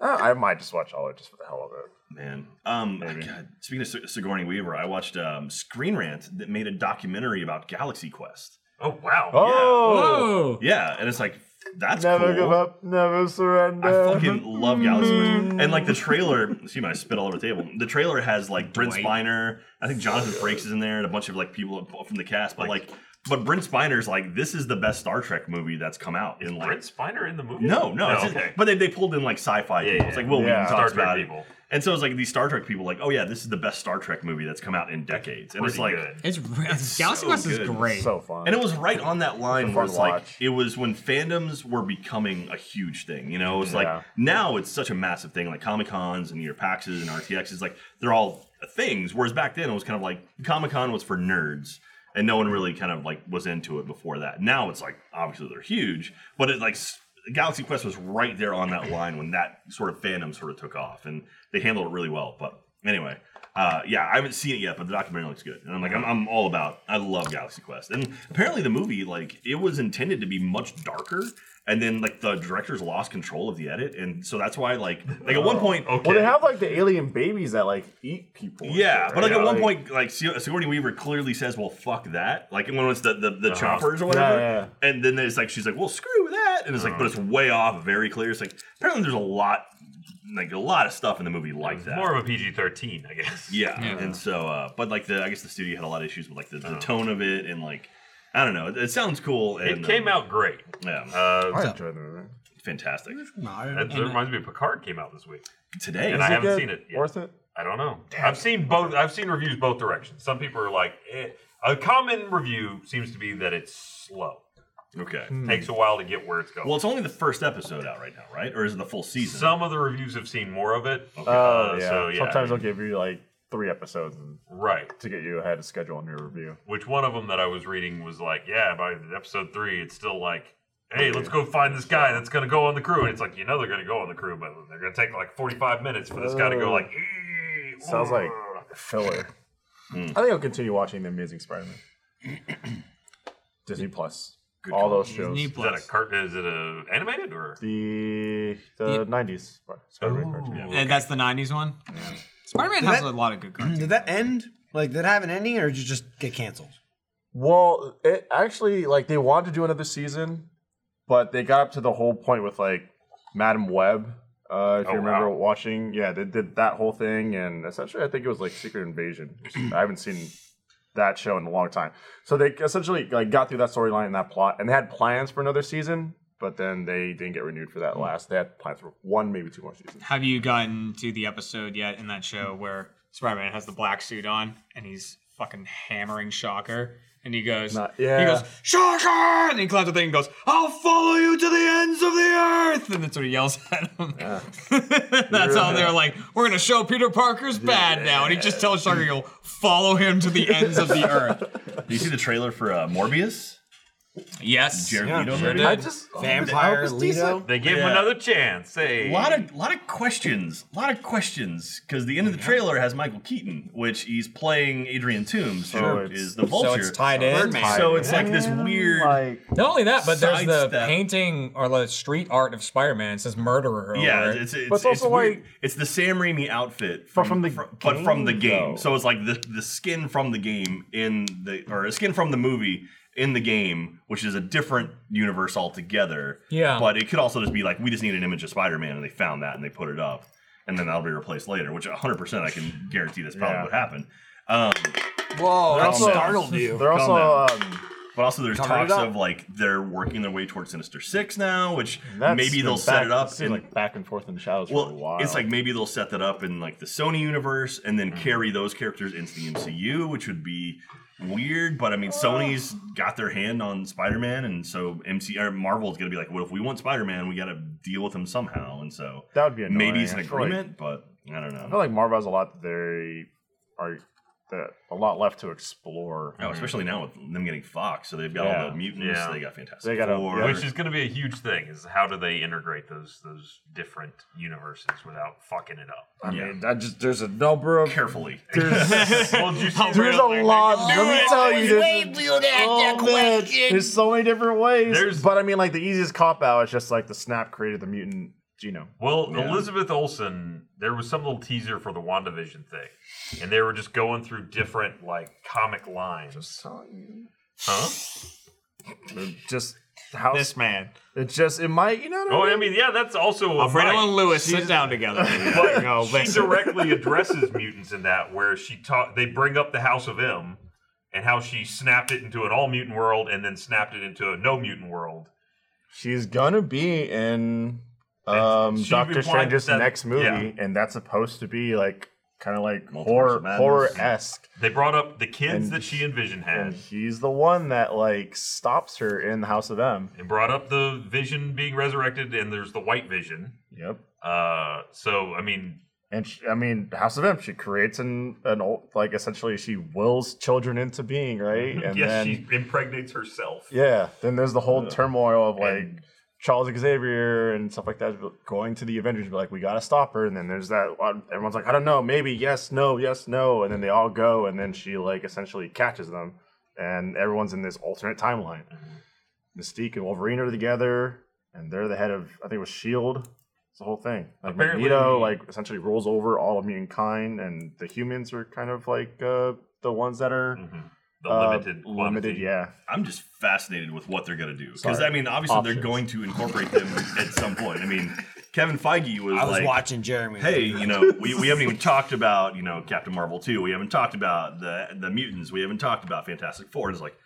Uh, I might just watch all of it just for the hell of it. Man, um, Maybe. God, speaking of Sig- Sigourney Weaver, I watched um, Screen Rant that made a documentary about Galaxy Quest. oh wow! Oh, Whoa! Yeah, and it's like that's never cool. give up, never I surrender. fucking love Galaxy Quest. And like the trailer, see my spit all over the table. The trailer has like Brent Dwight. Spiner, I think Jonathan Frakes is in there, and a bunch of like people from the cast. But like But Brent Spiner's like, this is the best Star Trek movie that's come out in like Brent Spiner in the movie? no, no. it's just- okay. but they, they pulled in like sci-fi people. yeah, It's like Will yeah. Wheaton Star talks Trek about people. it. And so it's like these Star Trek people, like, oh yeah, this is the best Star Trek movie that's come out in decades. And it's Pretty like, good. It's, Galaxy so Quest is good. great. So fun. and it was right on that line It's a where fun it's like watch. it was when fandoms were becoming a huge thing. You know, it's Yeah. like now it's such a massive thing. Like Comic Cons and your PAXs and RTXs, like they're all things. Whereas back then it was kind of like Comic Con was for nerds, and no one really kind of like was into it before that. Now it's like obviously they're huge, but it like. s- Galaxy Quest was right there on that line when that sort of fandom sort of took off, and they handled it really well. But anyway, uh, yeah, I haven't seen it yet, but the documentary looks good, and I'm like, I'm, I'm all about. I love Galaxy Quest, and apparently the movie, like, it was intended to be much darker, and then like the directors lost control of the edit, and so that's why, like, like at one point, Okay. well, they have like the alien babies that like eat people. and yeah, shit, but like right? at one point, like Sig- Sigourney Weaver clearly says, "Well, fuck that!" Like when it's the the, the choppers or whatever, Yeah, and then it's like she's like, "Well, screw that," and it's like, but it's way off, very clear. It's like apparently there's a lot, like a lot of stuff in the movie like that. More of a PG 13, I guess. Yeah. And so, uh, but like the, I guess the studio had a lot of issues with like the, the tone of it and like, I don't know. It, it sounds cool. And, It came um, out great. Yeah. Uh, I enjoyed the movie. fantastic. that, that reminds me, Picard came out this week, Today. and is I it- haven't good? seen it. Yet. Worth it? I don't know. I've seen both. I've seen reviews both directions. Some people are like, eh. a common review seems to be that it's slow. okay. Takes a while to get where it's going. Well, it's only the first episode out right now, right? Or is it the full season? Some of the reviews have seen more of it. Okay. Oh, Uh, yeah. so, yeah, Sometimes I they'll give you like three episodes and- Right. to get you ahead of schedule on your review. Which one of them that I was reading was like, yeah, by episode three, it's still like, hey, let's go find this guy that's going to go on the crew. And it's like, you know, they're going to go on the crew, but they're going to take like 45 minutes for this guy to go like, "Eh, Sounds like uh." filler. Hmm. I think I'll continue watching The Amazing Spider-Man. Disney Plus. All those shows. Disney Is that a Plus. cart? Is it a animated or? The the Yeah. 90s Spider-Man Oh. cartoon. Ooh. And that's the '90s one. Spider-Man has that- a lot of good cartoons. Did that end? Like, did it have an ending, or did it just get canceled? Well, it actually like they wanted to do another season, but they got up to the whole point with like Madam Web. Uh, if Oh, you remember wow. watching, yeah, they did that whole thing, and essentially, I think it was like Secret Invasion. I haven't seen that show in a long time. So they essentially like got through that storyline and that plot, and they had plans for another season, but then they didn't get renewed for Hmm. that last. They had plans for one, maybe two more seasons. Have you gotten to the episode yet in that show where Spider-Man has the black suit on and he's fucking hammering Shocker? And he goes, Not- yeah. he goes, Shocker! And he claps the thing and goes, I'll follow you to the ends of the earth! And that's what he yells at him. that's how they're like, we're gonna show Peter Parker's bad now. And he just tells Shocker, you'll follow him to the ends of the earth. Do you see the trailer for uh, Morbius? Yes. Jared Leto sure movie? did. I just oh, Vampire it's decent. Lido. They gave him Yeah. another chance. Hey, A lot of lot of questions, a lot of questions, because the end of the trailer has Michael Keaton, which he's playing Adrian Toomes, So who it's- is the Vulture. So it's tied in. Birdman. So it's like this weird. Like Not only that, but there's the Sidestep. painting or the street art of Spider-Man. It says murderer. Yeah, over it. it's it's, But it's, it's also weird. like- it's the Sam Raimi outfit, But from the fr- but from the game, game. though. So it's like the the skin from the game in the or a skin from the movie in the game, which is a different universe altogether. Yeah. but it could also just be like we just need an image of Spider Man, and they found that and they put it up, and then that'll be replaced later. Which 100 percent I can guarantee that's probably Yeah. what happened. Um, Whoa, that also- startled you. they're Calm also um, but also there's Cover it talks up. of like they're working their way towards Sinister Six now, which that's maybe been they'll set back- it up it's been, and- like back and forth in the shadows for a Well, while. Mm-hmm. it's like maybe they'll set that up in like the Sony universe and then carry those characters into the MCU, which would be weird. But I mean, Sony's got their hand on Spider-Man, and so MC or Marvel's gonna be like, well, if we want Spider-Man, we got to deal with him somehow. And so that would be annoying. maybe it's an I feel like- agreement, but I don't I know. feel like Marvel has a lot that they are that a lot left to explore. No, Oh, especially now with them getting Fox, so they've got all Yeah. the mutants, Yeah. they got Fantastic They got a- Four. yeah. which is going to be a huge thing. Is how do they integrate those those different universes without fucking it up? yeah. I just there's a number of carefully. well, did you see the There's a trailer? lot. Let me tell you, there's, oh, man, there's so many different ways. There's- but I mean, like the easiest cop out is just like the snap created the mutant genome. Well, Yeah. Elizabeth Olsen, there was some little teaser for the WandaVision thing, and they were just going through different like comic lines. Huh? It Just how This man. it just it might you know. What Oh, I I mean? mean, yeah, that's Oh, also a Alfredo and right. Lewis sit down together. Like, Go, she directly addresses mutants in that, where she taught. They bring up the House of M, and how she snapped it into an all mutant world and then snapped it into a no mutant world. She's gonna be in um, she's Doctor implied Strange's that- next movie, yeah. and that's supposed to be like kind of like Multiverse horror of Madness. horror esque. They brought up the kids And- that she envisioned had And he's the one that like stops her in the House of M. and brought up the vision being resurrected, and there's the white vision. Yep. Uh, so, I mean, And she, I mean, House of M. She creates an an old like essentially she wills children into being, right? And yes, then she impregnates herself. yeah, then there's the whole Ugh. turmoil of like And- Charles Xavier and stuff like that going to the Avengers, be like, we gotta stop her. And then there's that everyone's like, I don't know, maybe yes, no, yes, no, and then they all go, and then she like essentially catches them, and everyone's in this alternate timeline. Mystique and Wolverine are together, and they're the head of I think it was Shield. It's the whole thing. Like Apparently- Magneto, like essentially rules over all of humankind, and the humans are kind of like uh, the ones that are Mhm. The uh, limited quantity. limited, yeah. I'm just fascinated with what they're going to do. Because, Sorry. I mean, obviously they're Options. going to incorporate them at some point. I mean, Kevin Feige was, I was like, watching Jeremy. hey, you know, we, we haven't even talked about, you know, Captain Marvel 2. We haven't talked about the, the mutants. We haven't talked about Fantastic Four. And it's like,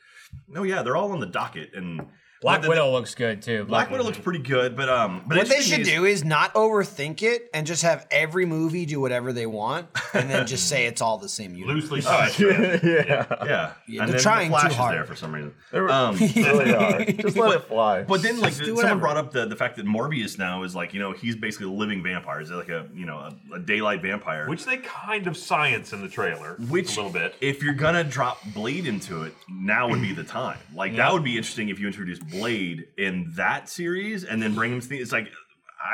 no, yeah, they're all on the docket. And Black but the- Widow looks good too. Black Widow looks pretty good, but um, but what they interesting should is- do is not overthink it and just have every movie do whatever they want, and then just say it's all the same universe. Loosely yeah, yeah, they're then trying the Flash too is hard. there for some reason. They were- Um, really are. Just let it fly. But then, like, do someone whatever. brought up the, the fact that Morbius now is like, you know, he's basically a living vampire. Is like a, you know, a, a daylight vampire. which they kind of science in the trailer, which a little bit. If you're gonna drop Blade into it, now would be the time. Like, that would be interesting if you introduce Blade in that series and then bring him to the. It's like,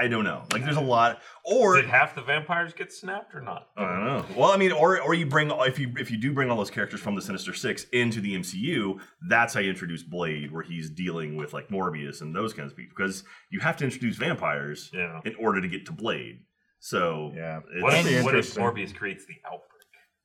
I don't know. Like, there's a lot, or Did half the vampires get snapped or not? I don't know. Well, I mean, or or you bring if you if you do bring all those characters from the Sinister Six into the MCU, that's how you introduce Blade, where he's dealing with like Morbius and those kinds of people, because you have to introduce vampires Yeah. in order to get to Blade. So Yeah. it's- What That'd be if, what if interesting. Morbius creates the outbreak?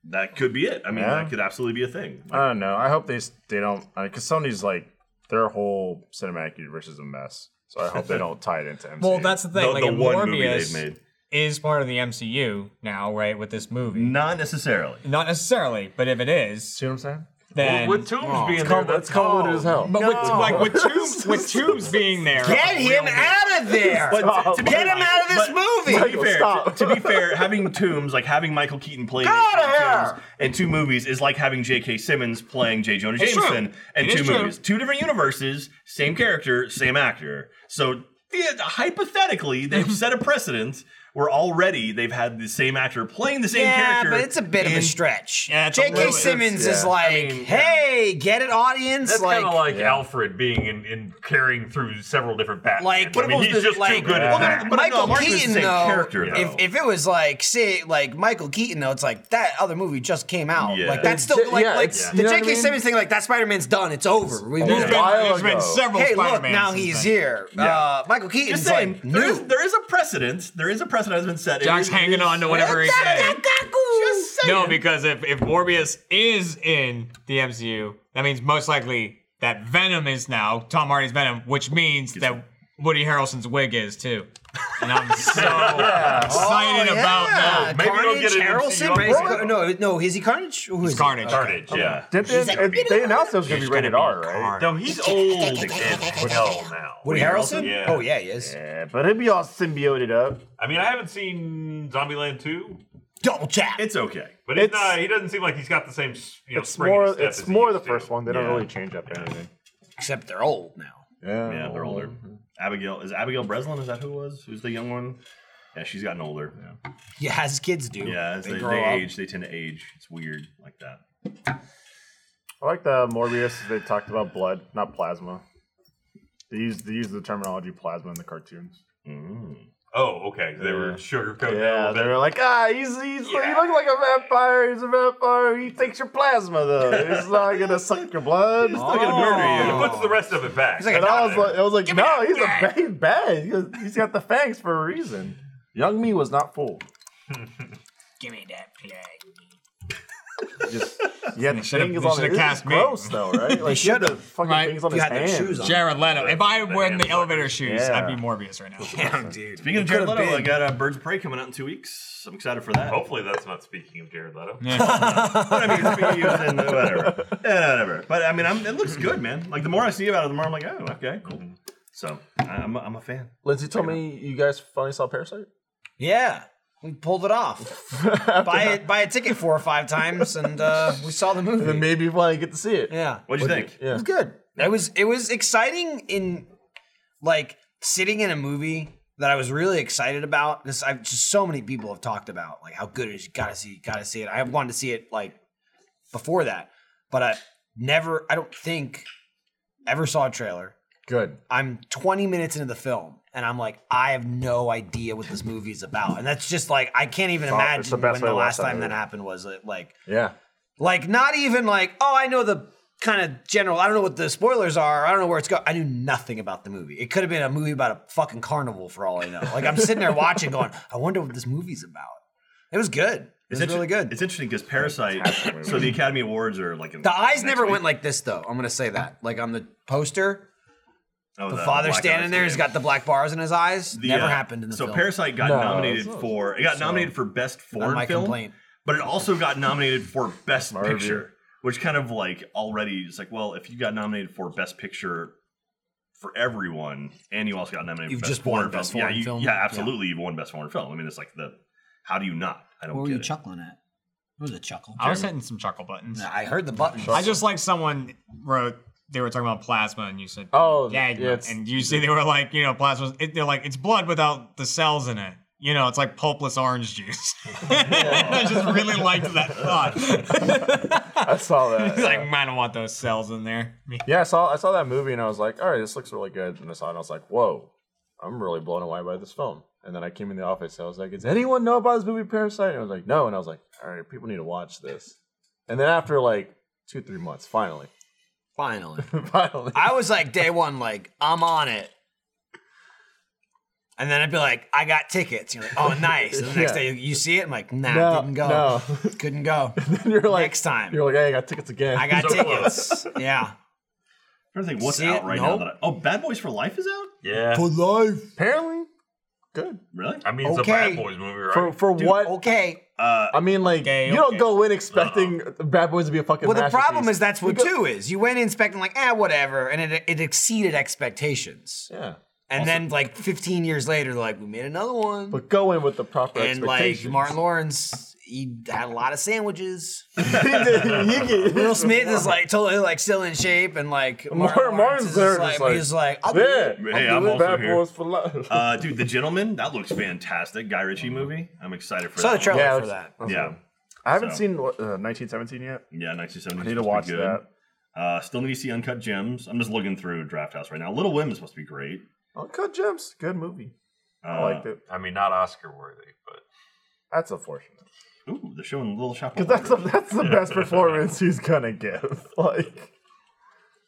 that could be it. I mean, Yeah. that could absolutely be a thing. I don't know. I hope they s- they don't because Sony's like their whole cinematic universe is a mess. So I hope they don't tie it into MCU. Well, that's the thing. The- like the and one Morbius movie they've made. is part of the MCU now, right? With this movie, Not necessarily. not necessarily, but if it is, see what I'm saying? then With Tombs being there, That's convoluted as hell. but with, like with Tombs, with Tombs being there, Get him out of there! But to- to be- Get him out of this but- movie! To be fair, Stop. to be fair, having Tombs, like having Michael Keaton play outta Tombs in two movies is like having J.K. Simmons playing J. Jonah It's true. Jameson in It two is true. movies. Two different universes, same character, same actor. So the- hypothetically, they've set a precedent where already they've had the same actor playing the same yeah, character. but it's a bit of a in- stretch. Yeah, it's a J.K. little- Simmons is yeah. like, I mean, yeah. hey, get it, audience? That's like, kind of like Alfred being in, in carrying through several different Batman. Like, I mean, what he's was the- just too like- good Well, at that. But Michael no, Mark was the Keaton same though, character, if though. if it was like say like Michael Keaton though, it's like that other movie just came out. Yeah. Like that's still It's- like yeah, like it's- the you know what I J.K. mean? Simmons thing. Like that Spider Man's done. It's over. We there's moved been, on. while there's been ago. several Hey, Spider-Mans. look, now since he's then. here. Uh, Michael Keaton's Just saying, like there new. is, there is a precedent. There is a precedent that's been set. It Jock's is- hanging on to whatever he said. Just saying. No, because if, if Morbius is in the MCU, that means most likely that Venom is now Tom Hardy's Venom, which means that Woody Harrelson's wig is too. And I'm so excited Oh, about yeah. that. Maybe Carnage, we'll get an MCU Harrelson, upgrade. basically- no, no, is he Carnage? Who is he? Uh, Carnage. Carnage, yeah. Didn't they, it- they announced it was going to be rated R, right? No, he's old and hell now. Woody Harrelson? Yeah. Oh yeah, he is. Yeah, but it'd be all symbioted up. I mean, I haven't seen Zombieland 2, Double tap. It's okay. but it's, It's- not, he doesn't seem like he's got the same you know, It's spring in his more. step as It's he more the used to. first one. They don't Yeah. really change up anything. Except they're old now. Yeah, Yeah, they're older. Oh, mm-hmm. Abigail is it Abigail Breslin. Is that who it was? Who's the young one? Yeah, she's gotten older. Yeah, Yeah, as kids do. as they, they, grow up. age, they tend to age. It's weird like that. I like the Morbius. They talked about blood, not plasma. They use they use the terminology plasma in the cartoons. Mm. Oh, okay. They were sugarcoating that Yeah, a they little were like, ah, he's, he's he looks like a vampire. He's a vampire. He takes your plasma though. He's not gonna suck your blood. He's not gonna bit. murder Oh, It you. puts the rest of it back. And I was like, I was like, no, he's a he's bad. He goes, He's got the fangs for a reason. Young me was not fooled. Give me that plug. Just yeah, the should've- thing is they on should've his cast cast me. gross though, right? Like should have fucking right? things on You his had their hands. shoes on. Jared Leto. If I were in the hand elevator shoes, Yeah. I'd be Morbius right now. Damn, dude. Speaking of It Jared could've Leto, I been. got uh, Birds of Prey coming out in two weeks. I'm excited for that. Hopefully, that's not speaking of Jared Leto. But I mean, it's being used in whatever. Yeah, whatever. But I mean, I'm, it looks good, man. Like the more I see about it, the more I'm like, oh, okay, cool. Mm-hmm. So I- I'm, a- I'm a fan. Lindsay told me you guys finally saw Parasite. Yeah, we pulled it off. buy it, buy a ticket four or five times, and uh, we saw the movie. And then maybe you finally get to see it. yeah, What'd you think? Yeah. it was good. It was it was exciting in like sitting in a movie that I was really excited about because I've just so many people have talked about like how good it is. You gotta see, gotta see it. I wanted to see it like before that, but I never. I don't think ever saw a trailer. Good. I'm 20 minutes into the film and I'm like, I have no idea what this movie is about. And that's just like, I can't even Oh, it's the imagine best when way the to watch last that time that movie. happened was. It, Like, Yeah. like not even like, oh, I know the kind of general, I don't know what the spoilers are. I don't know where it's going. I knew nothing about the movie. It could have been a movie about a fucking carnival for all I know. Like I'm sitting there watching going, I wonder what this movie's about. It was good. It was inter- really good. It's interesting because Parasite. Fantastic so the Academy Awards are like in the eyes next never week. went like this though. I'm going to say that. Like on the poster, Oh, the, father black standing eyes, there, he's yeah. got the black bars in his eyes. The, never uh, happened in the so film. Parasite got No, nominated it's- for it got nominated for best foreign my film, complaint. but it also got nominated for best review. picture, which kind of like already is like, well, if you got nominated for best picture for everyone, and you also got nominated, You've for just best foreign won Best film, Foreign yeah, you- Film. yeah, Yeah. absolutely, you've won best foreign film. I mean, it's like the how do you not? I don't What were get you it. chuckling at? What was a chuckle? I was hitting some chuckle buttons. I heard the buttons. I just like someone wrote they were talking about plasma and you said Oh, gag yeah, it's- and you say they were like you know plasma it, they're like it's blood without the cells in it you know it's like pulpless orange juice I just really liked that thought I saw that. he's yeah. like I don't want those cells in there Yeah, I saw I saw that movie and I was like, all right, this looks really good. And I saw it and I was like, whoa, I'm really blown away by this film. And then I came in the office and I was like, does anyone know about this movie Parasite? And I was like, no. And I was like, all right, people need to watch this. And then after like two, three months, finally, finally. finally, I was like day one, like I'm on it. And then I'd be like, I got tickets. You're like, oh, nice. And the next Yeah. day, you, you see it. I'm like, nah, No, didn't go. no. Couldn't go. then you're like, Next time. you're like, hey, I got tickets again. I got So close. tickets. Yeah. I'm trying to think what's See out it? right now. Nope. That I, oh, Bad Boys for Life is out. Yeah. life. Apparently, good Really? I mean, it's Okay. a Bad Boys movie, right? for for what? Okay. Uh, I mean, like Okay, you don't okay. go in expecting Bad Boys to be a fucking. Well, the masterpiece. problem is that's what You go- two is. You went in expecting like, ah, whatever, and it it exceeded expectations. Yeah, And then like 15 years later, they're like, we made another one. but go in with the proper and like expectations. Martin Lawrence, he had a lot of sandwiches. You get- Will Smith is like totally like still in shape and like Lawrence Martin Martin's there is just like, like, he's like I'll Yeah, do it. Hey, I'm doing also Bad here. Boys for life. uh, dude, The Gentleman that looks fantastic. Guy Ritchie Mm-hmm. movie. I'm excited for Saw the that. trailer Yeah, for it's- that. one. Yeah, I haven't So. seen what, uh, 1917 yet. yeah, 1970. I need to watch that. Uh, still need to see Uncut Gems. I'm just looking through Draft House right now. Little Women is supposed to be great. Uncut Gems, good movie. Uh, I liked it. I mean, not Oscar worthy, but That's unfortunate Ooh, they're showing Little Shop. of because that's the, Horrors. that's the best performance he's gonna give. Like,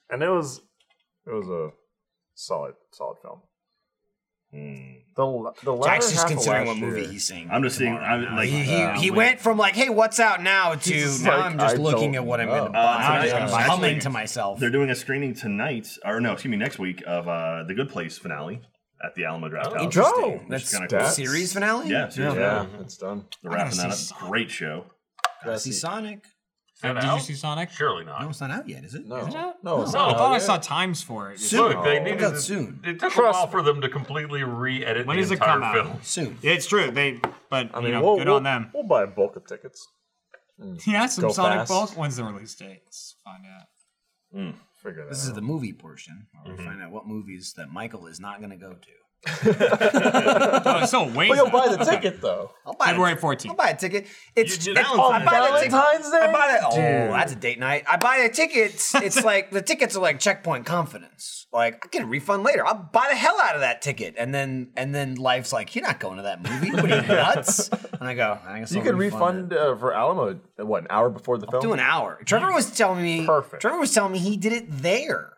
and it was it was a solid solid film. Hmm. The the latter Jack's half just considering of what last movie year- he's seeing. I'm just seeing. I'm like. he he, uh, he went from like, hey, what's out now to just now like, I'm just I looking don't at what I'm know. going to Uh, buy. tonight I'm I'm just watching- humming to myself. They're doing a screening tonight, or no, excuse me, next week of uh, the Good Place finale at the Alamo Draft House. Oh, Interesting. which is That's kinda cool. the series finale. Yeah, seriously. Yeah, it's done. They're wrapping that up. Great show. I see Sonic. Is that did you out? see Sonic Surely not. No, it's not out yet, is it? No, Is it out? no, it's no I not thought I out saw yet. times for it Look, they No. needed Comes out to- soon. It took Trust a while me. for them to completely re-edit When the does it entire come out? film. Soon. it's true they but I you mean, know we'll, good we'll, on them We'll buy a bulk of tickets. yeah some Go Sonic fast. balls when's the release date let's find out Figure that This is out. the movie portion. Where Mm-hmm. we find out what movies that Michael is not going to go to. oh it's still way But you'll buy the ticket though. I'll buy February it. 14th. I'll buy a ticket. It's You- you- it's- Valentine's I buy the Day. ticket- Valentine's Day? I buy that. Oh, Dude. that's a date night. I buy the tickets. It's like the tickets are like checkpoint confidence. Like I get a refund later. I'll buy the hell out of that ticket, and then and then life's like, you're not going to that movie. What are you nuts? And I go, I guess You I'll could refund it. uh, for Alamo uh, what an hour before the film. Do an hour. Trevor was telling me. Perfect. Trevor was telling me he did it there.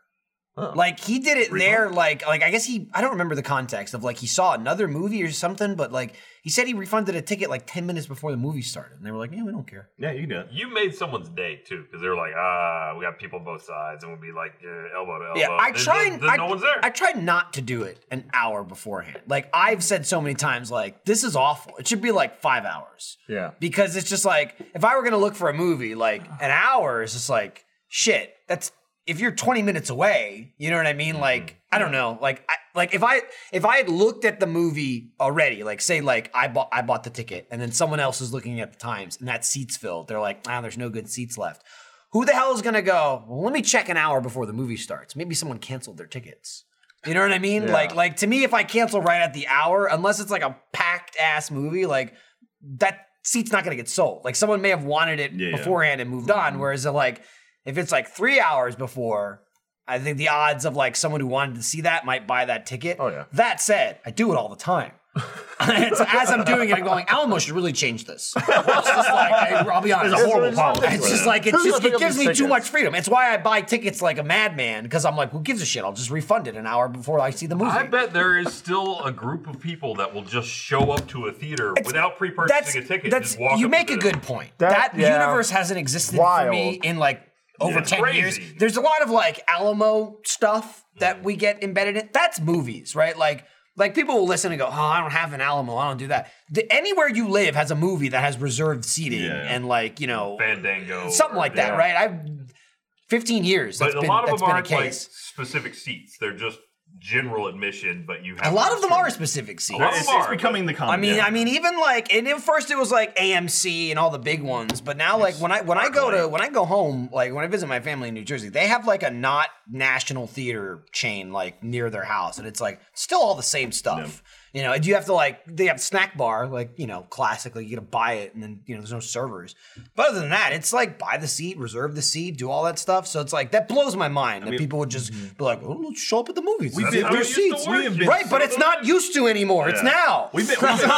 Like he did it there, like like I guess he I don't remember the context of like he saw another movie or something, but like he said he refunded a ticket like ten minutes before the movie started, and they were like, yeah, we don't care. Yeah, you can do it. You made someone's day too, because they were like, ah, we got people on both sides, and we'll be like eh, elbow to elbow. Yeah, I Then- try Then, and then I, no one's there. I try not to do it an hour beforehand. Like I've said so many times, like this is awful. It should be like five hours. Yeah. Because it's just like if I were gonna look for a movie, like an hour is just like shit. That's if you're 20 minutes away, you know what I mean? Mm-hmm. Like I don't know. Like I, like if I if I had looked at the movie already, like say like I bought I bought the ticket and then someone else is looking at the times and that seat's filled. They're like, ah, there's no good seats left. Who the hell is gonna go? Well, let me check an hour before the movie starts. Maybe someone canceled their tickets. You know what I mean? Like, like to me, if I cancel right at the hour, unless it's like a packed ass movie, like that seat's not gonna get sold. Like someone may have wanted it Yeah, yeah. beforehand and moved on. Whereas uh, like if it's like three hours before, I think the odds of like someone who wanted to see that might buy that ticket. Oh, yeah. That said, I do it all the time. And so as I'm doing it, I'm going, Alamo should really change this. It's just like, I, will be honest. There's a horrible policy. It's just like it's Who's just, gonna pick it up gives these me too tickets? much freedom. It's why I buy tickets like a madman because I'm like, who gives a shit? I'll just refund it an hour before I see the movie. I bet there is still a group of people that will just show up to a theater without that's, pre-purchasing a ticket. that's just walk you up make to a the- good point. That, That- yeah. universe hasn't existed for me Wild. in like over Yeah. ten Crazy. years. There's a lot of like Alamo stuff that we get embedded in. That's movies, right? Like like people will listen and go, "Oh, I don't have an Alamo. I don't do that." The, anywhere you live has a movie that has reserved seating Yeah. and like you know Fandango, something like that, yeah. right? I've 15 years. But That's a been, lot of that's them been a aren't like case. specific seats; they're just general admission. But you A have lot of them are specific seats. lot of It's, Lamar, it's becoming the common. I mean, I mean, even like, and at first it was like AMC and all the big ones, but now like when I when I go to when I go home, like when I visit my family in New Jersey, they have like a not national theater chain like near their house, and it's like still all the same stuff. You know, and you have to like they have snack bar, like you know, classically you got to buy it, and then you know there's no servers. But other than that, it's like buy the seat, reserve the seat, do all that stuff. So it's like that blows my mind that people would just be like, oh, let's show up at the movies. We've That's been- how we it used to seats. work, we have you been- Right, but it's not used to anymore. It's Yeah. now. We've been, we've been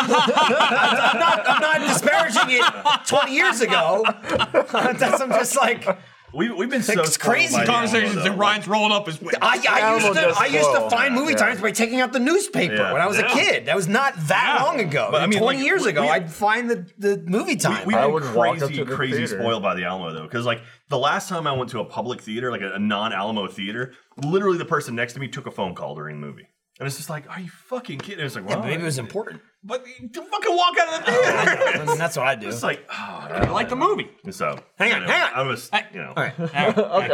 I'm not disparaging it 20 years ago. That's I'm just like I, we, we've been so It's spoiled crazy by the Alamo, Conversations though. that Ryan's rolling up his. I used Animal to just I used to flow. find movie Yeah. times by taking out the newspaper Yeah. when I was a Yeah. kid. That was not that long ago. But I mean, 20 like, years we- ago, we- I'd find the, the movie time. We, I have would been walk up crazy, to the crazy theater. spoiled by the Alamo though, because like the last time I went to a public theater, like a, a non-Alamo theater, literally the person next to me took a phone call during the movie, and it's just like, are you fucking kidding? It's like, well, Maybe it was important. but to fucking walk out of the theater. I mean, that's what I do. it's like, oh, I don't like the know. movie. So Hang on, you know, hang on. I was, you know, Okay,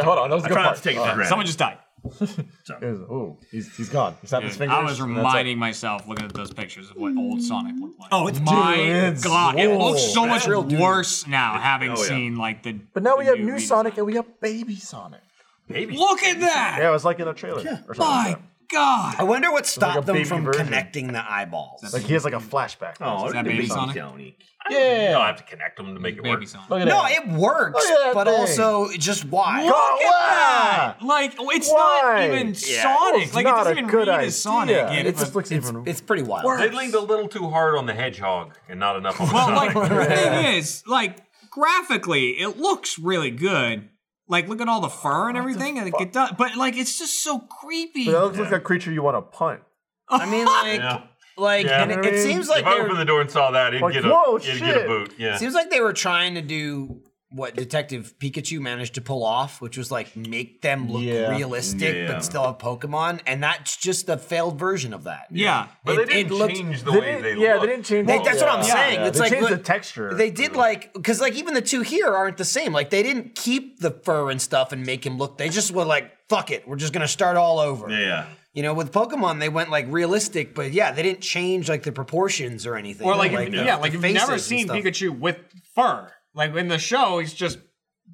hold on. That was a I good try part. not to take it for granted. Someone just died. It was- ooh, he's, he's gone. He snapped his fingers. I was and that's reminding myself looking at those pictures of what old Sonic looked like. Oh, it's my it's- god, it whoa. looks so much worse now having Oh, yeah. seen like the. it. But now the we have new redesign. Sonic and we have baby Sonic. Look at that! Yeah, it was like in a trailer. or something like My that. god! I wonder what stopped them baby from version. connecting the eyeballs. Like he has like a flashback. Oh, Is that baby baby Sonic. Sonic? You yeah. don't have to connect them to make it work. Baby Sonic. Look at No, that. it works, Look at that but thing. also it just why? Look God, at that! Like it's not Why? even Yeah. Sonic. It's Like it not doesn't a even good read as Sonic. idea. It- It just looks even. It's pretty wild. They leaned a little too hard on the hedgehog and not enough on the Well, Sonic. like the thing is, like graphically, it looks really good. Like look at all the fur and everything, and it does. But like it's just so creepy. That looks like a creature you want to punt. I mean, like, Yeah. like, Yeah. and it, I it mean, seems like if I they opened were, the door and saw that, he'd Like, get a whoa, he'd get a shit. boot. Yeah. seems like they were trying to do what Detective Pikachu managed to pull off, which was like make them look Yeah. realistic Yeah. but still have Pokemon, and that's just a failed version of that. yeah. but it- they didn't it looked- change the They way didn't- they yeah, look. they didn't change. They- the- that's what I'm yeah, saying. yeah. It's they like, changed the look, texture. They did like because like even the two here aren't the same. Like they didn't keep the fur and stuff and make him look. They just were like, "Fuck it, we're just gonna start all over." Yeah. You know, with Pokemon they went like realistic, but yeah, they didn't change like the proportions or anything. Or like, if- the- yeah, like the you've never faces and seen stuff. Pikachu with fur. Like in the show, he's just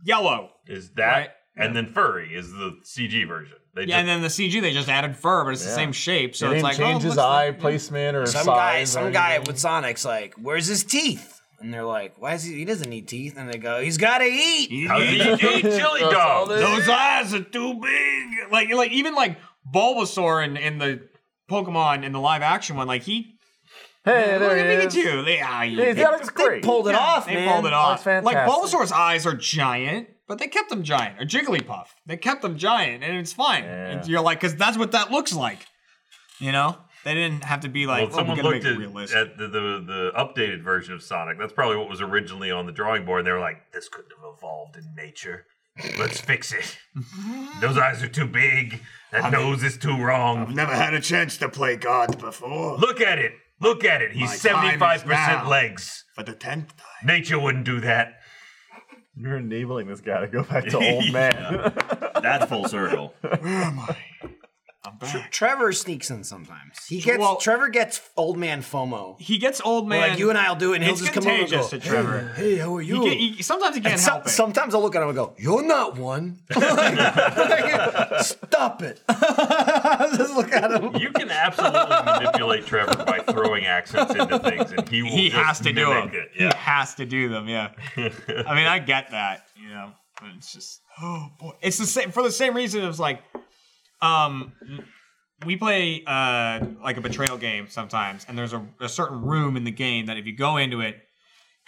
yellow. Is that Right. and then furry is the CG version. They Yeah, just and then the CG they just added fur, but it's the same shape. So They it's didn't like oh, change his looks like- eye placement or some size guy, or some guy anything. with Sonic's like, "Where's his teeth?" And they're like, "Why is he? He doesn't need teeth." And they go, "He's got to eat." How did you eat chili dog? Those eyes are too big. Like like even like Bulbasaur in, in the Pokemon in the live action one, like he Hey, look there he at is. Pikachu. They, ah, you- Yeah, that looks They great. pulled it off, they man. Oh, pulled it off. That's Like fantastic. Bulbasaur's eyes are giant, but But they kept them giant, or Jigglypuff. They kept them giant, and it's fine. And you're like, because that's what that looks like. You know, they didn't have to be like. Well, oh, someone we gotta looked make it at, realistic. at the, the the updated version of Sonic. That's probably what was originally on the drawing board. And they were like, "This couldn't have evolved in nature. Let's fix it. Those eyes are too big. That nose is too wrong. Never had a chance to play God before. Look at it. Look at it. He's My time is seventy five percent now. legs. For the tenth time. Nature wouldn't do that." You're enabling this guy to go back to old man. That's full circle. Trevor sneaks in sometimes. He gets Well- Trevor gets old man FOMO. he gets old man. like you and I'll do it, and he'll it's just come over and go, contagious to Trevor. Hey, how are you? He get- he- sometimes he can't And so- help it. Sometimes I'll look at him and go, "You're not one." Like, Stop it! just look at him. You can absolutely manipulate Trevor by throwing accents into things, and he will he just has to do mimic them. it. He has to do them. Yeah. I mean, I get that. You know, but it's just oh boy, it's the same for the same reason. It was like, um, we play uh like a betrayal game sometimes, and there's a, a certain room in the game that if you go into it,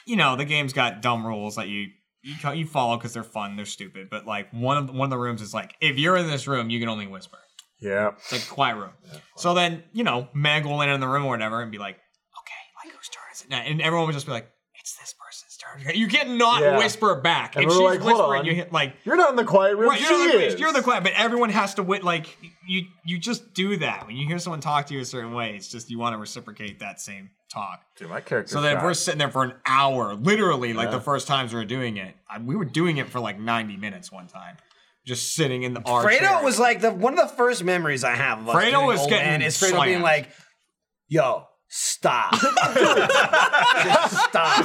you know, the game's got dumb rules that you. You, co- you follow because they're fun, they're stupid. But like one of one of the rooms is like, if you're in this room, you can only whisper. yeah. It's like quiet room. so then, you know, Meg will enter in the room or whatever and be like, okay, like whose turn is it now? And everyone would just be like, it's this person's turn. You can't not Yeah. whisper back. And if she's we're like, "Hold whispering, on." you hit like, You're not in the quiet room. right, she you're, the, is. you're the quiet, but everyone has to wit like you. You just do that when you hear someone talk to you a certain way. It's just you want to reciprocate that same talk. Dude, my character. So then if we're sitting there for an hour, literally, like the first times we were doing it, I, we were doing it for like 90 minutes one time, just sitting in the our chair. Fredo was like the one of the first memories I have of us Fredo doing was old getting man is Fredo being slammed. like, "Yo, stop, just stop." I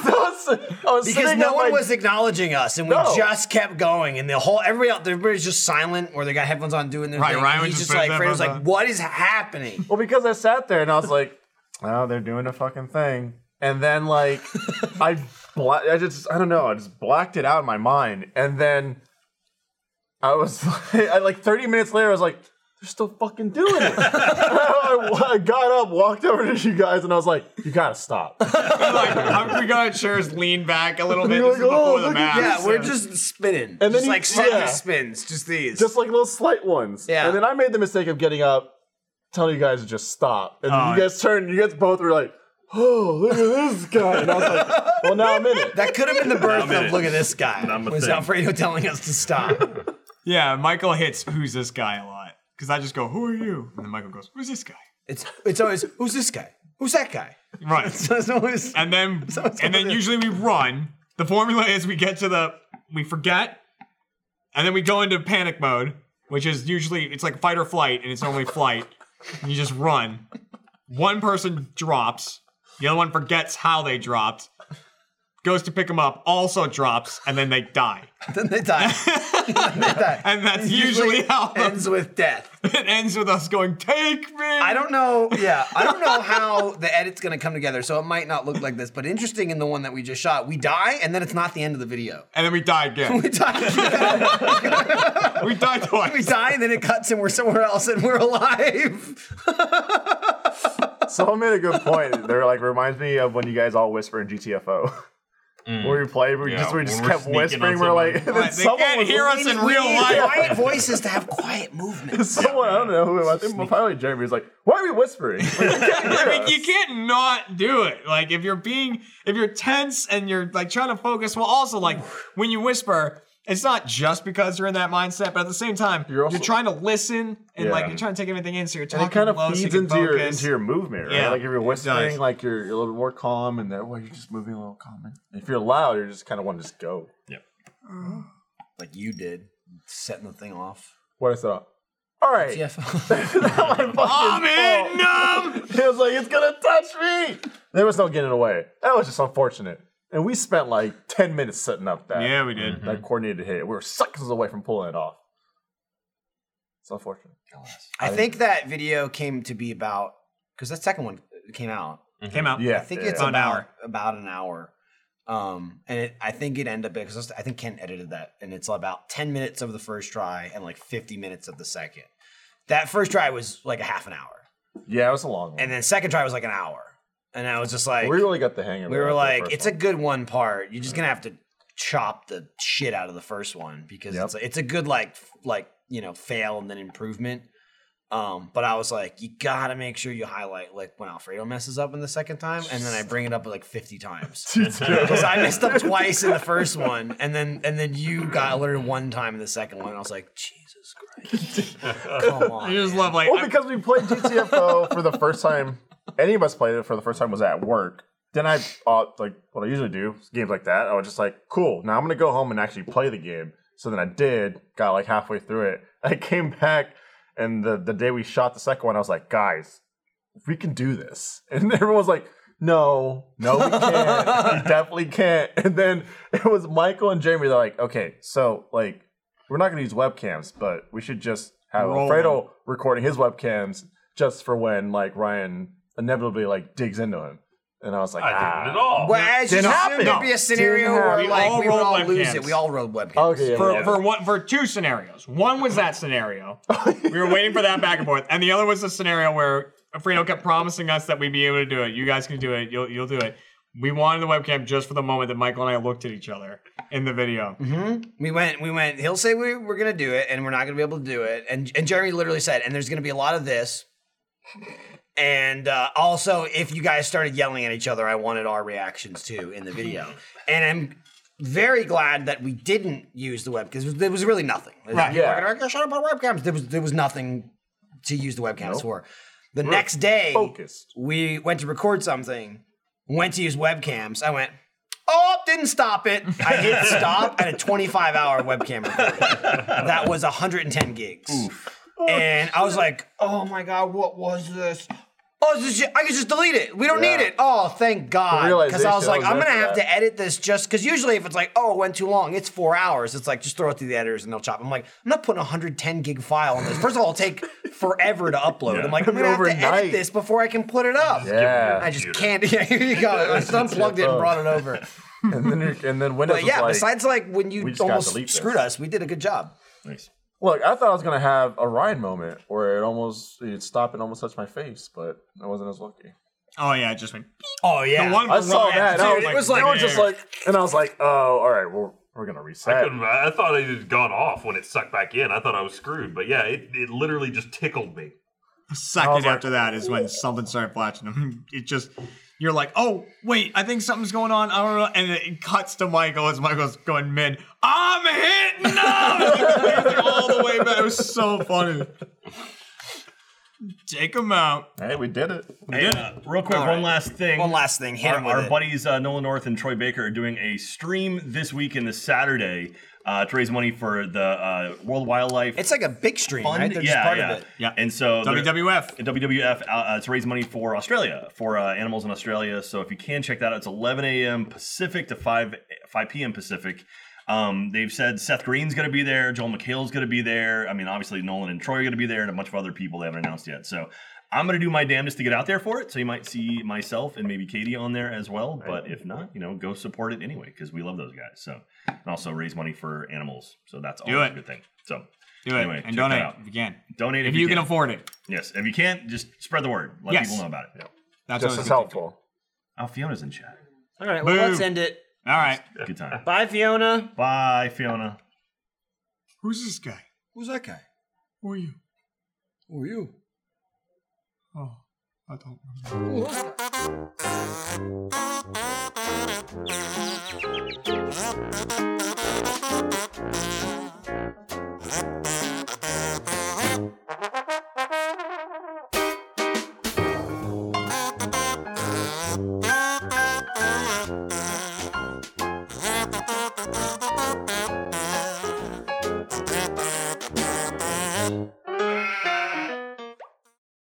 was Because sitting no at one my- was acknowledging us, and we No. just kept going, and the whole everybody out there, everybody's just silent, or they got headphones on doing their Right, thing. Ryan and would he's just just put like, his Fredo's headphones like, on. "What is happening?" Well, because I sat there and I was like, oh, they're doing a fucking thing. And then like I bla- I just I don't know, I just blacked it out in my mind. And then I was I, like 30 minutes later, I was like, they're still fucking doing it. I, I got up, walked over to you guys, and I was like, you gotta stop. like, I'm- we got chairs lean back a little bit. You're This is like, before the "Oh, look at match. Yeah, we're just spinning, then just he- like slightly yeah. spins, just these. Just like little slight ones. Yeah. And then I made the mistake of getting up, telling you guys to just stop. And Oh. you guys turned, you guys both were like, oh, look at this guy. And I was like, well, now I'm in it. that could have been the birth I'm in of it. look at this guy. I'm a Was thing. Alfredo telling us to stop? Yeah, Michael hits who's this guy a lot. Because I just go, who are you? And then Michael goes, who's this guy? It's it's always who's this guy? Who's that guy? Right. So it's always and then it's and then over. usually we run. The formula is we get to the we forget, and then we go into panic mode, which is usually it's like fight or flight, and it's only flight. And you just run. One person drops, the other one forgets how they dropped, goes to pick them up, also drops, and then they die. then they die. Then they die. And that's It usually how- ends with death. It ends with us going, "Take me." I don't know. Yeah, I don't know how the edit's gonna come together, so it might not look like this. But interesting in the one that we just shot, we die, and then it's not the end of the video. and then we die again. We die, we die twice. we die, and then it cuts, and we're somewhere else, and we're alive. Someone made a good point. They're like reminds me of when you guys all whisper in GTFO. Where we played, we Yeah, just we when just we're kept sneaking on whispering. We're like, someone. then Right, they someone can't was hear us in real We need life. Quiet voices to have quiet movements. someone I don't know who. I think probably Jeremy was like, why are we whispering? I mean, you can't not do it. Like if you're being, if you're tense and you're like trying to focus. Well, also like when you whisper, it's not just because you're in that mindset, but at the same time, you're, You're also- trying to listen and like Yeah. you're trying to take everything in. So you're talking And it kind low of so you feeds can into your focus. into your movement, right? Yeah, like if you're it whispering, does. like you're, you're a little more calm, and that way you're just moving a little calmer. If you're loud, you're just kind of want to just go. Like you did, setting the thing off. What I thought. All right, I'm in. It was like, it's gonna touch me. There was no getting away. That was just unfortunate. And we spent like 10 minutes setting up that. Yeah, we did. That coordinated hit. We were seconds away from pulling it off. It's unfortunate. I think that video came to be about because that second one came out. Came out. Yeah. I think it's About about an hour. about an hour. Um, and it, I think it ended up because I think Ken edited that, and it's about ten minutes of the first try and like fifty minutes of the second. That first try was like a half an hour, yeah, it was a long one. and then second try was like an hour. And I was just like, we really got the hang of it. we were after the like, first it's a one. Mm-hmm. good one part. You're just gonna have to chop the shit out of the first one because Yep. it's a, it's a good like f- like you know fail and then improvement. Um, but I was like, you gotta make sure you highlight like when Alfredo messes up in the second time, and then I bring it up like fifty times because I messed up twice in the first one, and then and then you got alerted one time in the second one. And I was like, Jesus Christ, come on! I just love like well, because we played GTFO for the first time. Any of us played it for the first time was at work. Then I, uh, like, what I usually do is games like that. I was just like, cool. Now I'm gonna go home and actually play the game. So then I did. Got like halfway through it. I came back, and the the day we shot the second one, I was like, guys, we can do this. And everyone's like, no, no, we can't. we definitely can't. And then it was Michael and Jamie. They're like, okay, so like, we're not gonna use webcams, but we should just have Roll Alfredo recording his webcams just for when like Ryan inevitably like digs into him. And I was like, I ah. didn't at all. Well, as you said, Didn't happen. there'd be a scenario Didn't where happen. like all we would rolled all lose webcams. it. We all rolled webcams. Okay, yeah, for, yeah. for one for two scenarios. One was that scenario. we were waiting for that back and forth, and the other was the scenario where Frito kept promising us that we'd be able to do it. You guys can do it. You'll you'll do it. We wanted the webcam just for the moment that Michael and I looked at each other in the video. We went, we went, he'll say we, we're going to do it and we're not going to be able to do it. And, and Jeremy literally said, and there's going to be a lot of this. And uh, also, if you guys started yelling at each other, I wanted our reactions too in the video. And I'm very glad that we didn't use the web because there was really nothing. Right, People were yeah. like, Shut up on webcams. There was, there was nothing to use the webcams for. The next day, focused. we went to record something, went to use webcams. I went, oh, didn't stop it. I hit stop at a 25 hour webcam recording. That was 110 gigs. and I was like, oh my God, what was this? Oh, this is ju- I can just delete it. We don't Yeah. need it. Oh, thank God. Because I was realization, like, I was I'm going to there for have that. to edit this just because usually if it's like, oh, it went too long, it's four hours. It's like, just throw it through the editors and they'll chop. I'm like, I'm not putting a 110 gig file on this. First of all, it'll take forever to upload. I'm like, I'm It'll going be to have to edit overnight. this before I can put it up. Yeah. I just can't. Yeah, here you go. I just unplugged it and brought it over. and then you're- and then Windows But was yeah, like, besides like when you we just gotta almost delete this. screwed us, we did a good job. Nice. look, I thought I was gonna have a Ryan moment where it almost it stopped and almost touched my face, but I wasn't as lucky. Oh yeah, it just went. Oh yeah. The one I for saw Ryan, that. and dude, I was it like, was they like were just like, and I was like, oh, all right, well, we're gonna I reset. couldn't. I thought it had gone off when it sucked back in. I thought I was screwed, but yeah, it, it literally just tickled me. second after that is when something started flashing. him. It just you're like, oh wait, I think something's going on. I don't know. And it cuts to Michael as Michael's going mid. I'm hitting him all the way back. It was so funny. Take him out. Hey, we did it. Hey, uh, real quick, one last thing. One last thing. Hit Our, him with our it. buddies uh, Nolan North and Troy Baker are doing a stream this weekend, this Saturday, uh, to raise money for the uh, World Wildlife It's like a big stream, Fund. right? They're yeah, just part yeah. of it. Yeah. E And so they're- WWF. WWF uh, uh, to raise money for Australia for uh, animals in Australia. So if you can check that out, it's 11 a.m. Pacific to 5 5 p.m. Pacific. Um, they've said Seth Green's going to be there, Joel McHale's going to be there. I mean, obviously Nolan and Troy are going to be there, and a bunch of other people they haven't announced yet. So I'm going to do my damnedest to get out there for it. So you might see myself and maybe Katie on there as well. But if not, you know, go support it anyway because we love those guys. So and also raise money for animals. So that's always it. a good thing. So Do it Anyway, check and that donate out. if you can. donate If you can can. afford it. Yes, if you can't, just spread the word. Let Yes. people know about it. That's what Just as I was helpful. Oh, Fiona's in chat. All right, well, Boom. let's end it. thinking. All right. Good time. Bye, Fiona. Bye, Fiona. Who's this guy? Who's that guy? Who are you? Who are you? Oh, I don't remember.